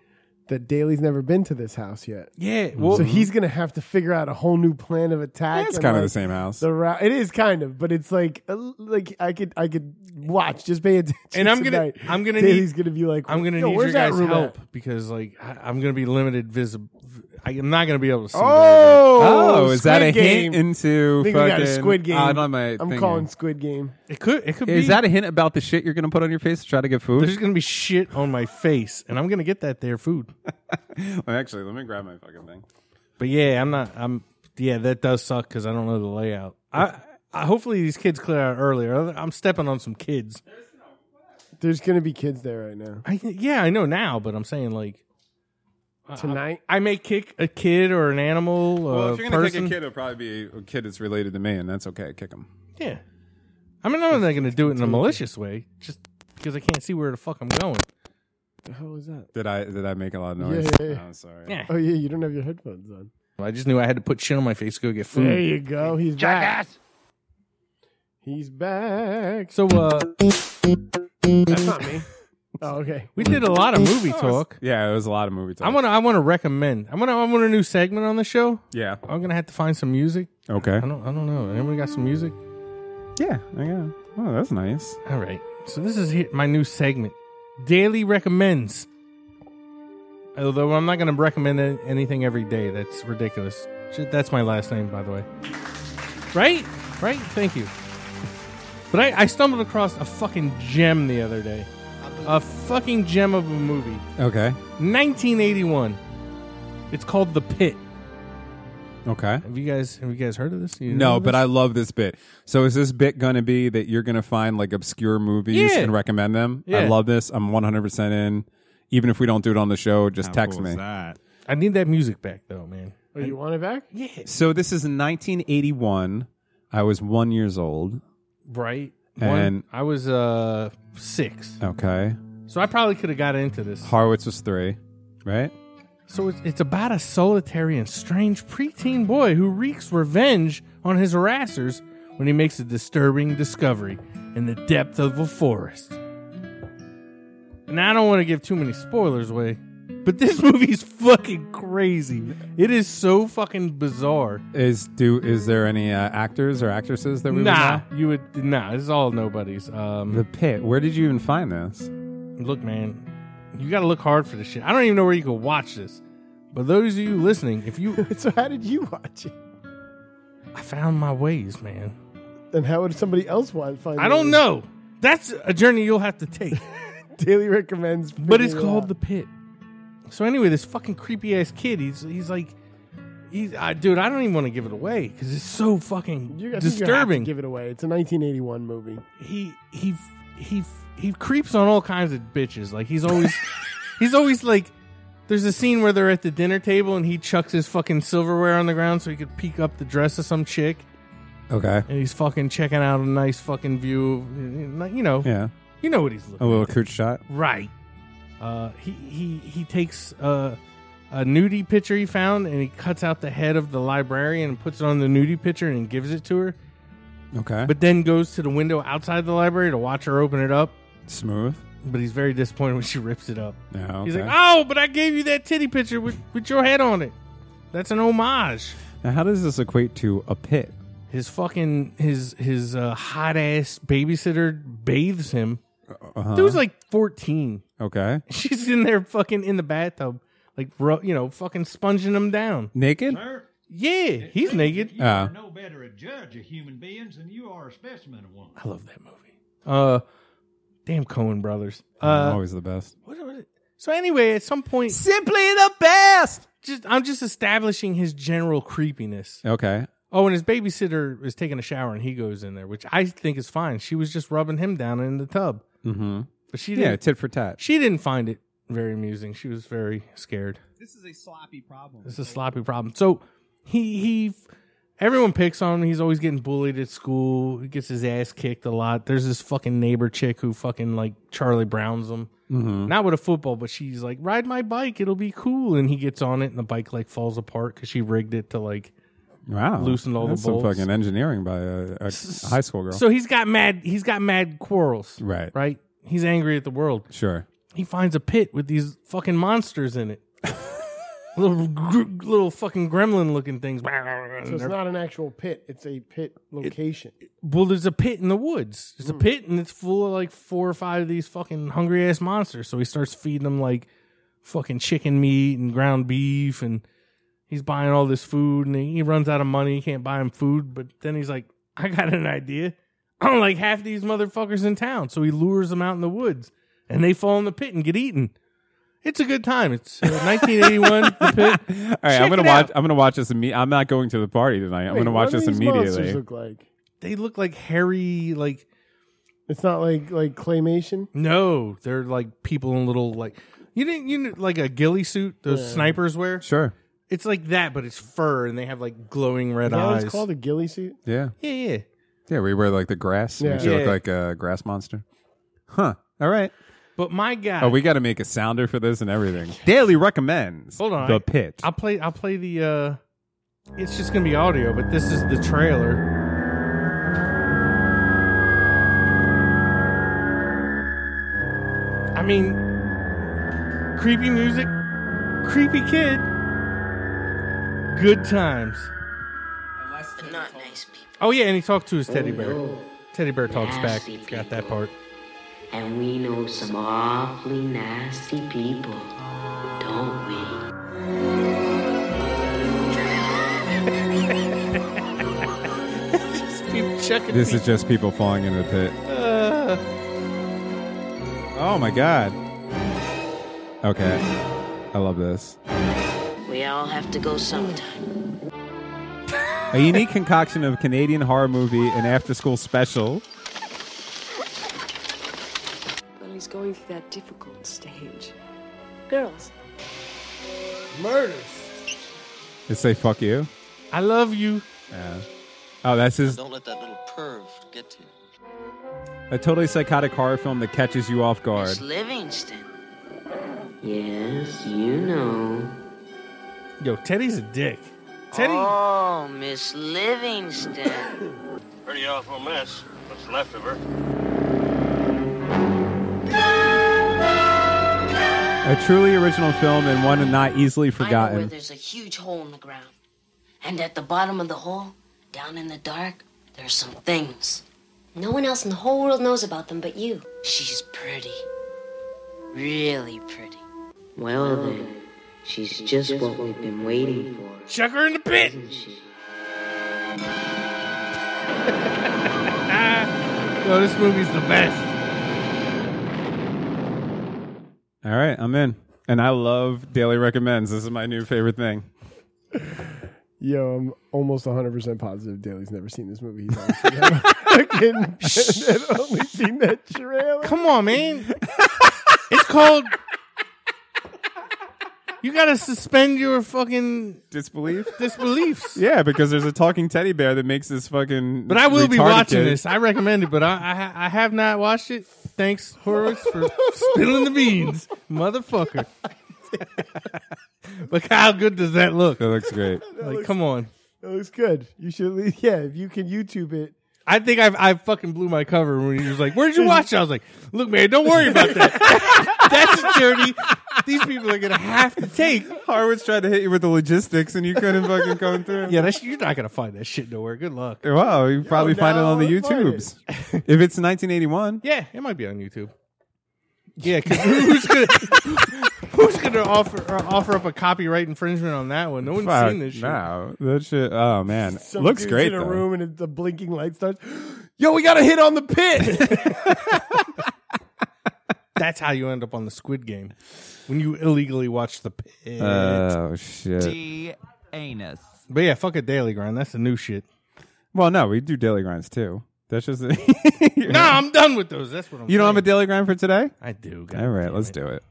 A: that Daly's never been to this house yet,
J: Yeah. Well,
A: so he's gonna have to figure out a whole new plan of attack.
B: That's
A: and,
B: kind of
A: like,
B: the same house.
A: The ra- it is kind of, but it's like a l- like I could I could watch. Just pay attention.
J: And I'm gonna-
A: tonight.
J: I'm gonna
A: Daly's
J: need-
A: gonna be like
J: I'm gonna
A: "Yo,
J: need your
A: where's that
J: guys'
A: room at?"
J: help because like I, I'm gonna be limited visible. I'm not gonna be able to see. very good.
A: Oh,
B: oh, is that a
A: Squid game.
B: hint into
A: I think we
B: fucking
A: got a Squid Game.
B: I'm, on my
A: I'm
B: thing
A: calling
B: here.
A: Squid Game.
J: It could. It could be.
B: Is that a hint about the shit you're gonna put on your face to try to get food?
J: There's gonna be shit on my face, and I'm gonna get that there food.
B: Actually, let me grab my fucking thing.
J: But yeah, I'm not. I'm yeah. That does suck because I don't know the layout. I, I hopefully these kids clear out earlier. Other- I'm stepping on some kids.
A: There's gonna be kids there right now
J: I, yeah, I know now, but I'm saying like Uh-huh.
A: tonight.
J: I may kick a kid or an animal.
B: Well,
J: a
B: if you're gonna
J: person.
B: kick a kid, it'll probably be a kid that's related to me, and that's okay. Kick him.
J: yeah. I mean, I'm not going to do it in a malicious way, just because I can't see where the fuck I'm going.
A: The hell was that?
B: Did I did I make a lot of noise?
A: yeah, yeah.
B: I'm sorry.
J: Yeah.
A: Oh yeah, you don't have your headphones on.
H: I just knew I had to put shit on my face to go get
B: Hmm.
A: There
H: food.
A: you go. He's back.
E: Jackass.
A: He's back.
J: So uh,
A: That's not me. *laughs* oh okay.
J: we did a lot of movie talk.
B: Yeah, it was a lot of movie talk.
J: I want to. I want to recommend. I want. I want a new segment on the show.
B: yeah.
J: I'm gonna have to find some music.
B: Okay.
J: I don't. I don't know. Anyone got some music?
B: Yeah. I got. it. Oh, that's nice.
J: All right. So this is he- my new segment, Daily Recommends. Although I'm not going to recommend an- anything every day. That's ridiculous. Shit, That's my last name, by the way. Right? Right? Thank you. But I, I stumbled across a fucking gem the other day. A fucking gem of a movie.
B: Okay.
J: 1981. It's called The Pit.
B: Okay.
J: Have you guys have you guys heard of this? You know
B: No,
J: of
B: but
J: this?
B: I love this bit. So is this bit going to be that you're going to find like obscure movies
J: Yeah.
B: and recommend them? I
J: Yeah.
B: love this. I'm 100% in. Even if we don't do it on the show, just
G: How
B: text
G: cool is
B: me.
G: that?
J: I need that music back though, man.
A: Oh, you want it back?
B: So this is 1981. I was 1 years old.
J: Right?
B: And-
J: I was uh 6.
B: Okay.
J: So I probably could have got into this.
B: Harwitz was 3, right?
J: So it's, it's about a solitary and strange preteen boy who wreaks revenge on his harassers when he makes a disturbing discovery in the depth of a forest. And I don't want to give too many spoilers away, but this *laughs* movie's fucking crazy. It is so fucking bizarre.
B: Is do is there any uh, actors or actresses that we would
J: Nah,
B: know?
J: you would nah. This is all nobodies. Um,
B: The Pit. Where did you even find this?
J: Look, man, you got to look hard for this shit. I don't even know where you can watch this. But those of you listening, if you,
A: So how did you watch it?
J: I found my ways, man.
A: And how would somebody else want find?
J: I don't
A: it?
J: know. That's a journey you'll have
A: *laughs*
J: to take.
A: Daily recommends,
J: but it's
A: figuring it
J: called
A: out.
J: the pit. So anyway, this fucking creepy ass kid. He's he's like, he's I, dude. I don't even want to give it away because it's so
A: You're, I
J: fucking
A: think You have to
J: disturbing.
A: give it away. It's a 1981 movie.
J: he he he he creeps on all kinds of bitches. Like he's always he's always like there's a scene where they're at the dinner table and he chucks his fucking silverware on the ground so he could peek up the dress of some chick
B: Okay.
J: and he's fucking checking out a nice fucking view. You know,
B: Yeah. Oh.
J: you know what he's looking.
B: A little cooch shot.
J: Right. Uh, he he he takes uh, a nudie picture he found and he cuts out the head of the librarian and puts it on the nudie picture and gives it to her.
B: Okay.
J: But then goes to the window outside the library to watch her open it up.
B: smooth.
J: But he's very disappointed when she rips it up.
B: Yeah.
J: He's
B: okay.
J: like, "Oh, but I gave you that titty picture with, with your head on it. That's an homage."
B: Now, how does this equate to a pit?
J: His fucking his his uh, hot ass babysitter bathes him.
B: Uh-huh.
J: Dude's like fourteen. *laughs*
B: okay,
J: She's in there fucking in the bathtub, like ru- you know, fucking sponging him down.
B: naked.
J: Yeah, he's naked.
B: Uh,
G: no better a judge of human beings than you are a specimen of one.
J: I love that movie. Uh, damn Cohen brothers. Uh,
B: always the best.
J: what was it? so anyway, at some point,
B: Simply the best.
J: just I'm just establishing his general creepiness.
B: Okay.
J: Oh, and his babysitter is taking a shower and he goes in there, which I think is fine. She was just rubbing him down in the tub,
B: Mm-hmm.
J: but she
B: Yeah,
J: didn't.
B: tit for tat.
J: she didn't find it very amusing. She was very scared.
G: This is a sloppy problem.
J: It's a sloppy problem. So he he everyone picks on him. He's always getting bullied at school. He gets his ass kicked a lot. There's this fucking neighbor chick who fucking like Charlie Brown's him.
B: Mm-hmm.
J: Not with a football, but she's like, "Ride my bike, it'll be cool." And he gets on it and the bike like falls apart cuz she rigged it to like
B: Wow.
J: Loosened all the
B: That's Some
J: bolts.
B: fucking engineering by a, a high school girl.
J: So he's got mad he's got mad quarrels,
B: right.
J: right? He's angry at the world.
B: Sure.
J: he finds a pit with these fucking monsters in it. little gr- little fucking gremlin looking things.
A: So it's not an actual pit. It's a pit location.
J: well, there's a pit in the woods. There's a pit and it's full of like four or five of these fucking hungry ass monsters. So he starts feeding them like fucking chicken meat and ground beef and he's buying all this food and he runs out of money. He can't buy him food. But then he's like, I got an idea. I don't like half these motherfuckers in town. So he lures them out in the woods and they fall in the pit and get eaten. It's a good time. It's uh, 1981. the pit.
B: *laughs* All right, I'm
J: Check
B: gonna
J: it
B: watch.
J: out.
B: I'm gonna watch this. Imme- I'm not going to the party tonight. I'm
A: Wait,
B: gonna watch
A: what do
B: this
A: these monsters
B: immediately.
A: Look like
J: They look like hairy, like
A: it's not like like claymation.
J: No, they're like people in little like you didn't you know, like a ghillie suit those snipers wear.
B: Sure.
J: It's like that, but it's fur and they have like glowing red
A: Is that what
J: eyes.
A: it's called a ghillie suit.
B: Yeah.
J: yeah, yeah.
B: Yeah, where you wear like the grass. Yeah.
A: Yeah.
B: Makes you look
H: Yeah.
B: like a grass monster. Huh. All right.
J: But my guy,
B: Oh, we got to make a sounder for this and everything. Daily recommends.
J: Hold on.
B: The pit.
J: I'll play. I'll play the. uh It's just gonna be audio, but this is the trailer. I mean, creepy music, creepy kid, good times.
C: Not nice people.
J: Oh yeah, and he talked to his teddy bear. Teddy bear talks back. Got that part.
C: And we know some awfully nasty people, don't we?
B: This is just people falling into the pit. Oh my god. Okay. I love this.
C: We all have to go sometime.
B: A unique concoction of Canadian horror movie and after school special.
I: Well, he's going through that difficult stage.
C: Girls,
A: Murders.
B: They say fuck you.
J: I love you.
B: Yeah. Oh, that's his
I: Don't let that little perv get to you.
B: a totally psychotic horror film that catches you off guard.
C: Miss Livingston. Yes, you know.
J: Yo, Teddy's a dick. Teddy.
C: Oh, Miss Livingston.
F: Pretty awful mess. What's left of her.
B: A truly original film and one not easily
C: I know where
B: forgotten.
C: there's a huge hole in the ground. And at the bottom of the hole, down in the dark, there's some things. No one else in the whole world knows about them but you. She's pretty. Really pretty. Well, then, she's just what we've been waiting for.
J: Chuck her in the *laughs* pit. Yo, this movie's the best.
B: All right, I'm in. And I love Daily Recommends. This is my new favorite thing.
A: Yo, I'm almost 100% positive Daly's never seen this movie. *laughs* He's obviously never fucking *laughs* I've only seen that trailer.
J: Come on, man. it's called. You gotta suspend your fucking
B: Disbelief?
J: disbeliefs.
B: Yeah, because there's a talking teddy bear that makes this fucking.
J: But I will be
B: retarded
J: watching
B: kid-
J: this. I recommend it, but I, I ha- I have not watched it. Thanks, Horowitz, for spilling the beans, motherfucker. *laughs* Look how good does that look?
B: That looks great.
J: Like, come on.
A: That looks good. You should, at least- yeah, if you can YouTube it.
J: I think I've, I fucking blew my cover when he was like, "Where'd you watch?" it?" I was like, "Look, man, don't worry about that. *laughs* That's a journey. These people are gonna have to take."
B: Harwood's tried to hit you with the logistics, and you couldn't fucking come through.
J: *laughs* Yeah, that's, you're not gonna find that shit nowhere. Good luck.
B: Wow, you probably
A: Oh, no,
B: find it on the
A: I'll find
B: YouTubes. *laughs* if it's 1981,
J: Yeah, it might be on YouTube. Yeah, because *laughs* who's gonna who's gonna offer or offer up a copyright infringement on that one? No one's
B: fuck,
J: seen this shit.
B: no, that shit. Oh man,
A: Some
B: looks
A: dude's
B: great.
A: in a
B: though.
A: room and it- the blinking light starts. *gasps* Yo, we got a hit on the
J: *laughs*
A: pit.
J: That's how you end up on the Squid Game when you illegally watch the pit.
B: Oh shit.
I: anus.
J: but yeah, fuck a daily grind. That's the new shit.
B: Well, no, we do daily grinds too. That's just. *laughs*
J: No, I'm done with those. That's what I'm.
B: you don't have a
J: saying.
B: daily grind for today.
J: I do. God
B: All right,
J: damn
B: let's
J: it.
B: do it.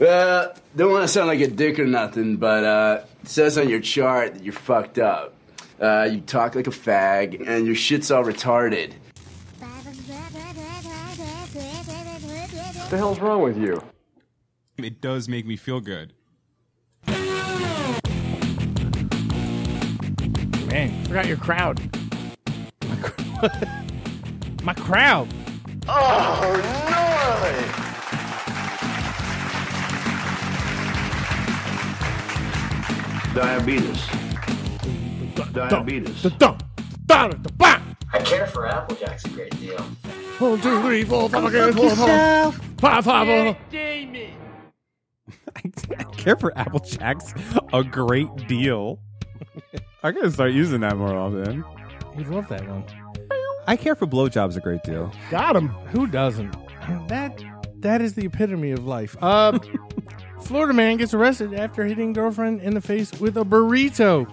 I: Uh, don't want to sound like a dick or nothing, but uh, it says on your chart that you're fucked up. Uh, you talk like a fag, and your shit's all retarded. What the hell's wrong with you?
G: It does make me feel good.
J: Man, forgot your crowd. *laughs* My crowd.
F: Diabetes. Diabetes.
D: I care for Applejack's a great deal.
A: One, two, three, four, five, six, four, five, five, five, one.
B: I *laughs* care for Apple Jacks a great deal. I'm gonna start using that more often.
J: You'd love that one.
B: I care for blowjobs a great deal.
A: Got him.
J: Who doesn't? That that is the epitome of life. Uh, *laughs* Florida man gets arrested after hitting girlfriend in the face with a burrito.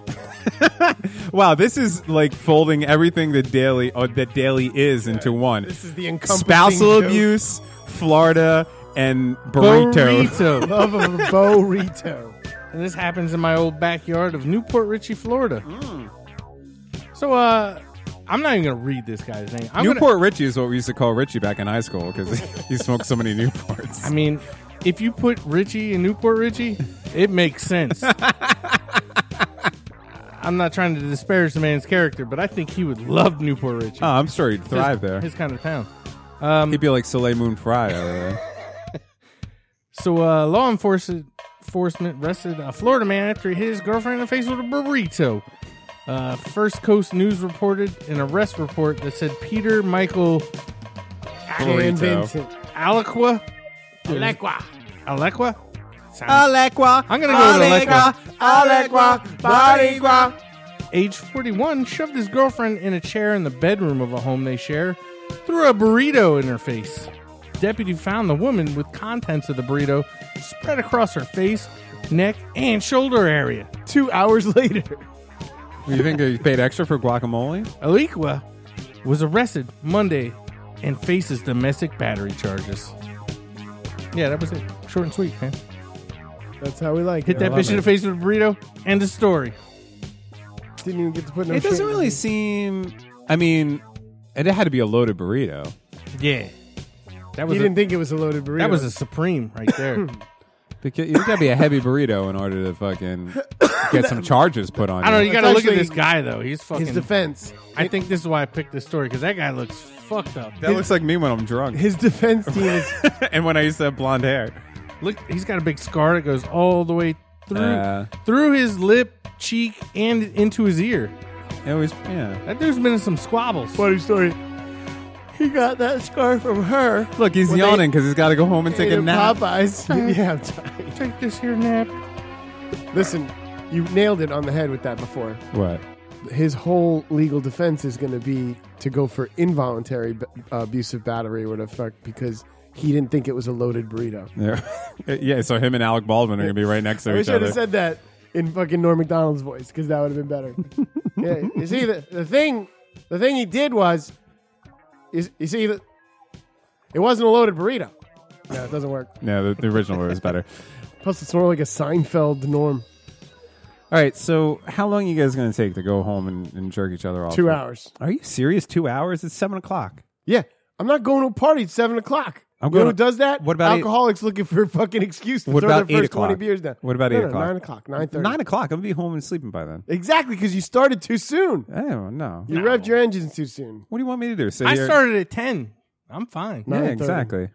B: *laughs* Wow, this is like folding everything that daily or that daily is into one.
A: This is the encompassing
B: Spousal
A: joke
B: abuse, Florida, and burrito.
J: Burrito.
A: Love of a burrito.
J: And this happens in my old backyard of Newport Richey, Florida. So uh I'm not even gonna read this guy's name. I'm
B: Newport Richie is what we used to call Richie back in high school because he smoked so many Newports.
J: I mean, if you put Richie and Newport Richie, it makes sense. I'm not trying to disparage the man's character, but I think he would love Newport Richie.
B: Oh, I'm sure he'd thrive there.
J: His kind of town.
B: He'd be like Soleil Moon Frye over there.
J: So, uh, law enforcement enforcement arrested a Florida man after hit his girlfriend in the face with a burrito. Uh, First Coast News reported an arrest report that said Peter Michael
A: Dan
B: Burrito.
A: Vincent.
J: Aliqua. Aliqua. Aliqua? Sounds-
B: Alequa.
J: I'm going to go with Aliqua.
B: Alequa. Barigua.
J: Age 41 shoved his girlfriend in a chair in the bedroom of a home they share, threw a burrito in her face. Deputy found the woman with contents of the burrito spread across her face, neck, and shoulder area.
A: Two hours
J: *laughs*
A: later.
B: You think they paid extra for guacamole?
J: Aliqua was arrested Monday and faces domestic battery charges. Yeah, that was it. Short and sweet, man.
A: That's how we like
J: Hit
A: it.
J: that bitch in the face with a burrito. End of story.
A: Didn't even get to put no
B: it doesn't
A: shit in
B: really seem. I mean, it had to be a loaded burrito.
J: Yeah. That
A: You
J: was a,
A: didn't think it was a loaded burrito.
J: that was a supreme right *laughs* there.
B: Because you gotta be a heavy burrito in order to fucking get some charges put on
J: I don't know.
B: you.
J: You got to look at
A: actually
J: this guy though. He's fucking.
A: his defense.
J: I think this is why I picked this story because that guy looks fucked up.
B: e-, That looks like me when I'm drunk,
A: His defense team
J: *laughs*
A: is
B: *laughs* and when I used to have blonde hair.
J: Look, he's got a big scar that goes all the way through
B: Yeah.
J: through his lip, cheek, and into his ear.
B: It was yeah.
J: That dude's been in some squabbles.
A: funny story. He got that scar from her.
B: Look, he's
A: When they
B: yawning because he's got to go home and take
A: ate
B: a
A: at
B: nap.
A: Popeyes. *laughs* yeah, I'm tired.
J: Take this here nap.
A: Listen, you nailed it on the head with that before.
B: What? *laughs*
A: His whole legal defense is going to be to go for involuntary b- uh, abusive battery or the fuck because he didn't think it was a loaded burrito.
B: Yeah. yeah. So him and Alec Baldwin are gonna be right next to
A: I
B: each
A: wish I'd
B: other.
A: have said that in fucking Norm Macdonald's voice because that would have been
B: *laughs*
A: better. yeah, you see, the, the thing, the thing he did was, you, you see, the, it wasn't a loaded burrito. No, it doesn't work.
B: no, the, the original word was better.
A: Plus, it's more like a Seinfeld norm.
B: *laughs* All right. So how long you guys gonna take to go home and, and jerk each other off?
A: Two hours.
B: Are you serious? Two hours? It's seven o'clock.
A: Yeah, I'm not going to a party at seven o'clock.
B: I'm
A: you know
B: going
A: who
B: to-
A: does that?
B: What about eight-
A: alcoholics looking for a fucking excuse to
B: What
A: throw
B: about
A: their
B: eight
A: first twenty
B: o'clock?
A: beers down?
B: What about
A: No,
B: eight
A: no,
B: o'clock?
A: Nine o'clock. Nine thirty.
B: Nine o'clock. I'm gonna be home and sleeping by then.
A: Exactly, because you started too soon.
B: I don't know.
A: You revved your engines too soon.
B: What do you want me to do? Sit
J: I
B: here-
J: started at ten. I'm fine.
B: Yeah,
A: 9:30.
B: exactly.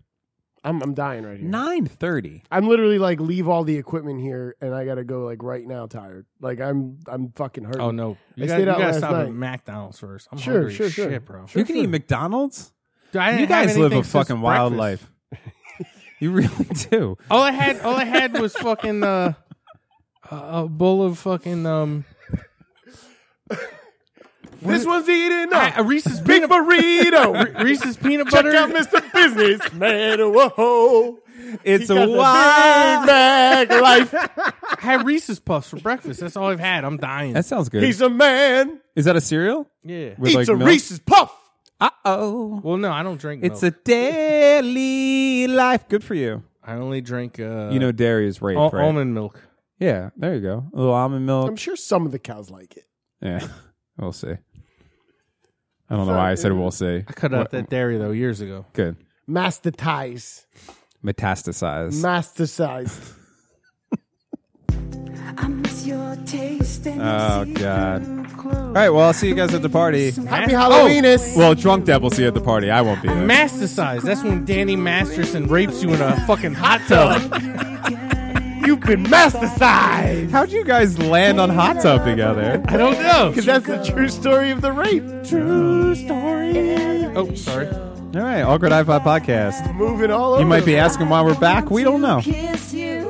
A: I'm, I'm dying right here.
B: Nine thirty.
A: I'm literally like leave all the equipment here and I gotta go like right now tired. Like I'm I'm fucking hurting.
J: Oh no, you
A: I
J: gotta,
A: stayed
J: you
A: out
J: gotta
A: last
J: stop
A: night.
J: at McDonald's first. I'm
A: Sure,
J: hungry
A: sure,
J: as
A: sure.
J: shit, bro.
A: Sure,
B: you can
A: sure.
B: eat McDonald's.
J: Dude, I didn't
B: You
J: have
B: guys live a
J: anything since
B: fucking wild
J: breakfast.
B: life.
J: *laughs*
B: you really do.
J: All I had, all I had was fucking uh, a a bowl of fucking um.
A: This one's eating
J: I-
A: up.
J: a Reese's peanut *laughs* burrito. Reese's peanut butter.
A: Check out Mr. Business Man. Whoa,
B: It's
A: got
B: a
A: the Big
B: wild. *laughs*
A: Mac life.
J: I had Reese's puffs for breakfast. That's all I've had. I'm dying.
B: That sounds good.
A: He's a man.
B: Is that a cereal?
J: yeah.
B: With
A: It's a Reese's Puff.
B: Uh oh.
J: Well, no, I don't drink.
B: It's a
J: milk.
B: daily life. Good for you.
J: I only drink. Uh,
B: you know dairy is rape,
J: al-
B: right?
J: almond milk.
B: Yeah, there you go. A little almond milk.
A: I'm sure some of the cows like it.
B: yeah, *laughs* we'll see. I don't know why I said we'll see.
J: I cut out that dairy though years ago.
B: Good.
A: Mastatized.
B: Metastasize.
A: Mastercized.
B: oh God. All right. Well, I'll see you guys at the party.
A: Happy
J: Oh.
A: Halloween is.
B: Well, drunk devil see you at the party. I won't be there.
J: Masticize. That's when Danny Masterson rapes you in a fucking hot tub.
A: You've been mastercized.
B: How'd you guys land on hot tub together?
J: I don't know.
A: Because that's the true story of the rape. True story.
J: Oh, sorry.
B: All right, Awkward iPod podcast.
A: Moving all over.
B: You might
A: the
B: be asking why we're back. We don't know.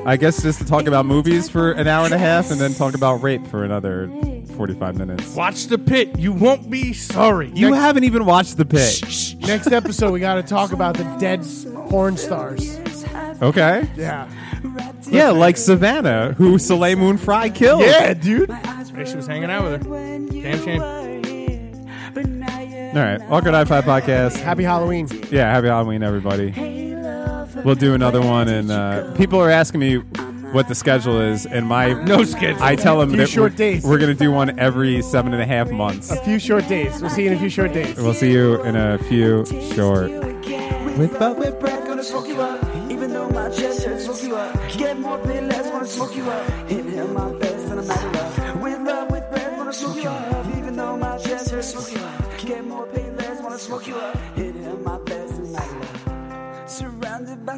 B: I guess just to talk about movies for an hour and a half and then talk about rape for another 45 minutes.
J: Watch the pit. You won't be sorry.
B: You haven't even watched The Pit.
A: Next episode, we got to talk about the dead porn stars.
B: Okay.
A: Yeah.
B: Yeah, like Savannah, who Soleil Moon Frye killed.
A: Yeah, dude.
J: She was hanging out with her. Damn shame.
B: All right, Awkward iPod podcast.
A: Happy Halloween.
B: Yeah, happy Halloween, everybody. We'll do another one. And uh, people are asking me what the schedule is, and my
J: No schedule.
B: I tell him
A: Few
B: that
A: short
B: we're,
A: days.
B: we're gonna do one every seven and a half months.
A: A few short days. We'll see you in a few short days.
B: We'll see you in a few short.
K: With but with bread, gonna smoke you up. Even though my chest hurts, smoke you up. Get more than less, wanna smoke you up. Inhale my best, and I'm out of love. With love, with bread, wanna smoke you up. Even though my chest hurts, smoke you up. Get more pain, less, wanna smoke you up. Inhale my best, and I'm out of love. Surrounded by